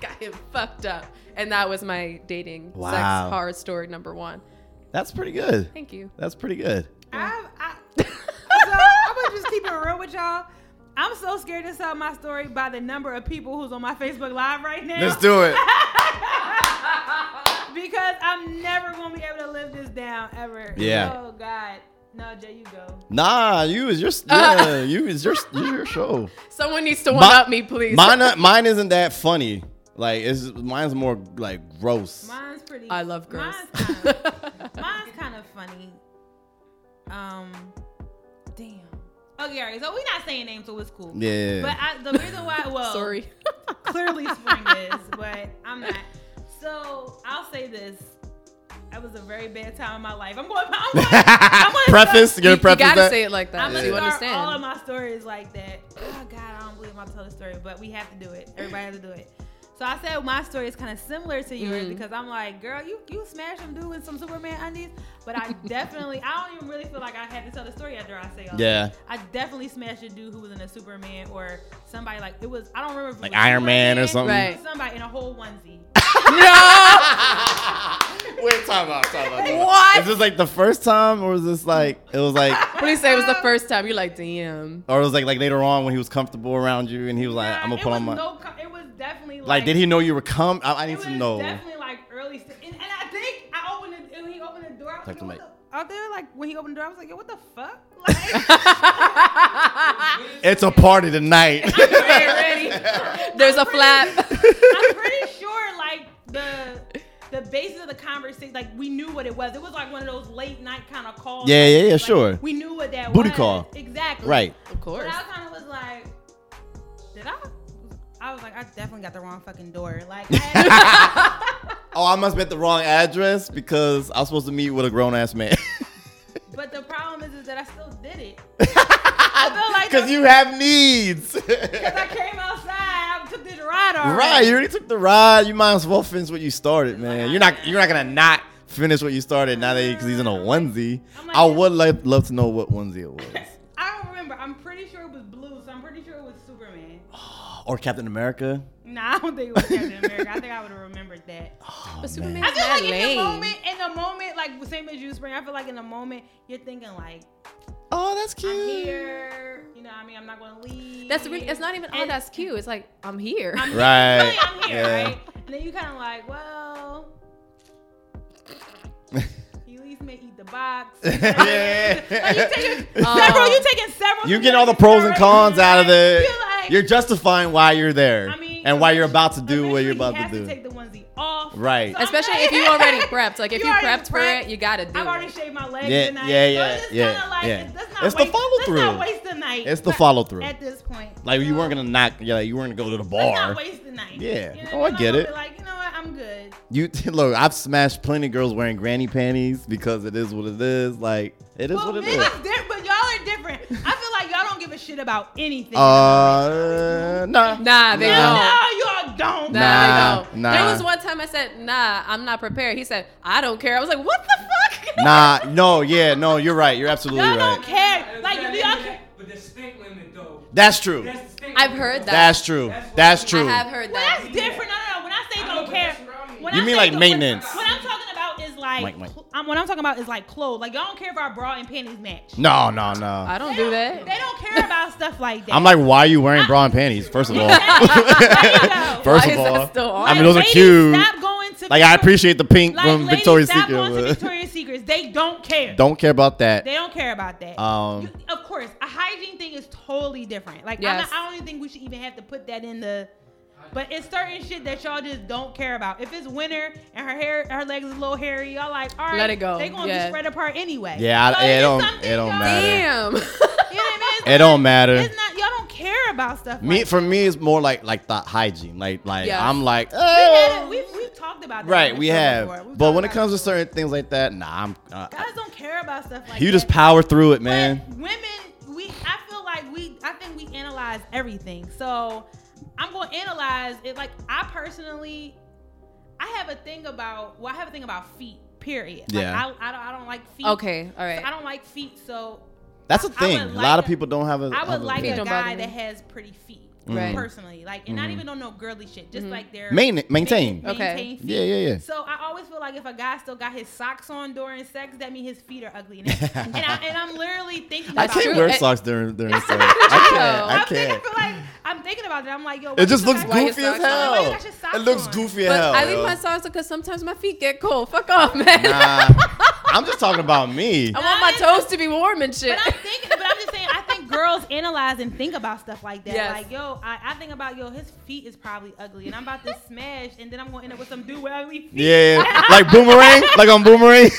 S1: Got him fucked up. And that was my dating
S5: Wow.
S1: sex horror story number one.
S5: That's pretty good.
S1: Thank you.
S5: That's pretty good.
S6: I've- I, so I'm gonna just keep it real with y'all. I'm so scared to tell my story by the number of people who's on my Facebook Live right now.
S5: Let's do it.
S6: because I'm never gonna be able to live this down ever.
S5: Yeah.
S6: Oh God. No, Jay, you go.
S5: Nah, you is your
S1: Uh,
S5: yeah, you is your you your show.
S1: Someone needs to one up me, please.
S5: Mine uh, mine isn't that funny. Like it's mine's more like gross.
S6: Mine's pretty.
S1: I love girls.
S6: Mine's kind of, mine's kind of funny. Um, damn. Okay, all right. So we're not saying names, so it's cool.
S5: Yeah.
S6: But I, the reason why, well,
S1: Sorry.
S6: clearly spring is, but I'm not. So I'll say this. That was a very bad time in my life. I'm going. I'm going. I'm going
S5: preface,
S1: You,
S5: you're
S1: you
S5: preface
S1: gotta
S5: that.
S1: say it like that.
S6: I'm
S1: so
S6: gonna
S1: you
S6: start
S1: understand.
S6: all of my stories like that. Oh God, I don't believe I'm about to tell the story, but we have to do it. Everybody has to do it. So I said my story is kind of similar to
S5: Mm-hmm.
S6: yours because I'm like, girl, you you smash them dude in some Superman undies, but I definitely I don't even really feel like I had to tell the story after I say all
S5: Yeah.
S6: that. I definitely smashed a dude who was in a Superman or somebody like it was I don't remember if it
S5: Like
S6: was
S5: Iron Man or
S6: Superman,
S1: Right.
S6: it was Somebody in a whole onesie.
S5: Wait, time out, time out. time out.
S1: What?
S5: Is this like the first time or was this like it was like
S1: Please say it was the first time. You're like, damn.
S5: or it was like like later on when he was comfortable around you and he was like,
S6: Nah,
S5: I'm gonna
S6: it
S5: put
S6: was
S5: on my
S6: No, com- it was definitely like,
S5: like did he know you were come? I, I
S6: It
S5: need
S6: was
S5: to know.
S6: definitely like early, st- and, and I think I opened it and he opened the door. I
S5: Talk
S6: was like,
S5: to
S6: yo, what
S5: Mike.
S6: the, out there, like when he opened the door, I was like, yo, what the fuck? Like,
S5: It's a party tonight.
S1: There's a flap.
S6: I'm pretty sure like the the basis of the conversation, like we knew what it was. It was like one of those late night kind of calls.
S5: Yeah, yeah, yeah,
S6: Like,
S5: sure.
S6: We knew what that
S5: Booty
S6: was.
S5: call.
S6: exactly.
S5: right.
S1: Of
S6: But
S1: course.
S6: I kind of was like, did I? I was like, I definitely got the wrong fucking door. Like, I had,
S5: Oh, I must be at the wrong address because I was supposed to meet with a grown ass man.
S6: but the problem is, is that I still did it. I feel like
S5: Because
S6: the-
S5: you have needs.
S6: Because I came outside, I took this ride already.
S5: right, you already took the ride. You might as well finish what you started, man. You're not you're not gonna not finish what you started now that because he's in a onesie.
S6: I'm like-
S5: I would love, love to know what onesie it was.
S6: I don't remember. I'm pretty sure it was blue, so I'm pretty sure it was Superman.
S5: or Captain America.
S6: Nah, I don't think it was Captain America. I think I would have remembered that.
S5: Oh,
S1: but Superman's
S6: I feel
S1: mad
S6: like in the
S1: lame.
S6: moment, in the moment, like same as you, Spring. I feel like in the moment, you're thinking like,
S5: Oh, that's cute.
S6: I'm here. You know what I mean? I'm not going to leave.
S1: That's really, it's not even, oh,
S6: And-
S1: that's cute. It's like, I'm here.
S6: I'm here.
S5: Right.
S6: Really, I'm here,
S5: Yeah.
S6: right? And then you kind of like, well, you at least may eat the box. Like, you taking several, you taking several.
S5: Um, You get all the pros and cons out of it.
S6: You're like,
S5: You're justifying why you're there
S6: I mean,
S5: and why you're about to do what
S6: eventually
S5: you're
S6: he
S5: about
S6: has
S5: to do.
S6: Take the onesie off.
S5: Right.
S6: So I'm
S1: Especially
S6: like-
S1: if you already prepped. Like, if you,
S6: already
S1: prepped for it, you got to do
S6: I've already
S1: it.
S6: shaved my legs
S5: Yeah,
S6: tonight.
S5: yeah, yeah,
S6: so it's
S5: yeah,
S6: Kinda like,
S5: yeah.
S6: Let's not
S5: It's the
S6: waste,
S5: follow-through.
S6: Let's not waste the night.
S5: It's the
S6: But
S5: follow-through.
S6: At this point,
S5: Like you
S6: So-
S5: weren't gonna knock, yeah, you weren't gonna go to the
S6: Let's
S5: bar.
S6: not waste the night.
S5: Yeah.
S6: You know
S5: Oh,
S6: what
S5: I
S6: mean?
S5: get
S6: I'm
S5: it.
S6: Be like, you know what? I'm good.
S5: You look, I've smashed plenty of girls wearing granny panties because it is what it is. Like it is
S6: Well,
S5: what it
S6: men
S5: is.
S6: is different, but y'all are different. I feel like y'all don't give a shit about anything.
S5: Uh, nah,
S1: Nah, they
S5: Nah.
S1: don't.
S6: no, y'all don't.
S1: Nah,
S5: Nah,
S1: they don't.
S5: nah.
S1: There was one time I said, nah, I'm not prepared. He said, I don't care. I was like, what the fuck?
S5: nah, no, yeah, no. You're right. You're
S6: Y'all
S5: absolutely
S6: don't
S5: right.
S6: care. Like y'all care.
S2: But the stink limit though.
S5: That's true.
S2: That's the stink
S1: I've
S2: limit,
S1: heard
S2: though.
S1: that.
S5: That's true. That's
S1: I
S5: true.
S1: have heard
S6: Well,
S1: that.
S6: that's different. No, no, no. When I say
S2: I know,
S6: don't
S2: but
S6: care,
S2: that's what I mean.
S6: when
S5: You
S6: I
S5: mean
S6: say
S5: like
S6: the-
S5: maintenance.
S6: What I'm talking about is like,
S5: Mike, Mike.
S6: cl- um, what I'm talking about is like clothes. Like y'all don't care if our bra and panties match.
S5: No, no, no.
S1: I don't do that.
S6: They don't care about stuff like that.
S5: I'm like, why are you wearing bra and panties? First of all,
S6: There you go.
S5: first
S1: Why
S5: of
S1: is that
S5: all,
S1: still on?
S5: I mean, those are
S6: Ladies,
S5: cute.
S6: Stop going to
S5: Like I appreciate the pink
S6: like,
S5: from
S6: ladies,
S5: Victoria's
S6: stop
S5: Secret.
S6: going to
S5: but
S6: Victoria's Secrets. They don't care.
S5: Don't care about that.
S6: They don't care about that.
S5: Um,
S6: You- of course, a hygiene thing is totally different. Like I'm
S1: Yes.
S6: not, I don't even think we should even have to put that in the. But it's certain shit that y'all just don't care about. If it's winter and her hair, her legs is a little hairy, y'all like, all right,
S1: Let it go.
S6: They gonna
S1: Yeah.
S6: be spread apart anyway.
S5: Yeah, I-
S6: So
S5: it
S6: it's
S5: don't-
S6: something
S5: it don't
S6: y'all-
S5: matter.
S1: Damn.
S6: You know what I mean? It's
S5: it don't
S6: not-
S5: matter.
S6: It's not y'all don't care about stuff.
S5: Me
S6: like
S5: for
S6: that.
S5: me, it's more like like the hygiene. Like like
S1: Yes.
S5: I'm like,
S6: we had
S5: oh.
S6: it, we've, we've talked about that.
S5: right,
S6: on
S5: we
S6: the show
S5: have.
S6: before. We've
S5: But
S6: talked
S5: when it
S6: about
S5: comes to certain things like that, nah, I'm. Uh,
S6: guys don't care about stuff like
S5: you
S6: that.
S5: just power through it, man.
S6: But women, we I feel like we I think we analyze everything. So I'm gonna analyze it like I personally I have a thing about well, I have a thing about feet, period. Like,
S5: Yeah.
S6: I, I don't I don't like feet.
S1: okay, all right.
S6: I don't like feet, so
S5: That's a
S6: I- I
S5: thing.
S6: would
S5: a
S6: like
S5: lot of
S6: a-
S5: people don't have a.
S6: I
S5: have
S6: would like
S1: Feet
S6: a
S1: don't bother
S6: guy
S1: me.
S6: that has pretty feet.
S1: Right.
S6: Personally. Like and not even on no girly shit. Just like their
S5: Mm-hmm. Main- maintain.
S6: maintain
S1: Mm-hmm. Okay.
S6: feet.
S5: Yeah, yeah, yeah.
S6: So I always feel like if a guy still got his socks on during sex, that means his feet are ugly. And, I, and, I, and I'm literally thinking
S5: I
S6: about
S5: can't
S1: True.
S5: wear
S1: I-
S5: socks during during. sex. I can't. I
S6: I'm thinking,
S5: can't.
S6: feel like I'm thinking about that. I'm like, yo, why
S5: It just
S6: you
S5: looks
S6: got- why you
S5: goofy as
S1: socks on?
S6: Why you
S5: hell.
S6: got your socks
S5: It looks
S6: on?
S5: goofy
S1: but
S5: as hell.
S1: I leave
S5: yo.
S1: my socks because sometimes my feet get cold. Fuck off, man.
S5: Nah, I'm just talking about me.
S1: I want my
S6: Nah.
S1: toes to be warm and shit.
S6: But I'm thinking, but I'm just saying, I think girls analyze and think about stuff like that.
S1: Yes.
S6: Like, yo, I, I think about, yo, his feet is probably ugly, and I'm about to smash, and then I'm gonna end up with some dude with ugly feet.
S5: Yeah, like boomerang, like on boomerang.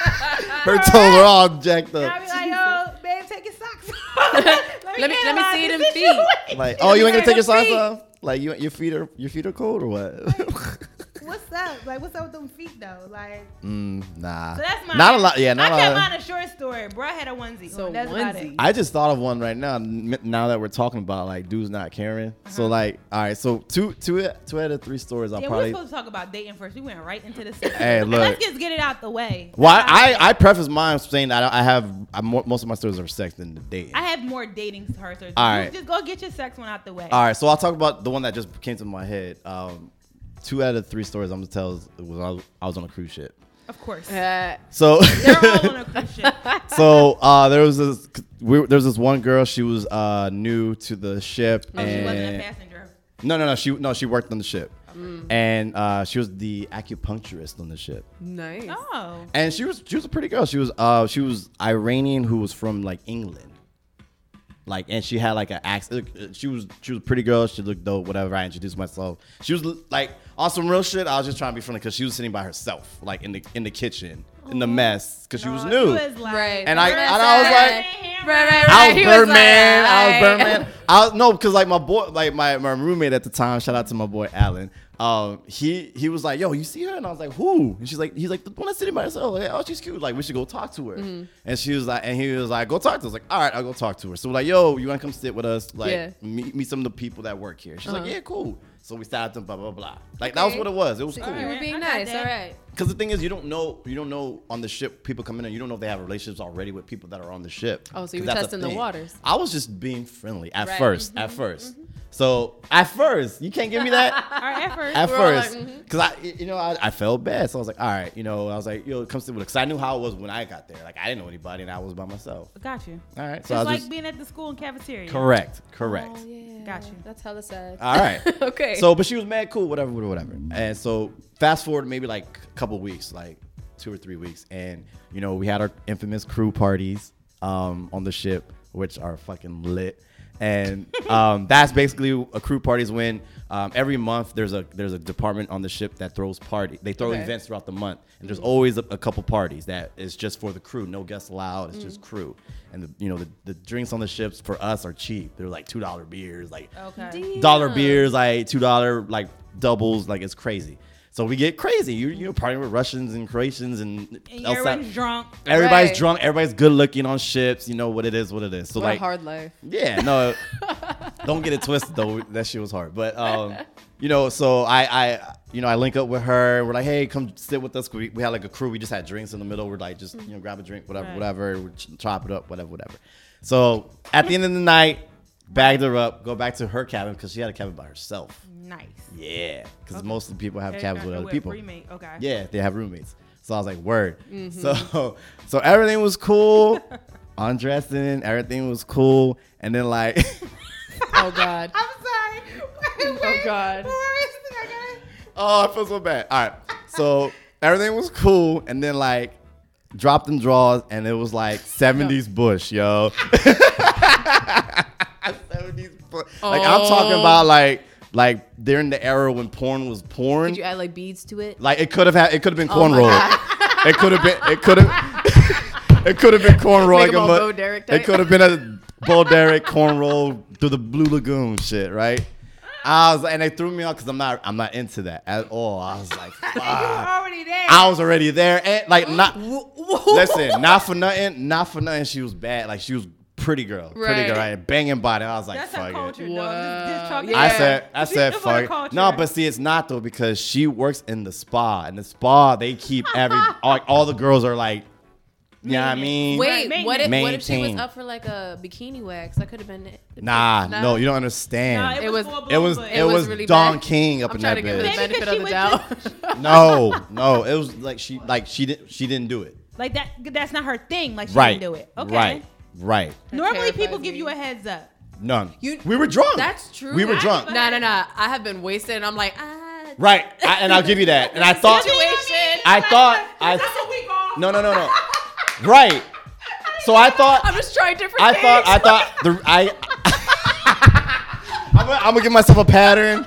S5: Her toes are all jacked
S6: And I'll
S5: up.
S6: be like, yo, babe, take your socks off. let
S1: Let me- let me
S6: analyze
S1: see
S6: this
S1: them
S6: situation.
S5: Like, oh, you ain't gonna take your socks
S1: Feet.
S5: off? Like, you, your feet are your feet are cold or what?
S6: What's up? Like, what's up with them feet though? Like.
S5: mm, nah,
S6: So that's my
S5: not a lot. Yeah, not
S6: I
S5: a
S6: kept
S5: lot.
S6: mine a short story. Bro, I had a onesie.
S1: So
S6: So that's about
S1: onesie.
S6: it.
S5: I just thought of one right now. n- Now that we're talking about like dudes not caring, so like, all right, so two two two out of three stories. I'll
S6: Uh-huh. Yeah, we were
S5: probably.
S6: supposed to talk about dating first. We went right into the sex.
S5: Hey, look.
S6: Let's just get it out the way.
S5: Well, I, I I preface mine saying that I have I, mo- most of my stories are sex than the dating.
S6: I have more dating stories. so
S5: All right.
S6: Just go get your sex one out the way.
S5: All right, so I'll talk about the one that just came to my head. Um, two out of three stories I'm gonna tell is was I was, I was on a cruise ship.
S6: Of course.
S1: Uh,
S5: So
S6: They're all on a cruise ship. Oh,
S5: so uh, there was this we, were- there was this one girl. She was uh, new to the ship.
S6: Oh,
S5: and
S6: she wasn't a passenger.
S5: No, no, no. She no, she worked on the ship,
S6: Mm.
S5: and uh, she was the acupuncturist on the ship.
S1: nice.
S6: Oh.
S5: And she was she was a pretty girl. She was uh she was Iranian who was from like England. Like and she had like an accent. Look, uh, She was she was a pretty girl. She looked dope. Whatever. I introduced myself. She was like on some real shit. I was just trying to be friendly because she was sitting by herself, like in the in the kitchen in the mess because she was
S6: Oh,
S5: new.
S6: was like,
S1: Right.
S5: And I-
S1: Right,
S5: and I was
S1: right,
S6: like-
S1: right, right, right.
S5: I was
S1: He like,
S5: Birdman. I
S1: "Aight."
S5: was Birdman. I was no, because like my boy, like my, my roommate at the time. Shout out to my boy Alan. Um, he he was like, "Yo, you see her?" And I was like, "Who?" And she's like, "He's like the one that's sitting by herself. Like, oh, she's cute. Like, we should go talk to her."
S1: Mm-hmm.
S5: And she was like, and he was like, "Go talk to." her. I was like, "All right, I'll go talk to her." So we're like, "Yo, you wanna come sit with us? Like,
S1: Yeah.
S5: meet meet some of the people that work here." She's like,
S1: Uh-huh.
S5: "Yeah, cool." So we sat at them, blah blah blah. Like that was
S1: Okay.
S5: what it was. It was
S1: See,
S5: cool.
S1: You were
S6: Alright, I
S1: being
S6: got
S1: nice.
S6: that.
S1: All right.
S5: Because the thing is, you don't know, you don't know on the ship people come in, and you don't know if they have relationships already with people that are on the ship.
S1: Oh, so you
S5: 'Cause
S1: were
S5: that's a
S1: testing the
S5: thing.
S1: waters.
S5: I was just being friendly at
S1: Right. Mm-hmm.
S5: 1st at 1st So at first, you can't give me that.
S6: Our efforts.
S5: at
S1: We're all
S5: first
S1: like, mhm.
S5: because I, you know, I, I felt bad. So I was like, all right, you know, I was like, yo, come sit with us. Because I knew how it was when I got there. Like I didn't know anybody, and I was by myself.
S6: Got you.
S5: All right, so I was
S6: Just like
S5: just
S6: being at the school and cafeteria.
S5: correct, correct.
S1: Oh, yeah.
S6: Got you.
S1: That's hella sad.
S5: All right.
S1: okay.
S5: So, but she was mad cool, whatever, whatever, whatever. And so, fast forward maybe like a couple weeks, like two or three weeks, and you know we had our infamous crew parties um, on the ship, which are fucking lit. And um, that's basically a crew party is when um, every month there's a there's a department on the ship that throws party. They throw
S1: Okay. Mm-hmm.
S5: events throughout the month, and there's always a, a couple parties that is just for the crew, no guests allowed. It's
S1: Mm.
S5: just crew, and the, you know the, the drinks on the ships for us are cheap. They're like two dollar beers, like
S1: Oh,
S6: Okay.
S5: dollar
S1: Yeah.
S5: beers, like two dollar, like doubles, like it's crazy. So we get crazy. You you know, partying with Russians and Croatians and,
S6: And
S5: El Sal-
S6: everyone's drunk.
S5: Everybody's
S1: Right.
S5: drunk. Everybody's good looking on ships. You know what it is, what it is. So
S1: what
S5: like,
S1: a hard life.
S5: yeah, no, don't get it twisted though. That shit was hard, but um, you know, so I, I, you know, I link up with her. We're like, hey, come sit with us. We, we had like a crew. We just had drinks in the middle. We're like, just you know, grab a drink, whatever,
S6: Right.
S5: whatever. We ch- chop it up, whatever, whatever. So at the end of the night, bagged her up, go back to her cabin because she had a cabin by herself.
S6: Nice.
S5: Yeah, because most of the people have cabins with other
S6: With
S5: people.
S6: Remake. Okay.
S5: Yeah, they have roommates. So I was like, word. So so everything was cool. Undressing, everything was cool. And then like
S1: Oh God.
S6: I'm sorry. Wait, wait.
S1: God.
S6: Wait
S5: Oh, I feel so bad. All right. So everything was cool. And then like dropped them draws and it was like 70s bush, yo. 70s bush. Like I'm talking
S1: Oh.
S5: about like like during the era when porn was porn.
S1: Did you add like beads to it?
S5: Like it could have had, it could have been
S1: Oh my
S5: cornrow.
S1: God.
S5: it could have been, it could have, it could have been cornrow.
S1: Make 'em
S5: Like a
S1: all
S5: mu-
S1: Bo Derek
S5: it
S1: type.
S5: could have been a Bo Derek cornrow through the Blue Lagoon shit, right? I was, and they threw me off because I'm not, I'm not into that at all. I was like,
S6: You
S5: fuck.
S6: already there.
S5: I was already there, and like not. listen, not for nothing, not for nothing. She was bad. Like she was pretty girl, pretty
S1: Right.
S5: girl, right? Banging body. I was like,
S6: That's
S5: fuck
S6: her
S5: it.
S6: culture, though.
S1: Wow.
S6: Just, just talking
S1: Yeah.
S5: I
S6: about-
S5: said, I
S6: She
S5: said,
S6: live with her
S5: fuck. it.
S6: culture.
S5: No, but see, it's not though because she works in the spa, and the spa they keep every all, all the girls are like, you know what I mean?
S1: Wait,
S6: Right,
S1: what if, what if she was
S5: maintain.
S1: up for like a bikini wax? That could have been it.
S5: Nah,
S1: Nah.
S5: no, you don't
S6: No,
S5: understand.
S6: it,
S1: It
S6: was
S1: was-
S6: full
S5: it was
S6: blown,
S5: it,
S1: It was
S5: was
S1: really
S5: Don
S1: bad.
S5: King up
S1: I'm
S5: in
S1: trying
S5: that
S1: to give her the
S5: bitch.
S6: Maybe 'cause
S1: benefit
S6: she
S1: of the
S6: was
S1: doubt.
S5: No, no, it was like she like she didn't she didn't do it.
S6: but, like that. That's not her thing. Like she
S5: Right.
S6: didn't do it. Okay.
S5: Right. Right.
S6: Normally,
S1: terrifies
S6: people give
S1: me.
S6: you a heads up.
S5: None.
S1: You-
S5: we were drunk.
S1: That's true.
S5: We were
S1: I-
S5: drunk.
S1: Nah, nah, nah. I have been wasted, and I'm like, ah.
S5: Right. I, and I'll give you that. And I thought
S1: Situation.
S5: I thought I
S6: That's a week off.
S5: No, no, no, no. Right. So I thought
S1: I'm just trying different
S5: I
S1: things.
S5: thought I thought the I. I'm gonna, I'm gonna give myself a pattern.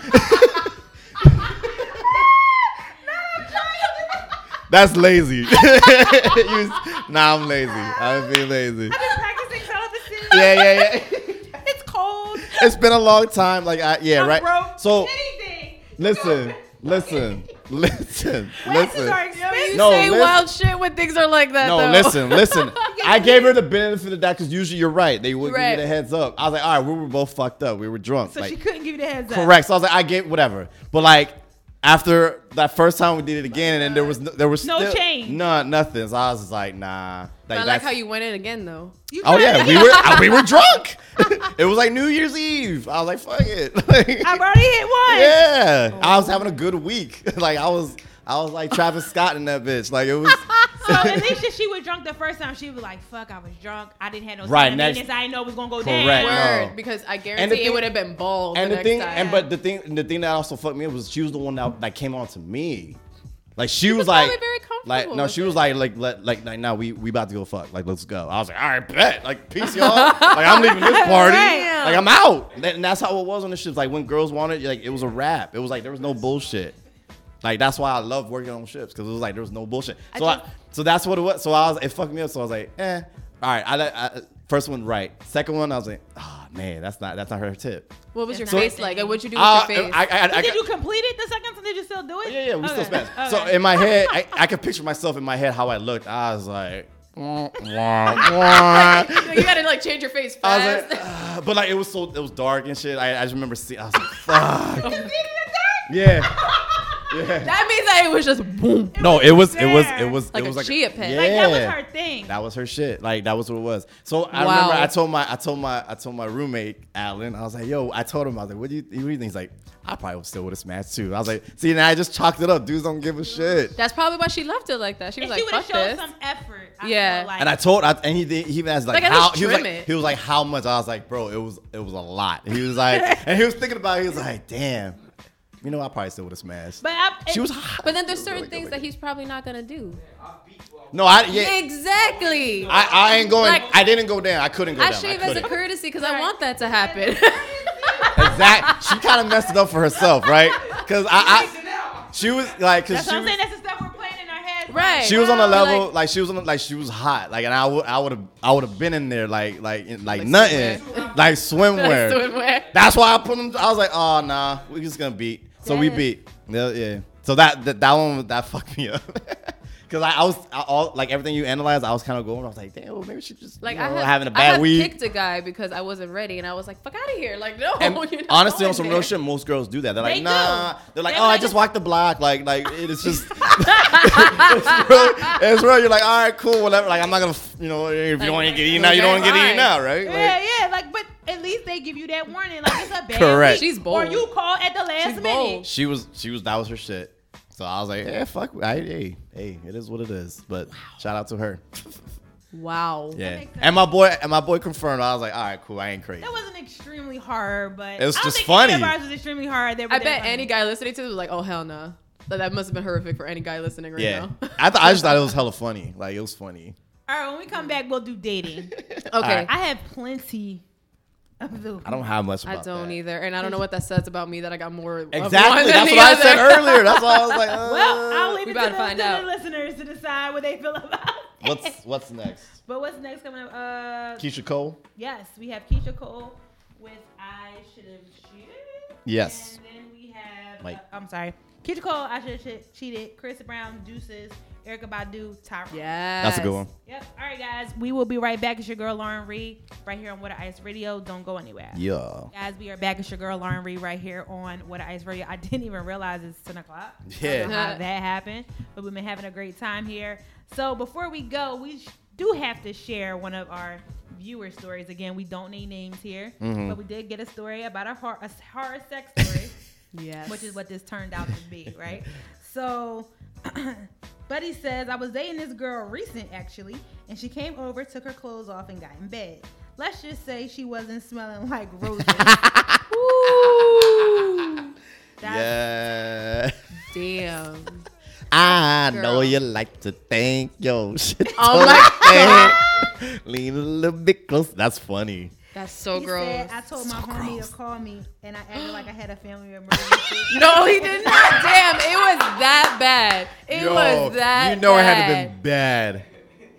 S5: That's lazy. You s- nah, I'm lazy. I'm being lazy.
S6: I've been practicing television.
S5: Yeah, yeah, yeah.
S6: It's cold.
S5: It's been a long time. Like, I, yeah,
S6: I'm
S5: right.
S6: broke.
S5: So
S6: anything.
S5: listen, listen, listen,
S6: Waxes
S5: listen.
S6: are expensive.
S1: you
S5: No,
S1: say
S5: listen-
S1: wild shit when things are like that.
S5: No,
S1: though.
S5: listen, listen. I gave her the benefit of that because usually you're right. They wouldn't
S1: Right.
S5: give me the heads up. I was like, all right, we were both fucked up. We were drunk.
S6: so
S5: like,
S6: she couldn't give you the heads up.
S5: Correct. So I was like, I get whatever. But like after that first time we did it again, and then there was no, there was
S6: No
S5: still-
S6: change.
S5: no nothing. So I was just like, nah.
S1: I like
S5: that's-
S1: how you went in again though.
S6: You
S5: Oh
S6: tried
S5: yeah,
S6: to
S5: we
S6: hit-
S5: were uh, we were drunk. it was like New Year's Eve. I was like, fuck it. Like,
S6: I've already hit one.
S5: yeah, I
S6: Oh.
S5: was having a good week. like I was I was like Travis Scott in that bitch. Like it was
S6: So at least if she was drunk the first time, she was like, "Fuck, I was drunk. I didn't have no
S5: Right,
S6: right,
S5: next-
S6: next, I didn't know it was gonna go
S5: Correct.
S6: down."
S1: Word,
S5: No.
S1: because I
S5: And the
S1: guarantee
S5: thing-
S1: it would have been balls.
S5: and
S1: the,
S5: the,
S1: next
S5: thing
S1: time.
S5: and but the thing and the thing that also fucked me up was she was the one that that came on to me. Like she, was,
S1: was
S5: like,
S1: probably very comfortable
S5: like no,
S1: with
S5: she
S1: it.
S5: was like, like, let, like, like, now we we about to go fuck. Like, let's go. I was like, all right, bet. Like, peace, y'all. like, I'm leaving this party.
S6: Damn.
S5: Like, I'm out. And that- And that's how it was on the ships. Like, when girls wanted, like, it was a wrap. It was like there was no bullshit. Like, that's why I love working on ships because it was like there was no bullshit. So, I,
S1: think-
S5: so that's what it was. So I was, it fucked me up. So I was like, eh, all right. I, let- I first one right, second one I was like, ah, man, that's not that's not her tip.
S1: what was your
S6: So-
S1: face like? And what'd you do with
S5: Uh,
S1: your face?
S5: I, I, I,
S6: But
S5: I,
S6: did you complete it the second time? Did you still do it?
S5: yeah, yeah, we still
S6: Okay.
S5: smashed. So
S6: Okay.
S5: in my head, I, I could picture myself in my head how I looked. I was like, wah, wah, wah.
S1: No, you gotta like change your face
S5: I
S1: fast.
S5: was like, "Ah," but like it was so it was dark and shit. I, I just remember seeing. I was like, fuck. yeah.
S1: That means that it was just boom.
S5: No, it was it was
S6: there.
S5: it was
S1: Like
S5: it was
S1: a
S5: like
S1: chia pet.
S6: Like that was
S5: Yeah.
S6: her thing.
S5: That was her shit. Like that was what it was. So I
S1: Wow.
S5: remember I told my I told my I told my roommate Alan. I was like, yo, I told him I was like, what do you, what do you think? He's like, I probably would still would have smashed too. I was like, see, now I just chalked it up. Dudes don't give a shit.
S1: That's probably why she left it like that. She was
S6: if she would
S1: like,
S6: have
S1: fuck this.
S6: showed some effort, I
S1: Yeah.
S6: feel like,
S5: And I told, I, and he did, he even asked like,
S1: Like, at
S5: how
S1: least
S5: he was
S1: trim
S5: like,
S1: it.
S5: he was like how much? I was like, bro, it was it was a lot. He was like, and he was thinking about, it, he was like, damn, you know, I probably still would have smashed.
S6: but I,
S5: she was hot.
S1: But then there's
S5: She was
S1: certain
S5: really good
S1: things that
S5: looking.
S1: he's probably not gonna do.
S5: No, I yeah,
S1: Exactly. I,
S5: I, I ain't going.
S1: Like-
S5: I didn't go down. I couldn't go down. I
S1: shave as a
S5: couldn't.
S1: courtesy because I
S6: Right.
S1: want that to happen.
S5: Exact. She kind of messed it up for herself, right? Because I, I, she was like, cause
S6: That's
S5: she
S6: what I'm
S5: was,
S6: saying. That's the stuff we're playing in our heads.
S1: Right.
S5: she was on a
S1: Like-
S5: level like, she was on a- like she was hot like, and I would I would have I would have been in there like like in- like,
S1: Like
S5: nothing like swimwear.
S1: Swimwear.
S5: That's why I put them. I was like, oh nah, we just gonna beat. So we
S1: Yeah.
S5: beat. Yeah, yeah. So that that, that one that fucked me up. Cause I, I was I, all like everything you analyzed, I was kind of going. I was like, damn, maybe she just
S1: Like
S5: you know,
S1: I have,
S5: having a
S1: I
S5: bad
S1: have
S5: week.
S1: kicked a guy because I wasn't ready, and I was like, "Fuck out of here!" Like,
S6: Oh,
S1: no.
S5: And
S1: you're not
S5: honestly,
S1: going
S5: on some
S1: there.
S5: real shit, most girls do that. They're like,
S6: They do.
S5: nah. They're like,
S6: They
S5: oh, I
S6: like-
S5: just walked the block. Like, like it's just, it's, real, it's real. You're like, all right, cool, whatever. Like, I'm not gonna, f- you know, if you don't wanna get eaten out, you don't wanna get eaten out, right?
S6: Yeah,
S5: Like,
S6: yeah. Like, but at least they give you that warning. Like, it's a bad
S5: Correct.
S6: week.
S1: She's bold.
S6: Or you call at the last
S1: She's
S6: minute.
S1: bold.
S5: she was, she was, that was her shit. So I was like, yeah, fuck, I, hey, hey, it is what it is. But shout out to her.
S1: Wow.
S5: Yeah.
S6: makes sense.
S5: And my boy, and my boy confirmed. I was like, all right, cool, I ain't crazy.
S6: That wasn't extremely hard, but
S5: It was
S6: I don't
S5: just
S6: think Any
S5: funny.
S6: of ours was extremely hard. They were-
S1: I
S6: they
S1: bet
S6: were funny.
S1: any guy listening to this was like, "Oh hell no!" But that must have been horrific for any guy listening right
S5: Yeah.
S1: now.
S5: I thought I just thought it was hella funny. Like it was funny.
S6: All right, when we come back, we'll do dating.
S1: okay.
S6: I have plenty of those.
S5: I don't have much.
S1: I
S5: About
S1: don't
S5: that.
S1: either, and I don't know what that says about me that I got more. of one
S5: Exactly.
S1: than
S5: That's
S1: the
S5: what I
S1: other.
S5: said earlier. That's why I was like, uh,
S6: Well, I'll leave
S1: We
S6: it
S1: about
S6: to,
S1: to
S6: the,
S1: find
S6: to the
S1: out.
S6: listeners to decide what they feel about. it.
S5: what's what's next?
S6: But what's next coming up? Uh,
S5: Keisha Cole.
S6: yes, we have Keisha Cole with "I Should Have Cheated."
S5: Yes.
S6: And then we have.
S5: Mike.
S6: uh, I'm sorry, Keisha Cole. I should have cheated. Chris Brown, Deuces, Erica Badu, Tyra.
S1: Yes.
S5: That's a good one.
S6: Yep. All right, guys. We will be right back. It's your girl Lauren Reed right here on Water Ice Radio. Don't go anywhere.
S5: Yeah.
S6: Guys, we are back. It's your girl Lauren Reed right here on What Ice Radio. I didn't even realize it's 10 o'clock. I don't know
S5: Yeah.
S6: how that happened, but we've been having a great time here. So before we go, we sh- do have to share one of our viewer stories. Again, we don't need names here, but we did get a story about a horror, a horror sex story,
S1: Yes.
S6: which is what this turned out to be, right? So Buddy says, I was dating this girl recent actually, and she came over, took her clothes off, and got in bed. Let's just say she wasn't smelling like roses. That's-
S5: Yeah.
S1: Damn.
S5: I know
S1: Girl.
S5: you like to think yo shit.
S1: Oh
S5: my god. Lean a little bit close. That's funny.
S1: That's so
S6: He
S1: gross.
S6: said, I told my homie
S5: gross.
S6: to call me, and I acted like I had a family emergency.
S1: No, he did not. Damn, it was that bad. It was that.
S5: You know it had to
S1: bad.
S5: have been bad.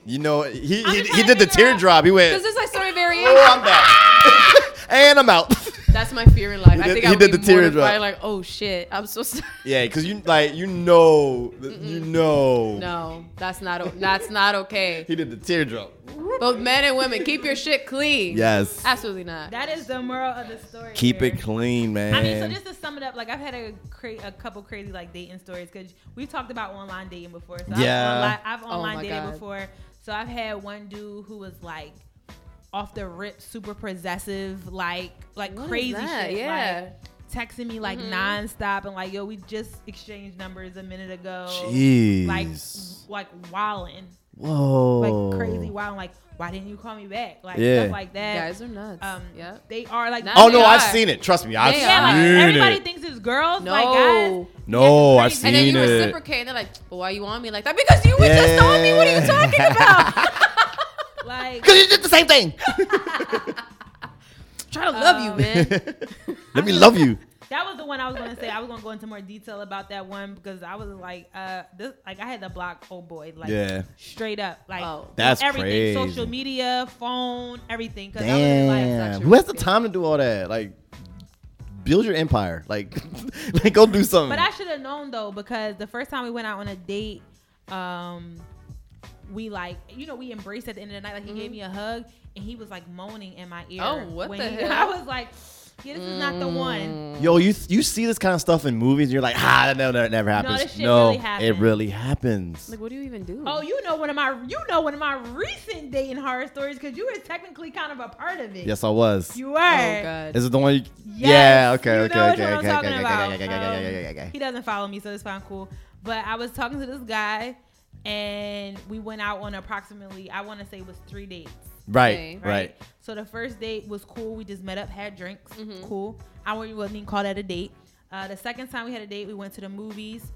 S5: You know he
S6: I'm
S5: he,
S6: just
S5: he
S6: trying
S5: did
S6: to
S5: the
S6: figure out-
S5: teardrop. He
S1: Because
S5: went.
S1: there's like so many variations.
S5: Oh, I'm back. and I'm out.
S1: That's my fear in life.
S5: He
S1: I
S5: did-
S1: think
S5: he
S1: I would
S5: did
S1: be
S5: the teardrop.
S1: mortified, Like, oh shit, I'm so sorry.
S5: yeah, because you like you know you know.
S1: No, that's not. o- That's not okay.
S5: He did the teardrop.
S1: Both men and women, keep your shit clean.
S5: Yes.
S1: Absolutely not.
S6: that is the moral of the story.
S5: Keep
S6: here.
S5: it clean, man.
S6: I mean, so just to sum it up, like I've had a cra- a couple crazy like dating stories because we've talked about online dating before. So
S5: Yeah.
S6: I've, onli- I've
S1: Oh
S6: online
S1: my
S6: dated
S1: God.
S6: before. So I've had one dude who was like off the rip, super possessive, like like
S1: What is
S6: crazy
S1: that?
S6: shit.
S1: Yeah. Mm-hmm.
S6: Like, Texting me like nonstop and like yo, we just exchanged numbers a minute ago.
S5: Jeez.
S6: Like like wilding, like
S5: Whoa.
S6: crazy wilding. Like why didn't you call me back? Like
S5: Oh. Yeah.
S6: stuff like that.
S1: Guys are nuts.
S6: um,
S1: yeah.
S6: they are like
S1: Not
S5: Oh no,
S1: They
S5: I've
S1: are.
S5: seen it. Trust me, I've
S1: They
S6: Yeah, like,
S1: Unit.
S5: seen
S6: everybody
S5: it.
S6: thinks it's girls.
S1: No.
S6: Like, guys,
S5: No,
S6: that's
S5: I've
S6: crazy.
S5: seen
S1: and then you
S5: it.
S1: reciprocate, and they're like, "But why you on me like that? Because you were just on me. What are you talking about?
S6: like,
S5: Because you did the same thing.
S1: Trying to love you,
S6: Um,
S1: man.
S5: Let me love you.
S6: that was the one I was gonna say. I was gonna go into more detail about that one because I was like, uh, this, like I had to block old boy, like,
S5: Yeah.
S6: straight up, like,
S1: Oh.
S5: That's crazy.
S6: everything, social media, phone, everything. Because I was like,
S5: Damn.
S1: actually
S5: Who has the
S1: risky.
S5: time to do all that? Like, build your empire. Like, like go do something.
S6: but
S1: Mm.
S6: I should have known though because the first time we went out on a date, um, we like, you know, we embraced at the end of the night. Like he gave me a hug and he was like moaning in my ear.
S1: Mm-hmm. Oh, what
S6: when
S1: the
S6: he-
S1: hell? Mm.
S6: I was like. Yeah, this is not the one.
S5: Yo, you you see this kind of stuff in movies, and you're like, ah, that never, that never happens.
S6: this shit really
S5: it
S6: happened.
S5: really happens.
S1: Like, what do you even do?
S6: Oh, you know one of my you know one of my recent dating horror stories because you were technically kind of a part of it.
S5: Yes, I was.
S6: you were.
S1: Oh, God.
S5: Is it the one? You,
S6: Yes,
S5: Yeah. Okay.
S6: you
S5: okay.
S6: know
S5: okay.
S6: which one I'm
S5: okay.
S6: talking
S5: okay.
S6: about.
S5: Okay. Okay.
S6: Um,
S5: Okay. Okay. Okay.
S6: He
S5: Okay.
S6: doesn't follow me, so it's fine, cool. But I was talking to this guy, and we went out on approximately I want to say it was three dates.
S1: Okay.
S5: Right.
S6: Right?
S5: Right.
S6: So the first date was cool. We just met up, had drinks,
S1: Mm-hmm.
S6: cool. I wouldn't wouldn't even call that a date. Uh, the second time we had a date, we went to the movies.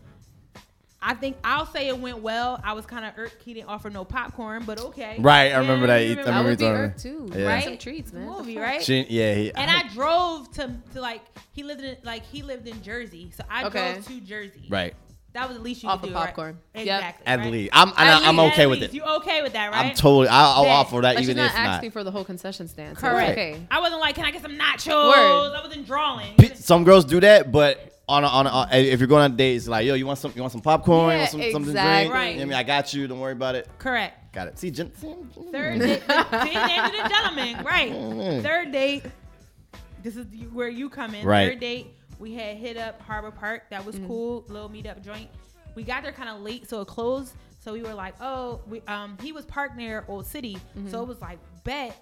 S6: I think I'll say it went well. I was kind of irked he didn't offer no popcorn, but okay.
S5: Right, I remember that. I
S6: you
S1: I
S5: remember
S1: would be
S5: talking-
S1: irked too.
S5: Yeah.
S1: Right?
S6: right?
S1: Some treats, man.
S6: The
S1: The
S6: movie,
S1: fuck?
S6: right?
S5: She, yeah. He,
S6: and I drove to to like he lived in like he lived in Jersey, so I
S1: Okay.
S6: drove to Jersey.
S5: Right.
S6: That was the least you
S1: Off
S6: could
S1: of
S6: do. right?
S1: popcorn. Yep.
S6: Exactly.
S5: At
S6: right?
S5: least I'm. And
S1: At
S5: I'm
S1: least,
S5: okay
S6: At
S5: with
S6: least.
S5: it.
S6: You okay with that, right?
S5: I'm totally. I'll, I'll
S6: Yeah.
S5: offer that
S1: But she's
S5: even
S1: not
S5: if not.
S1: asking for the whole concession stand. so it's
S6: correct.
S1: Okay.
S6: I wasn't like, can I get some nachos?
S1: Word.
S6: I wasn't drawing.
S5: P- Some girls do that, but. On a, on, a, on if you're going on a date, it's like, yo, you want some, you want some popcorn, you
S1: Yeah,
S5: want some, something to
S1: exactly.
S5: drink. You know what I mean,
S6: Right.
S5: I got you. Don't worry about it.
S6: Correct.
S5: Got it. See, Jen, see,
S6: Third date, see, ladies and gentlemen, right? Third date. This is you- where you come in.
S5: Right.
S6: Third date, we had hit up Harbor Park. That
S1: Mm.
S6: was cool. Little meetup joint. We got there kind of late, so it closed. So we were like, oh, we um he was parked near Old City,
S1: Mm-hmm.
S6: so it was like bet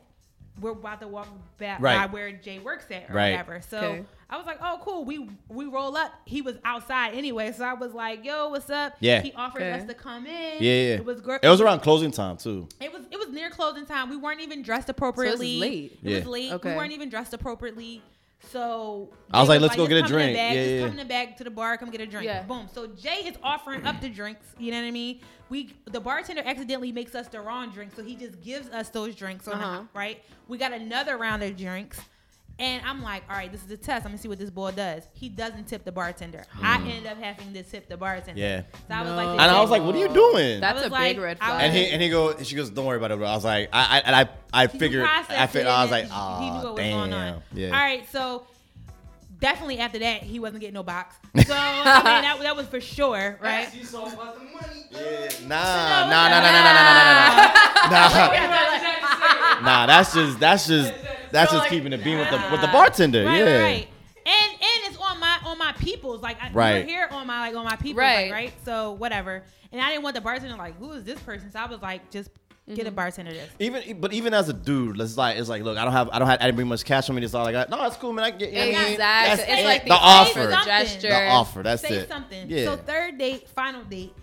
S6: we're about to walk back
S5: Right.
S6: by where Jay works at or
S5: Right.
S6: whatever. So
S1: Okay.
S6: I was like, oh, cool. We we roll up. He was outside anyway, so I was like, yo, what's up?
S5: Yeah.
S6: He offered
S1: Okay.
S6: us to come in.
S5: Yeah, yeah.
S6: It was gr-
S5: It was around closing time too.
S6: it was it was near closing time. We weren't even dressed appropriately.
S1: late.
S6: It was
S5: Yeah.
S6: late.
S1: Okay.
S6: We weren't even dressed appropriately. So
S5: I was
S6: they
S5: like,
S6: were
S5: "Let's go get a
S6: "Just come in the
S5: drink."
S6: Bag,
S5: Yeah,
S6: just
S5: yeah,
S6: come in the bag to the bar. Come get a drink.
S1: Yeah.
S6: Boom. So Jay is offering up the drinks. You know what I mean? We the bartender accidentally makes us the wrong drink, so he just gives us those drinks on the
S1: Uh-huh.
S6: hop, right? We got another round of drinks. And I'm like, all right, this is a test. I'm gonna see what this boy does. He doesn't tip the bartender. I ended up having to tip the bartender.
S5: Mm. Yeah.
S6: So I was
S1: No.
S6: like,
S5: And I was like, what are you doing?
S1: That's
S6: was
S1: a
S6: like-
S1: big red
S6: I
S1: flag.
S6: was-
S5: and he and he go and she goes, don't worry about it, bro. I was like, I I and I I
S6: He
S5: figured
S6: processed
S5: I figured
S6: it
S5: I was like,
S6: and he- he knew
S5: oh
S6: what was
S5: damn,
S6: going on.
S5: yeah.
S6: All right, so definitely after that, he wasn't getting no box. So I mean, that, that was for sure, right?
S5: Nah, Uh, nah, nah, nah, nah, nah, nah, nah, nah, nah, nah. Nah, that's just that's just that's just keeping it being with the with the bartender.
S6: Right,
S5: yeah,
S6: right. And and it's on my on my people's like I,
S5: Right.
S6: we're here on my like on my people's
S1: Right.
S6: right. Like, right. So whatever. And I didn't want the bartender like who is this person? So I was like just get a bartender this.
S5: even but even as a dude, it's like it's like look, I don't have I don't have I didn't bring much cash on me. That's all I got. No, it's cool, man. I can get you know what I mean?
S1: Exactly.
S5: That's
S1: it's
S5: it.
S1: like
S5: the offer,
S1: the
S6: Something.
S1: gesture.
S5: the offer. That's
S6: say
S5: it.
S6: something.
S5: Yeah.
S6: So third date, final date.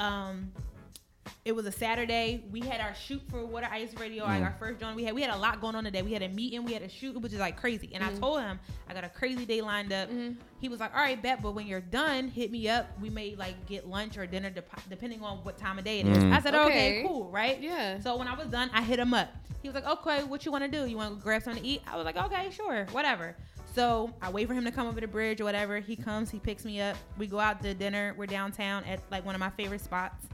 S6: Um, it was a Saturday. We had our shoot for Water Ice Radio, like
S5: Mm.
S6: our first joint. We had we had a lot going on today. We had a meeting, we had a shoot, which is like crazy. And I told him I got a crazy day lined up. He was like, "All right, bet, but when you're done, hep me up. We may like get lunch or dinner, dep- depending on what time of day it is."
S5: Mm.
S6: I said, okay.
S1: Okay.
S6: cool, right?"
S1: Yeah.
S6: So when I was done, I hit him up. He was like, okay, what you want to do? You want to grab something to eat? I was like, okay, sure, whatever. So I wait for him to come over the bridge or whatever. He comes, he picks me up. We go out to dinner. We're downtown at like one of my favorite spots.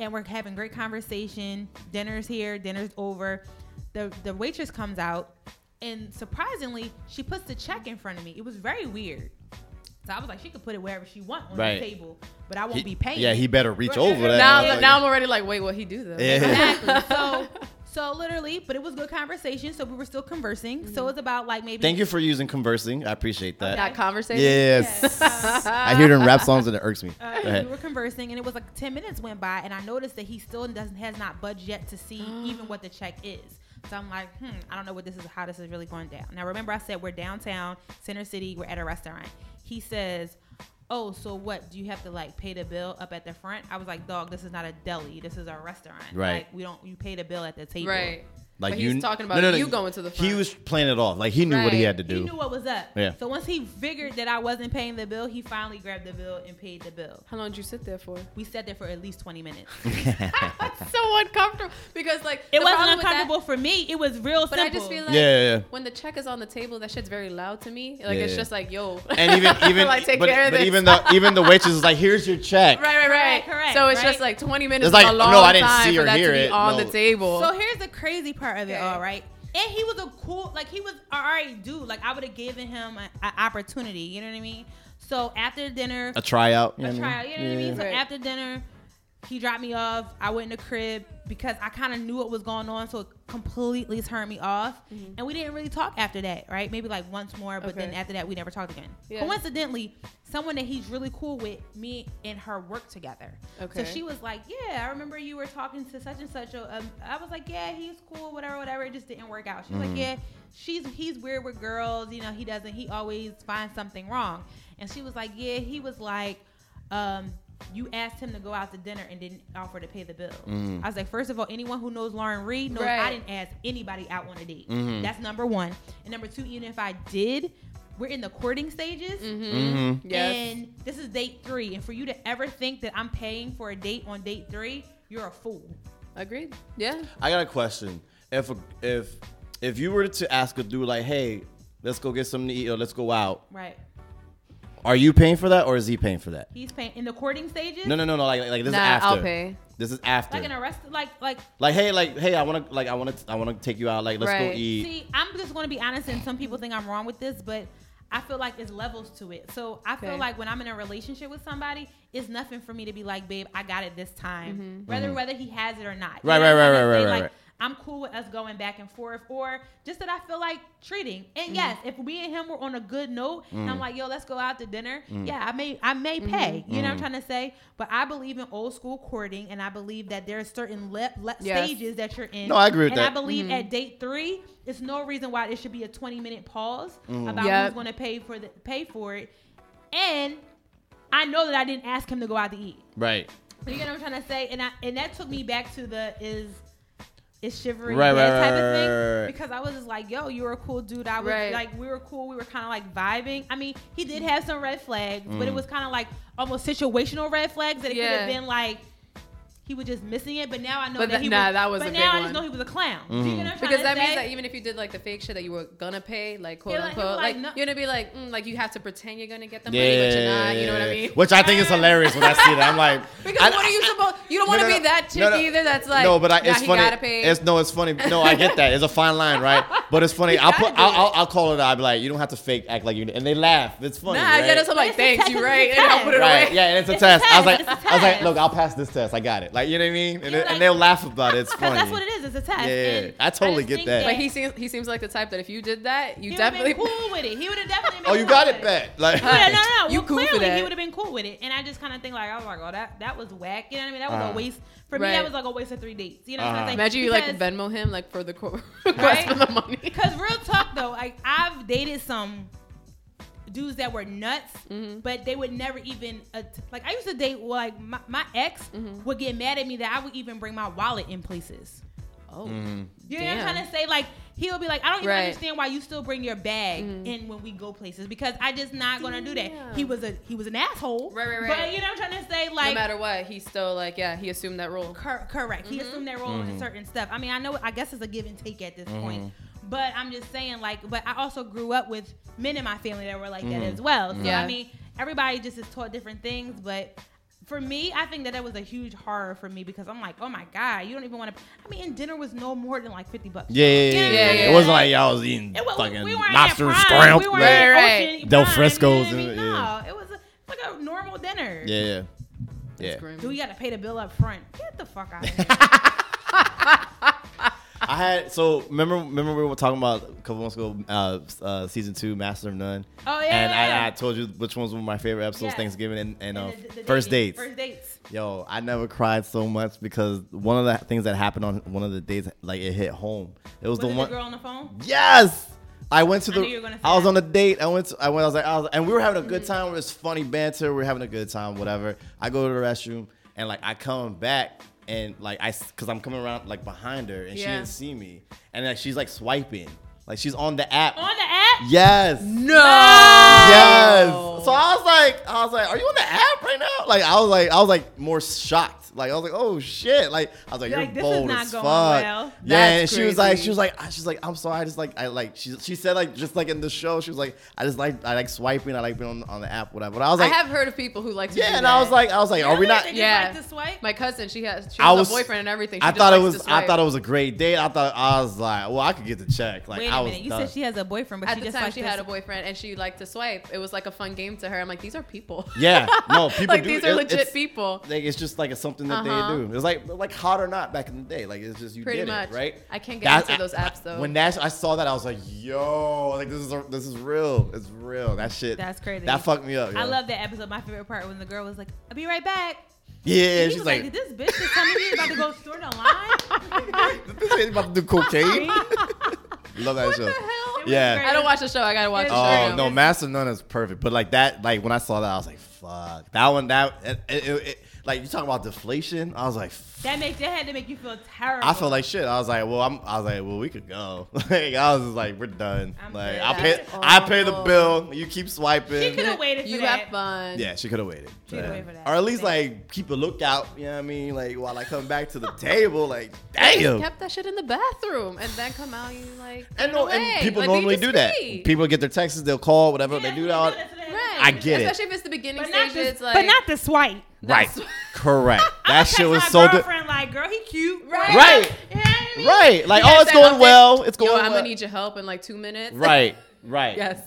S6: And we're having great conversation. Dinner's here, dinner's over. The the waitress comes out and surprisingly, she puts the check in front of me. It was very weird. So I was like, she could put it wherever she want on
S5: Right.
S6: the table, but I won't
S5: He-
S6: be paying.
S5: Yeah, he better reach over that.
S1: Now,
S5: motherfucker.
S1: now I'm already like, wait, what he do though?
S5: Yeah.
S6: exactly. So, so literally, but it was good conversation. So we were still conversing. So it's about like maybe.
S5: Thank you for using conversing. I appreciate that.
S1: That conversation.
S5: Yes. I hear them rap songs and it irks me.
S6: Uh,
S5: Go ahead.
S6: we were conversing, and it was like ten minutes went by, and I noticed that he still doesn't has not budged yet to see even what the check is. So I'm like, hmm, I don't know what this is, how this is really going down. Now remember, I said we're downtown, Center City, we're at a restaurant. He says, "Oh, so what? Do you have to like pay the bill up at the front?" I was like, "Dog, this is not a deli. This is a restaurant.
S5: Right.
S6: Like, we don't you pay the bill at the table.
S1: Right.
S5: Like
S1: But
S5: you
S1: he's talking about you going to the
S5: He
S1: front.
S5: was playing it off. Like he knew what he
S1: Right.
S5: had to do.
S6: He knew what was up.
S5: Yeah.
S6: So once he figured that I wasn't paying the bill, he finally grabbed the bill and paid the bill.
S1: How long did you sit there for?
S6: We sat there for at least 20 minutes.
S1: That's so uncomfortable because like
S6: It
S1: the
S6: wasn't
S1: problem with that-
S6: uncomfortable for me. It was real
S1: But
S6: simple.
S1: I just feel
S5: yeah,
S1: like
S5: yeah, yeah.
S1: when the check is on the table, that shit's very loud to me. Like it's
S5: Yeah.
S1: just like, yo,
S5: And even even
S1: like take
S5: but,
S1: care of
S5: but
S1: this.
S5: even the even the waitress is like, here's your check.
S1: right, right, right.
S6: Correct, correct,
S1: so it's just like
S6: right?
S1: 20 minutes.
S5: It's like,
S1: is a long
S5: no, I didn't
S1: time
S5: see
S1: for
S5: or
S1: that
S5: hear
S1: to be
S5: it.
S1: on
S5: No.
S1: the table.
S6: so here's the crazy part of it,
S1: Okay.
S6: all right? And he was a cool, like he was all right dude. Like I would have given him an, an opportunity. You know what I mean? So after dinner,
S5: A tryout. you know what I
S6: a
S5: mean?
S6: tryout. You know what I mean? So
S1: Right.
S6: after dinner, he dropped me off. I went in the crib. because I kind of knew what was going on, so it completely turned me off. And we didn't really talk after that, right? Maybe like once more, but then
S1: Mm-hmm. Okay.
S6: after that, we never talked again.
S1: Yeah.
S6: Coincidentally, someone that he's really cool with, me and her work together.
S1: Okay.
S6: So she was like, "Yeah, I remember you were talking to such and such." uh, Um, I was like, "Yeah, he's cool, whatever, whatever." It just didn't work out. She was
S1: Mm-hmm.
S6: like, "Yeah, she's he's weird with girls. You know, he doesn't. He always finds something wrong." And she was like, "Yeah, he was like." um, you asked him to go out to dinner and didn't offer to pay the bill. I was like, first of all, anyone who knows Lauren Reed knows I
S1: Mm. Right. Mm-hmm.
S6: didn't ask anybody out on a date. That's number one. And number two, even if I did, we're in the courting stages.
S1: Mm-hmm.
S5: Mm.
S1: Yes.
S6: And this is date three. And for you to ever think that I'm paying for a date on date three, you're a fool.
S1: Agreed. Yeah.
S7: I got a question. If if if you were to ask a dude like, "Hey, let's go get something to eat or let's go out,"
S6: Right.
S7: are you paying for that or is he paying for that?
S6: He's paying in the courting stages?
S7: No, no, no, no. Like like this
S1: Nah,
S7: is after.
S1: I'll pay.
S7: This is after.
S6: Like an arrest, like, like,
S7: Like hey, like hey, I wanna like I wanna I wanna take you out. Like let's
S1: Right.
S7: go eat.
S6: See, I'm just going to be honest, and some people think I'm wrong with this, but I feel like it's levels to it. So I feel
S1: Okay.
S6: like when I'm in a relationship with somebody, it's nothing for me to be like, babe, I got it this time,
S1: Mm-hmm.
S6: whether whether he has it or not.
S7: Mm-hmm.
S6: You
S7: Right,
S6: know
S7: right,
S6: what
S7: right,
S6: I'm trying to
S7: right,
S6: say?
S7: right,
S6: Like,
S7: right.
S6: I'm cool with us going back and forth, or just that I feel like treating. And
S1: Mm-hmm.
S6: yes, if me and him were on a good note, and
S7: Mm.
S6: I'm like, yo, let's go out to dinner. Yeah, I may, I may
S1: Mm-hmm.
S6: pay. You
S7: Mm.
S6: know what I'm trying to say? But I believe in old school courting, and I believe that there are certain le- le-
S1: Yes.
S6: stages that you're in.
S5: No, I agree with
S6: and
S5: that.
S6: I believe at date three, it's no reason why it should be a 20 minute pause about
S1: Yep.
S6: who's going to pay for the pay for it. And I know that I didn't ask him to go out to eat.
S7: Right.
S6: You get what I'm trying to say? And I and that took me back to the is is shivering
S7: Right,
S6: that
S7: right,
S6: type
S7: right,
S6: of thing
S7: right, right.
S6: because I was just like, yo, you were a cool dude. I was
S1: Right.
S6: like, we were cool. We were kind of like vibing. I mean, he did have some red flags, but
S5: Mm.
S6: it was kind of like almost situational red flags that it could
S1: Yeah.
S6: have been like. He was just missing it, but now I know
S1: But
S6: that
S1: that-
S6: he
S1: nah,
S6: was.
S1: that was
S6: but
S1: a big
S6: now I just
S1: one.
S6: know he was a clown. Do
S5: Mm-hmm.
S6: you get what I'm trying
S1: Because
S6: to
S1: that means
S6: say?
S1: that even if you did like the fake shit that you were gonna pay, like quote
S6: like,
S1: unquote, like,
S6: people like, no-
S1: you're gonna be like, mm, like you have to pretend you're gonna get the money, but you're not. You know what I mean?
S5: Which I think is hilarious when I see that. I'm like,
S1: Because
S5: I-
S1: what are you supposed? You don't want to
S5: No, no,
S1: be
S5: no.
S1: that chick
S5: No, no.
S1: either. That's like,
S5: no, but I,
S1: nah,
S5: it's
S1: he
S5: funny.
S1: gotta pay.
S5: It's no, it's funny. No, I get that. It's a fine line, right? But it's funny. I'll
S1: gotta
S5: put,
S1: do
S5: I'll,
S1: it.
S5: I'll, I'll call it. out. I'll be like, you don't have to fake act like you. And they laugh. It's funny.
S1: nah,
S5: right?
S1: I get it. So I'm like,
S6: it's a
S1: thanks,
S6: test,
S1: you
S6: it's a
S1: right? And I'll
S6: test.
S1: put it
S5: right.
S1: away.
S5: Yeah, and it's a
S6: It's a
S5: test. I was
S6: test,
S5: like,
S6: it's a
S5: I was like,
S6: test.
S5: look, I'll pass this test. I got it. Like, you know what I mean? And,
S6: You're
S5: and
S6: like-
S5: they'll laugh about it. It's
S6: But
S5: funny.
S6: that's what it is. It's a test.
S5: Yeah,
S6: And
S5: yeah, I totally
S6: just
S5: get
S6: think
S5: that.
S1: But he seems he seems like the type that if you did that, you
S6: he would've
S1: definitely.
S6: been cool with it. He would have definitely. Been
S5: Oh, you
S6: cool
S5: got
S6: with
S5: it back. Like,
S6: Yeah, no, no, no.
S1: You
S6: well,
S1: cool for
S6: clearly
S1: that.
S6: he would have been cool with it, and I just kind of think like, oh my god, that that was whack. You know what I mean? That was
S5: Uh-huh.
S6: a waste. For me,
S1: Right.
S6: that was like a waste of three dates. You know what I'm
S5: Uh-huh.
S6: saying?
S1: Imagine you like
S6: Because-
S1: Venmo him like for the co- request
S6: Right?
S1: for the money.
S6: Because real talk though, like I've dated some dudes that were nuts,
S1: Mm-hmm.
S6: but they would never even att- like. I used to date like my, my ex
S1: Mm-hmm.
S6: would get mad at me that I would even bring my wallet in places.
S1: Oh,
S5: Mm-hmm.
S6: You know what I'm
S1: Damn.
S6: trying to say? Like he'll be like, I don't even
S1: Right. Mm-hmm.
S6: understand why you still bring your bag in when we go places because I just not gonna do that.
S1: Damn.
S6: He was a he was an asshole.
S1: Right, right,
S6: But
S1: right.
S6: you know what I'm trying to say?
S1: no
S6: Like
S1: matter what, he's still like, yeah, he assumed that role.
S6: cor- correct. He assumed their role
S5: Mm-hmm.
S6: in certain stuff. I mean, I know I guess it's a give and take at this point. But I'm just saying, like, but I also grew up with men in my family that were like that
S5: Mm-hmm.
S6: as well. So I
S1: Yeah.
S6: mean, everybody just is taught different things, but for me, I think that that was a huge horror for me because I'm like, oh my god, you don't even want to. I mean, and dinner was no more than like fifty bucks.
S5: Yeah, yeah, yeah, yeah,
S1: Yeah,
S5: yeah. It
S1: yeah.
S5: wasn't like y'all was eating
S6: It wa-
S5: fucking
S6: we weren't in
S5: lobster
S6: prime.
S5: scramp.
S6: We weren't
S1: Right,
S6: right,
S1: right.
S6: right.
S5: Del Frisco's
S6: No,
S5: and- yeah.
S6: it was a, it's like a normal dinner.
S5: Yeah, yeah. Yeah.
S1: It's grim.
S6: Do we got to pay the bill up front? Get the fuck out of here.
S5: I had so remember remember we were talking about a couple months ago uh, uh season two Master of None.
S6: Oh, yeah,
S5: And
S6: yeah,
S5: I,
S6: yeah.
S5: I told you which ones were my favorite episodes:
S6: Yeah.
S5: Thanksgiving and, and, uh,
S6: And the- the
S5: first
S6: dating.
S5: dates.
S6: First dates.
S5: Yo, I never cried so much because one of the things that happened on one of the dates, like it hit home. It was,
S6: Was
S5: the
S6: it
S5: one.
S6: the girl on the phone?
S5: Yes. I went to
S6: I
S5: the.
S6: knew you were gonna say
S5: I, was
S6: that.
S5: on a date. I went. To, I went. I was like. I was, and we were having a good time. It was funny banter. We are having a good time. Whatever. I go to the restroom and like I come back and like I because I'm coming around like behind her and she
S1: Yeah.
S5: didn't see me and like she's like swiping like she's on the app.
S6: On the app?
S5: yes.
S1: No.
S5: Yes. So I was like, I was like, are you on the app right now? Like I was like, I was like more shocked. Like I was like, oh shit. Like I was like,
S6: You're
S5: you're
S6: like, this is
S5: bold
S6: not
S5: as
S6: going
S5: fuck.
S6: well.
S5: Yeah.
S1: That's
S5: and she was like,
S1: crazy.
S5: she was like, I- she's like, I'm sorry. I just like, I like. She she said like just like in the show, she was like, I just like I like swiping. I like being on, on the app, whatever. But I was like,
S1: I have heard of people who like to do
S5: yeah. And I was
S1: that.
S5: like, I was like, are we
S6: Really?
S5: not?
S6: They just
S1: Yeah.
S6: like to swipe?
S1: my cousin, she has, she
S5: I
S1: has
S5: was-
S1: a boyfriend and everything. She
S5: I
S1: just
S5: thought it
S1: likes to
S5: was. I
S1: swipe.
S5: thought it was a great date. I thought I was like, well, I could get the check. Like
S6: Wait
S5: I
S6: a
S5: was
S6: minute. You
S5: done.
S6: said she has a boyfriend, but
S1: At
S6: she
S1: the
S6: just
S1: time
S6: like
S1: she
S6: this.
S1: had a boyfriend and she liked to swipe. It was like a fun game to her. I'm like, these are people.
S5: Yeah, no, people
S1: like
S5: do-
S1: these
S5: it-
S1: are legit
S5: it's-
S1: people.
S5: Like it's just like it's something that
S1: Uh-huh.
S5: they do. It's like like hot or not back in the day. Like it's just you
S1: Pretty
S5: did
S1: much.
S5: it, right?
S1: I can't get
S5: That's-
S1: into those apps, though.
S5: When that I saw that, I was like, yo, like this is a, this is real. It's real. That shit.
S6: That's crazy.
S5: That fucked me up.
S6: I
S5: yo.
S6: love that episode. My favorite part when the girl was like, "I'll be right back."
S5: Yeah,
S6: he
S5: she's
S6: was
S5: like,
S6: like, "Did this bitch just tell me we about to go through the line?"
S5: this ain't about to do cocaine. love that show.
S6: What the hell? It was
S5: Yeah.
S6: great.
S1: I don't watch the show. I gotta watch
S6: It's
S1: the show.
S5: Oh
S6: Instagram.
S5: no, Master of None is perfect. But like that, like when I saw that, I was like, fuck. That one, that it, it, it- like you talking about deflation. I was like,
S6: That make that had to make you feel terrible.
S5: I felt like shit. I was like, well, I'm. I was like, well, we could go. like I was just like, we're done.
S6: I'm
S5: like
S6: good.
S5: I pay.
S1: That's
S5: I pay the
S1: awful.
S5: bill. You keep
S6: she
S5: swiping.
S6: could have waited for
S1: You
S6: that.
S1: have fun.
S5: yeah, she could have waited.
S6: She coulda
S5: Yeah.
S6: waited for that.
S5: Or at least
S6: Thank
S5: like keep a lookout. You know what I mean? Like while I come back to the table, like damn.
S1: Kept that shit in the bathroom and then come out. You like
S5: and
S1: no,
S5: no, and people normally do that. People get their texts, they'll call, whatever
S6: Yeah,
S5: they
S6: she
S5: do that.
S6: coulda done it to
S1: Right.
S5: I get it.
S1: Especially if it's the beginning
S6: But not,
S1: stages.
S6: the,
S1: like,
S6: but not the swipe.
S5: Right.
S1: That's-
S5: Correct.
S6: I'ma
S5: That shit
S6: text
S5: was
S6: my
S5: so good.
S6: girlfriend, Like, girl, he cute.
S1: Right.
S5: Right.
S6: You know what I mean?
S5: Right. Like, oh,
S1: Yes,
S5: it's
S1: that
S5: going
S1: outfit.
S5: well. It's going
S1: Yo,
S5: well.
S1: I'm gonna need your help in like two minutes.
S5: Right. Right.
S1: yes.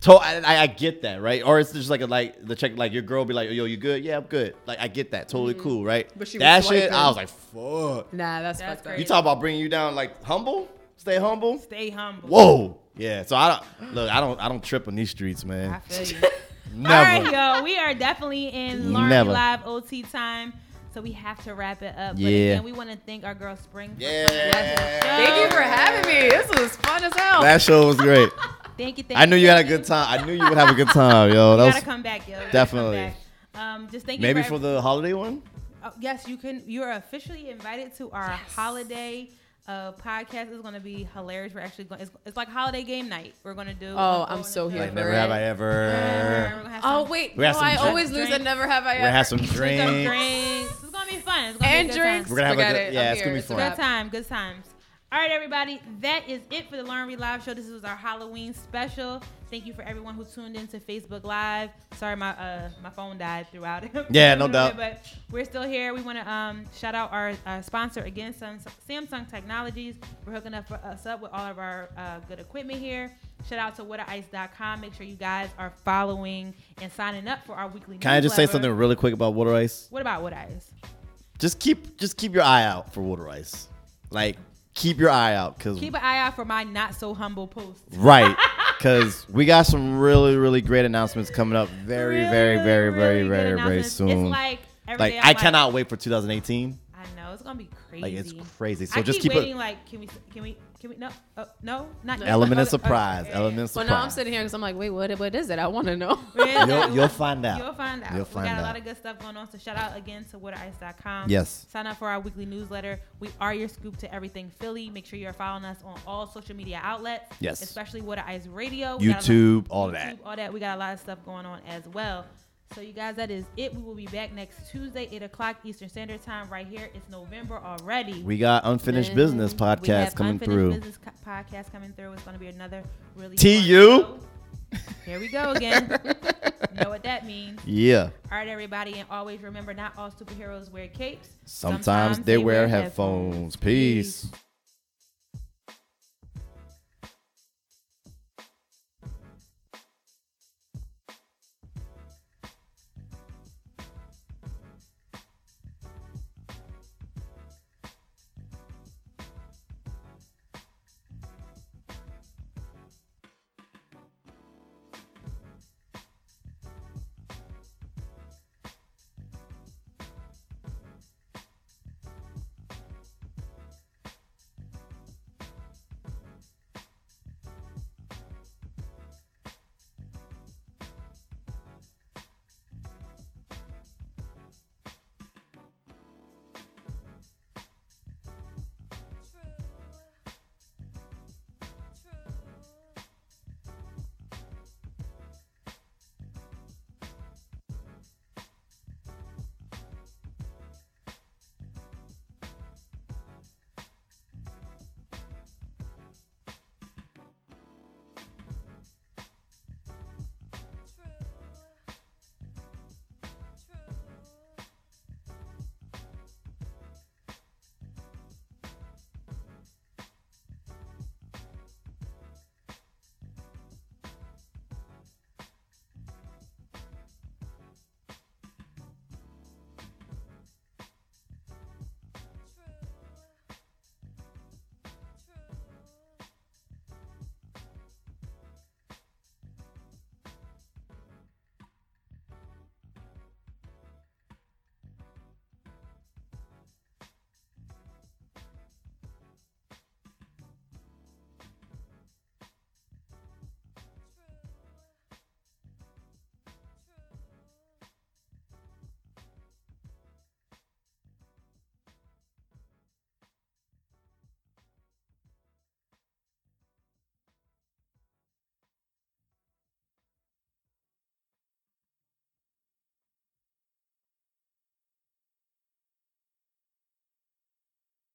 S5: So I, I, I get that, right? Or it's just like a like the check, like your girl be like, yo, you good? Yeah, I'm good. Like I get that, totally cool, right?
S1: But she was
S5: that shit,
S1: swiping.
S5: I was like, fuck.
S1: Nah, that's,
S6: That's
S1: fucked up.
S5: You talk about bringing you down, like humble, stay humble.
S6: Stay humble.
S5: Whoa. Yeah. So I don't look. I don't. I don't trip on these streets,
S6: I
S5: man.
S6: feel you.
S5: Never.
S6: All right, yo, we are definitely in Lauren
S5: Never.
S6: Live OT time, so we have to wrap it up. But
S5: Yeah.
S6: again, we want to thank our girl Spring. for
S5: Yeah.
S6: coming on the show.
S1: Thank you for having me. This was fun as hell.
S5: That show was great.
S6: Thank you. Thank
S5: I knew you had a
S6: thank
S5: good time. I knew you would have a good time, yo.
S6: You
S5: That
S6: gotta
S5: was
S6: come back, yo. You gotta come
S5: Definitely.
S6: back. Um, just thank you.
S5: maybe
S6: for,
S5: for the holiday one.
S6: Oh, yes, you can. You are officially invited to our holiday uh, podcast. It's going to be hilarious. We're actually going. It's, it's like holiday game night. We're going to do.
S1: Oh,
S6: we're
S1: I'm
S6: going
S1: so
S6: to
S1: here
S5: Like
S6: do-
S1: for
S5: never
S1: Right.
S5: have I ever.
S6: We're gonna have
S1: Oh
S6: some-
S1: wait,
S5: We had
S1: no,
S5: some
S1: I
S5: drink-
S1: always lose
S6: drink.
S1: and never have I
S5: We're
S1: ever.
S5: gonna have some
S6: some
S5: drinks.
S6: drinks. It's going to be fun. It's gonna
S1: and
S6: be a good
S1: drinks.
S6: Time.
S5: We're gonna have a
S1: Forget
S5: good-
S1: it.
S5: yeah,
S1: I'm
S5: it's gonna
S1: here.
S5: be
S1: It's
S5: fun.
S1: a wrap.
S6: Good time. Good times. All right, everybody. That is it for the Lauren Reed Live Show. This was our Halloween special. Thank you for everyone who tuned in to Facebook Live. Sorry, my uh, my phone died throughout.
S5: Yeah, no doubt.
S6: But we're still here. We want to um, shout out our, our sponsor again, Sam- Samsung Technologies. We're hooking up for us up with all of our uh, good equipment here. Shout out to WaterIce.com. Make sure you guys are following and signing up for our weekly.
S5: Can I just say
S6: newsletter.
S5: something really quick about water ice?
S6: What about Water Ice?
S5: just keep just keep your eye out for water ice. Like keep your eye out because
S6: Keep an eye out for my not so humble posts.
S5: right because we got some really really great announcements coming up very
S6: Really,
S5: very very
S6: really
S5: very
S6: good
S5: very very
S6: announcements.
S5: soon.
S6: It's like every
S5: Like,
S6: day I'm
S5: I cannot wait for 2018.
S6: I know it's gonna be crazy.
S5: Like it's crazy. So
S6: I
S5: just
S6: keep,
S5: keep
S6: waiting.
S5: an
S6: like, can we? Can we? Can we? No, uh, no, not yet.
S5: element of
S6: Okay, okay,
S5: surprise.
S6: okay.
S5: Element of
S1: Well,
S5: surprise.
S1: now I'm sitting here because I'm like, wait, what? What is it? I want to know.
S6: Yeah,
S5: You'll-
S6: so
S5: you'll find out.
S6: You'll find out.
S5: You'll
S6: we
S5: find
S6: got a
S5: out.
S6: lot of good stuff going on. So shout out again to waterice.com.
S5: Yes.
S6: Sign up for our weekly newsletter. We are your scoop to everything Philly. Make sure you're following us on all social media outlets.
S5: Yes.
S6: Especially Water Ice Radio. We got a lot-
S5: YouTube, all that.
S6: YouTube, all that. We got a lot of stuff going on as well. So you guys, that is it. We will be back next Tuesday, eight o'clock Eastern Standard Time, right here. It's November already.
S5: We got unfinished business
S6: We have
S5: podcast coming
S6: Unfinished
S5: through.
S6: Business co- podcast coming through. It's going to be another really
S5: TU.
S6: fun show. Here we go again. you know what that means.
S5: Yeah.
S6: All right, everybody, and always remember, not all superheroes wear capes.
S5: Sometimes, they, wear headphones. Peace.